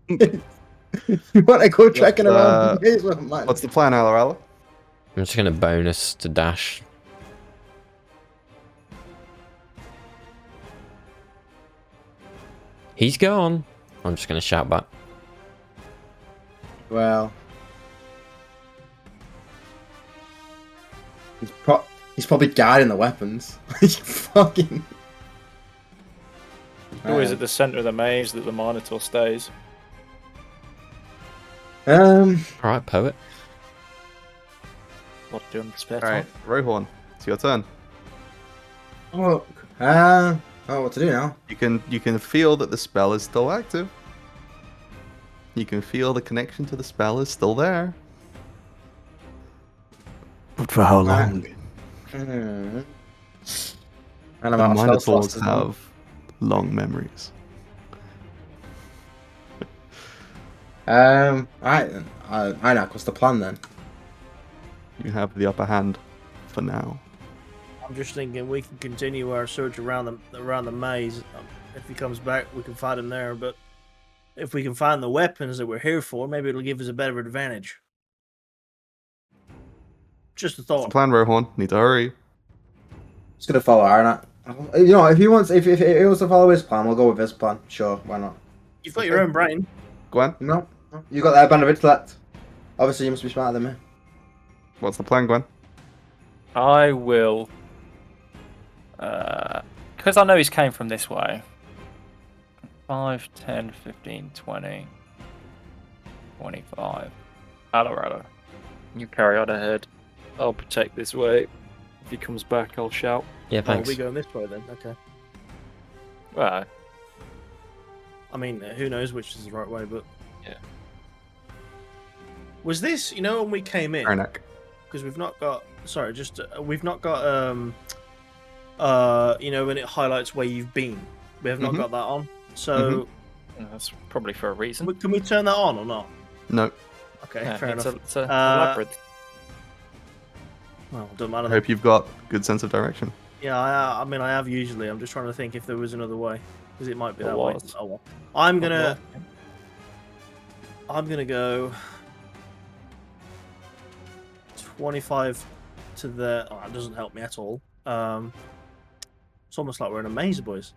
Speaker 9: You want to go tracking
Speaker 1: uh,
Speaker 9: around? the maze [laughs] with him, man?
Speaker 1: What's the plan, Alarala?
Speaker 7: I'm just gonna bonus to dash. He's gone. I'm just gonna shout back.
Speaker 9: Well, he's, pro- he's probably guarding the weapons. [laughs] fucking.
Speaker 4: Always at the centre of the maze that the Minotaur stays.
Speaker 9: Um,
Speaker 7: All right, poet.
Speaker 4: What do you do in the spare
Speaker 1: All right, Rohorn, it's your turn.
Speaker 9: look. Uh, oh, what to do now?
Speaker 1: You can you can feel that the spell is still active. You can feel the connection to the spell is still there.
Speaker 10: But for how long?
Speaker 9: Hmm. And I'm
Speaker 1: The
Speaker 9: out of spell
Speaker 1: Minotaurs
Speaker 9: slots as well.
Speaker 1: have long memories.
Speaker 9: Um, alright then. I, I know, what's the plan then?
Speaker 1: You have the upper hand for now.
Speaker 2: I'm just thinking we can continue our search around the around the maze. Um, if he comes back, we can fight him there. But if we can find the weapons that we're here for, maybe it'll give us a better advantage. Just a
Speaker 1: What's the
Speaker 2: thought.
Speaker 1: plan, Rohorn? Need to hurry.
Speaker 9: Just gonna follow Arnott.
Speaker 3: Uh,
Speaker 9: You know, if he wants, if, if he wants to follow his plan, we'll go with his plan. Sure, why not?
Speaker 2: You've got your own brain.
Speaker 1: Gwen,
Speaker 9: No, no. you got that band of intellect. Obviously, you must be smarter than me.
Speaker 1: what's the plan, Gwen?
Speaker 4: I will. Because I know he's came from this way. 5, 10, 15, 20, 25. Colorado. You carry on ahead. I'll protect this way. If he comes back, I'll shout.
Speaker 7: Yeah,
Speaker 2: Oh,
Speaker 7: thanks.
Speaker 2: we going this way then? Okay.
Speaker 4: Well,
Speaker 2: I mean, uh, who knows which is the right way? But
Speaker 4: Yeah.
Speaker 2: Was this, you know, when we came in?
Speaker 1: Aranak.
Speaker 2: because we've not got sorry just uh, we've not got um uh you know when it highlights where you've been we have not
Speaker 4: Mm-hmm.
Speaker 1: Mhm.
Speaker 2: got that on so
Speaker 4: that's probably for a reason.
Speaker 2: w- can we turn that on or not
Speaker 1: No,
Speaker 2: okay
Speaker 4: Yeah,
Speaker 2: fair
Speaker 4: it's
Speaker 2: enough
Speaker 4: a, it's a
Speaker 2: Uh,
Speaker 4: labyrinth.
Speaker 2: well don't matter
Speaker 1: I
Speaker 2: then.
Speaker 1: hope you've got good sense of direction.
Speaker 2: yeah I, I mean i have usually i'm just trying to think if there was another way because it might be
Speaker 4: There
Speaker 2: that way
Speaker 4: was.
Speaker 2: oh, well. i'm gonna i'm gonna go 25 to the. Oh, that doesn't help me at all. Um, it's almost like we're in a maze, boys.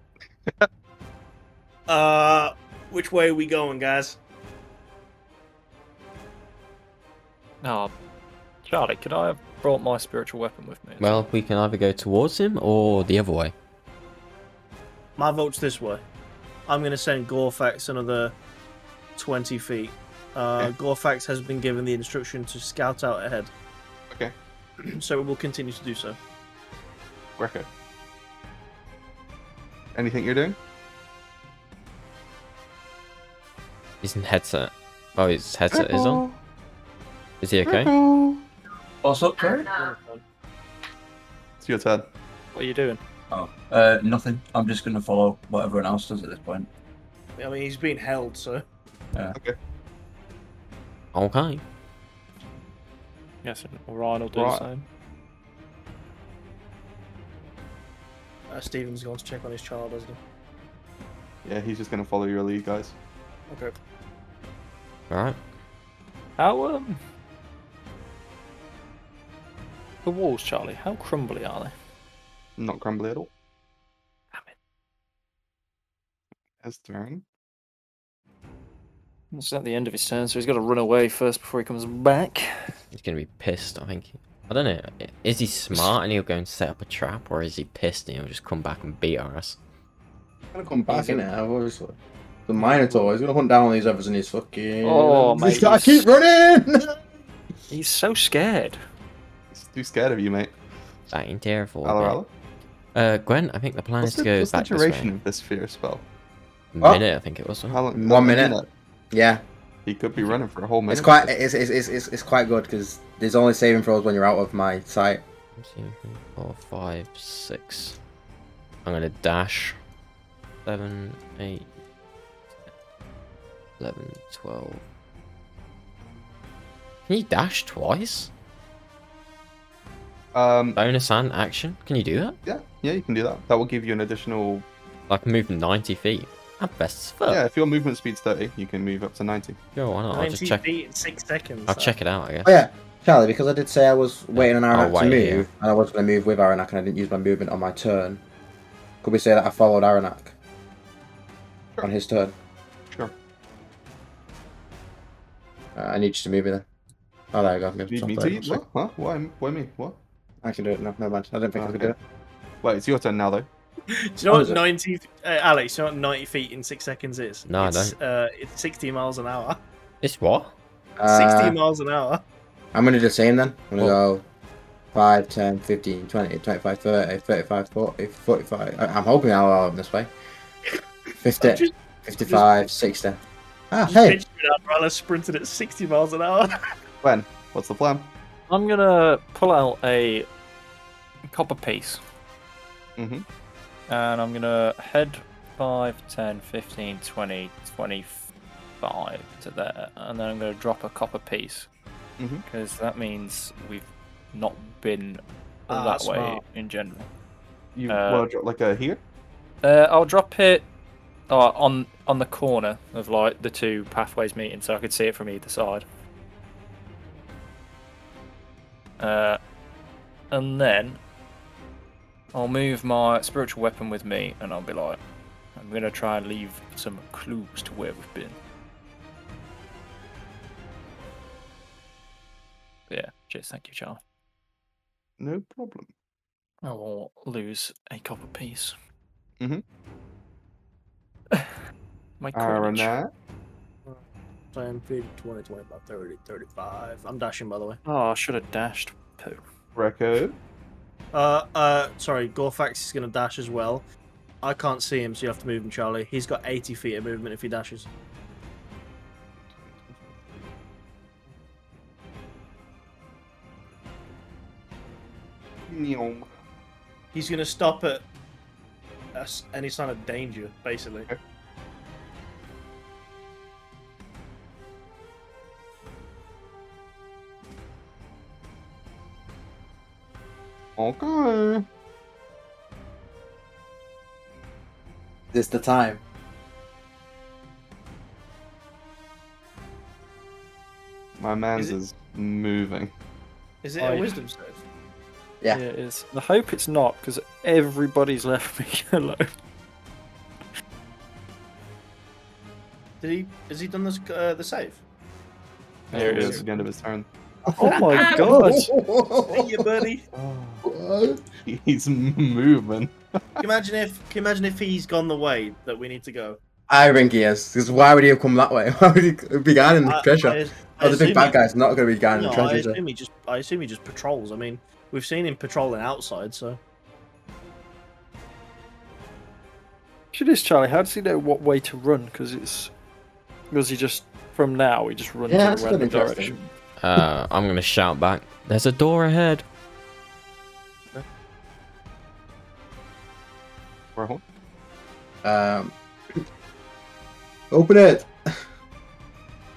Speaker 4: [laughs]
Speaker 2: uh, which way are we going, guys?
Speaker 4: Oh, Charlie, could I have brought my spiritual weapon with me?
Speaker 7: Well, we can either go towards him or the other way.
Speaker 2: My vote's this way. I'm going to send Gorfax another 20 feet. Uh, Gorfax has been given the instruction to scout out ahead.
Speaker 1: Okay.
Speaker 2: [clears throat] so it will continue to do so.
Speaker 1: Greco. Anything you're doing?
Speaker 7: Isn't headset? Oh, his headset is on. Is he okay?
Speaker 6: What's up, Craig?
Speaker 1: It's your turn.
Speaker 4: What are you doing?
Speaker 6: Oh, uh, nothing. I'm just going to follow what everyone else does at this point.
Speaker 2: I mean, he's being held, so.
Speaker 7: Okay.
Speaker 4: Yes, and Orion will do
Speaker 1: Right.
Speaker 4: the same.
Speaker 2: Uh, Stephen's going to check on his child, hasn't he?
Speaker 1: Yeah, he's just gonna follow your lead, guys.
Speaker 2: Okay.
Speaker 7: All right.
Speaker 4: How um the walls, Charlie? How crumbly are they?
Speaker 1: Not crumbly at all.
Speaker 4: Damn it!
Speaker 1: His turn.
Speaker 4: It's at the end of his turn, so he's got to run away first before he comes back.
Speaker 7: He's gonna be pissed. I think. I don't know. Is he smart and he'll go and set up a trap, or is he pissed and he'll just come back and beat our ass?
Speaker 9: gonna come back, innit? I've always the Minotaur. He's gonna hunt down all these others and he's fucking.
Speaker 4: Oh,
Speaker 9: He's
Speaker 4: mate,
Speaker 9: gotta
Speaker 4: he's-
Speaker 9: keep running. [laughs]
Speaker 4: He's so scared.
Speaker 1: He's too scared of you, mate.
Speaker 7: That ain't terrible.
Speaker 1: Hello, hello.
Speaker 7: Uh, Gwen, I think the plan
Speaker 1: What's
Speaker 7: is to
Speaker 1: the,
Speaker 7: go
Speaker 1: what's the
Speaker 7: back
Speaker 1: duration of this fear spell?
Speaker 7: this way.
Speaker 9: Oh.
Speaker 7: Minute, I think it was.
Speaker 1: How long?
Speaker 9: One
Speaker 1: how long is
Speaker 9: minute.
Speaker 1: it?
Speaker 9: yeah,
Speaker 1: He could be running for a whole minute.
Speaker 9: it's quite it's it's, it's, it's, it's quite good because there's only saving throws when you're out of my sight.
Speaker 7: One, two, three, four, five, six. I'm gonna dash. Seven, eight, 11, 12. Can you dash twice?
Speaker 1: Um,
Speaker 7: Bonus and action? Can you do that?
Speaker 1: yeah, yeah, you can do that. That will give you an additional.
Speaker 7: Like move 90 feet. That's best as fuck.
Speaker 1: Yeah, if your movement speed's thirty, you can move up to ninety.
Speaker 7: Sure, why not? Oh, I'll just
Speaker 2: 90
Speaker 7: check.
Speaker 2: feet in six seconds.
Speaker 7: I'll check it out, I guess.
Speaker 9: Oh yeah, Charlie, because I did say I was waiting on
Speaker 7: I'll
Speaker 9: Aranak to
Speaker 7: wait
Speaker 9: move,
Speaker 7: here.
Speaker 9: and I was gonna move with Aranak, and I didn't use my movement on my turn. Could we say that I followed Aranak
Speaker 1: Sure.
Speaker 9: on his turn?
Speaker 1: Sure.
Speaker 9: Uh, I need you to move me there. Oh, there you go. Move
Speaker 1: Need me to? What? What? Why? Why me? What?
Speaker 9: I can do it. No, never mind. I don't
Speaker 1: Oh,
Speaker 9: think I can do it.
Speaker 1: Wait, it's your turn now, though.
Speaker 2: Do you know
Speaker 9: Oh, is
Speaker 2: what
Speaker 9: it?
Speaker 2: 90, uh, Alex, you know what 90 feet in six seconds is?
Speaker 7: No, I
Speaker 2: it's, Uh, it's 60 miles an hour.
Speaker 7: It's what?
Speaker 9: Uh,
Speaker 2: 60 miles an hour.
Speaker 9: I'm going to do the same then. I'm going to
Speaker 7: Cool.
Speaker 9: go 5, 10, 15, 20, 25, 30, 35, 40, 45. I- I'm hoping I'll have them this way. 50,
Speaker 2: Just-
Speaker 9: 55, 60. Ah,
Speaker 2: Just
Speaker 9: hey!
Speaker 2: picture it, Umbrella sprinted at 60 miles an hour.
Speaker 1: When? What's the plan?
Speaker 4: I'm gonna pull out a copper piece.
Speaker 1: Mhm.
Speaker 4: And I'm gonna head 5, 10, 15, 20, 25 to there. And then I'm gonna drop a copper piece.
Speaker 2: Mm-hmm.
Speaker 1: Mhm.
Speaker 4: Because that means we've not been all
Speaker 2: Ah,
Speaker 4: that
Speaker 2: that's
Speaker 4: way
Speaker 2: smart.
Speaker 4: in general.
Speaker 1: You
Speaker 4: Uh,
Speaker 1: want to drop like a here?
Speaker 4: Uh, I'll drop it uh, on on the corner of like the two pathways meeting, so I could see it from either side. Uh, and then I'll move my spiritual weapon with me, and I'll be like, I'm gonna try and leave some clues to where we've been. Yeah, cheers, thank you, Charlie.
Speaker 1: No problem.
Speaker 4: I will lose a copper piece. Mm-hmm.
Speaker 1: Mhm.
Speaker 4: [sighs] My coinage.
Speaker 1: Aranak.
Speaker 2: 10, 15, 20, 25, 30, 35. I'm dashing, by the way.
Speaker 4: Oh, I should have dashed. Poo.
Speaker 1: Greco.
Speaker 2: Uh, uh, sorry, Gorfax is going to dash as well. I can't see him, so you have to move him, Charlie. He's got 80 feet of movement if he dashes.
Speaker 1: Neom.
Speaker 2: He's going to stop at us any sign of danger, basically.
Speaker 1: Okay.
Speaker 9: This
Speaker 3: [laughs]
Speaker 9: the time.
Speaker 1: My man's
Speaker 2: it-
Speaker 1: is moving.
Speaker 2: Is it
Speaker 4: Oh,
Speaker 2: a
Speaker 4: yeah.
Speaker 2: wisdom save?
Speaker 3: Yeah.
Speaker 4: it is. I hope it's not because everybody's [laughs] left me alone.
Speaker 2: Did he? Has he done this? Uh, the
Speaker 3: [laughs]
Speaker 2: save?
Speaker 1: There it is. The end of his turn. [laughs]
Speaker 4: Oh my god!
Speaker 2: Hey, you buddy.
Speaker 1: He's moving.
Speaker 2: Can you imagine if? Can you imagine if he's gone the way that we need to go?
Speaker 3: I think he is, because why would he have come that way? [laughs] Why would he be guiding the
Speaker 2: I-
Speaker 3: treasure?
Speaker 2: I- I
Speaker 3: oh, the big
Speaker 2: assume
Speaker 3: bad
Speaker 2: he-
Speaker 3: guy's not going to be guiding
Speaker 2: No,
Speaker 3: the
Speaker 2: I
Speaker 3: treasure. is he?
Speaker 2: assume he just. I assume he just patrols. I mean, we've seen him patrolling outside, so
Speaker 4: Should is Charlie? How does he know what way to run? Because it's because he just from now he just runs
Speaker 3: Yeah,
Speaker 4: in
Speaker 3: that's
Speaker 4: a
Speaker 3: kind of
Speaker 4: random
Speaker 3: interesting.
Speaker 4: direction.
Speaker 7: Uh, I'm gonna shout back. There's a door ahead.
Speaker 3: Um, open it!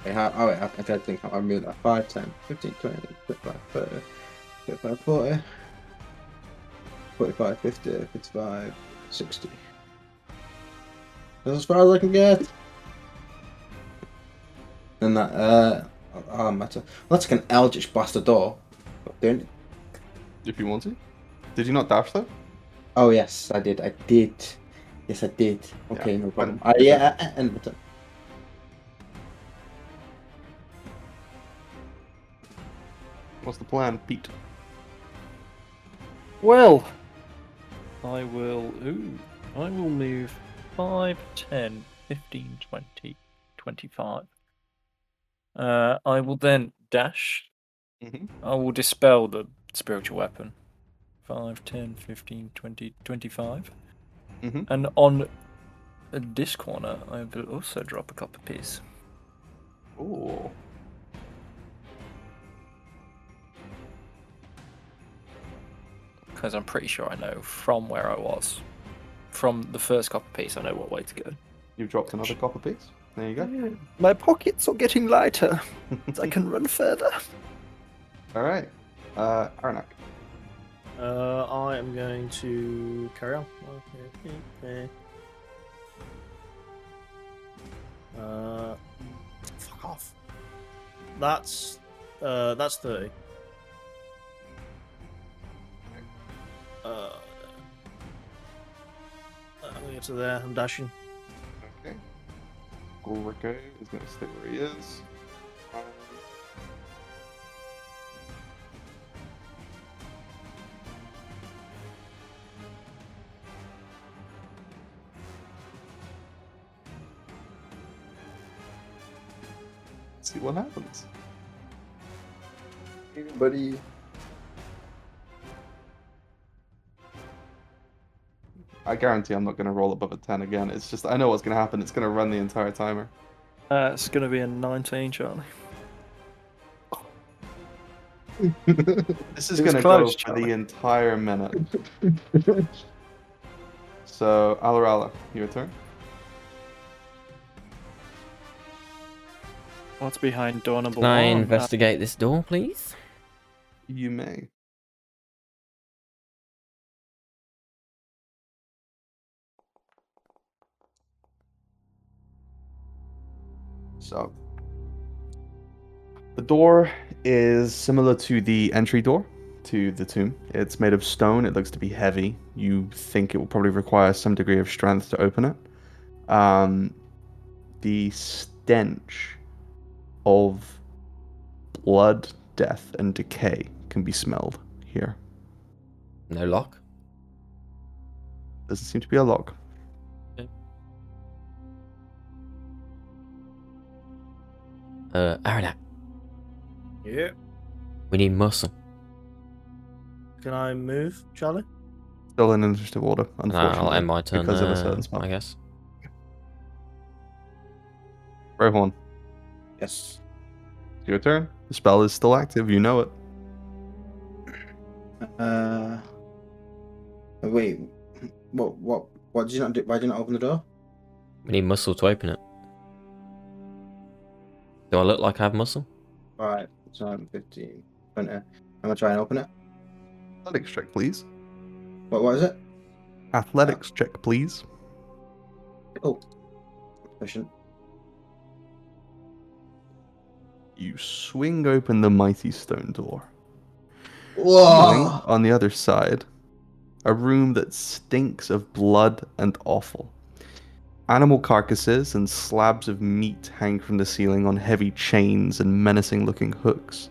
Speaker 3: Wait, how, oh, wait, I, I don't think I moved that 5, 10, 15, 20, 25, 30, 35, 40, 45, 50, 55, 60. That's as far as I can get. And that, uh, oh, oh, matter. Let's take an Eldritch blast the door. Don't-
Speaker 1: If you want to. Did you not dash though?
Speaker 3: Oh, yes, I did. I did. Yes, I did. Okay, no problem. Uh, yeah, uh, uh, end of turn.
Speaker 1: What's the plan, Pete?
Speaker 4: Well, I will. Ooh, I will move 5, 10, 15, 20, 25. Uh, I will then dash.
Speaker 1: Mhm.
Speaker 4: I will dispel the spiritual weapon. 5, 10, 15, 20, 25.
Speaker 1: Mhm.
Speaker 4: And on this corner, I will also drop a copper piece.
Speaker 1: Oh.
Speaker 4: because I'm pretty sure I know from where I was, from the first copper piece, I know what way to go.
Speaker 1: You've dropped another copper piece. There you go.
Speaker 4: My pockets are getting [laughs] lighter. I can run further.
Speaker 1: All right. Uh, Aranak.
Speaker 2: uh, I am going to carry on. Uh, fuck off. That's uh, that's thirty. Uh, I'm gonna get to there. I'm dashing.
Speaker 1: Okay. Ulrico is going to stay where he is. Um, See what happens.
Speaker 3: Buddy.
Speaker 1: I guarantee I'm not going to roll above a 10 again. It's just, I know what's going to happen. It's going to run the entire timer.
Speaker 4: Uh, it's going to be a 19, Charlie.
Speaker 1: This is
Speaker 4: It
Speaker 1: going to
Speaker 4: was
Speaker 1: go
Speaker 4: close,
Speaker 1: for
Speaker 4: Charlie.
Speaker 1: the entire
Speaker 4: [laughs]
Speaker 1: minute. so, Alarala, your turn.
Speaker 4: What's behind door number
Speaker 7: Can I
Speaker 4: one?
Speaker 7: investigate this door, please?
Speaker 1: You may. So, the door is similar to the entry door to the tomb. It's made of stone. It looks to be heavy. You think it will probably require some degree of strength to open it. Um, the stench of blood, death, and decay can be smelled here.
Speaker 7: No lock.
Speaker 1: Doesn't seem to be a lock.
Speaker 7: Uh, Aranak,
Speaker 2: Yeah.
Speaker 7: we need muscle.
Speaker 2: Can I move, Charlie?
Speaker 1: Still in interesting order,
Speaker 7: And
Speaker 1: unfortunately.
Speaker 7: I'll Ah, end my turn
Speaker 1: because of a
Speaker 7: there,
Speaker 1: certain spell.
Speaker 7: I guess.
Speaker 1: Rohan,
Speaker 3: Yes.
Speaker 1: it's your turn. The spell is still active. You know it.
Speaker 3: Uh, wait. What? What? What did you not do? Why did you not open the door?
Speaker 7: We need muscle to open it. Do I look like I have muscle?
Speaker 3: Right. So I'm 15, 20. I'm gonna try and open it.
Speaker 1: Athletics check, please.
Speaker 3: What? What is it?
Speaker 1: Athletics check, please.
Speaker 3: Oh, efficient.
Speaker 1: You swing open the mighty stone door.
Speaker 3: Whoa.
Speaker 1: on the other side, a room that stinks of blood and offal. Animal carcasses and slabs of meat hang from the ceiling on heavy chains and menacing looking hooks.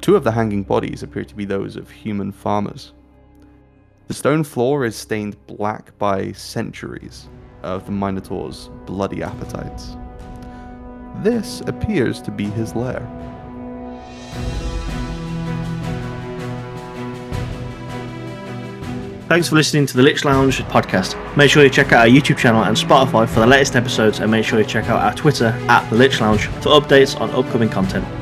Speaker 1: Two of the hanging bodies appear to be those of human farmers. The stone floor is stained black by centuries of the Minotaur's bloody appetites. This appears to be his lair.
Speaker 2: Thanks for listening to the Lich Lounge podcast. Make sure you check out our YouTube channel and Spotify for the latest episodes, and make sure you check out our Twitter at the Lich Lounge for updates on upcoming content.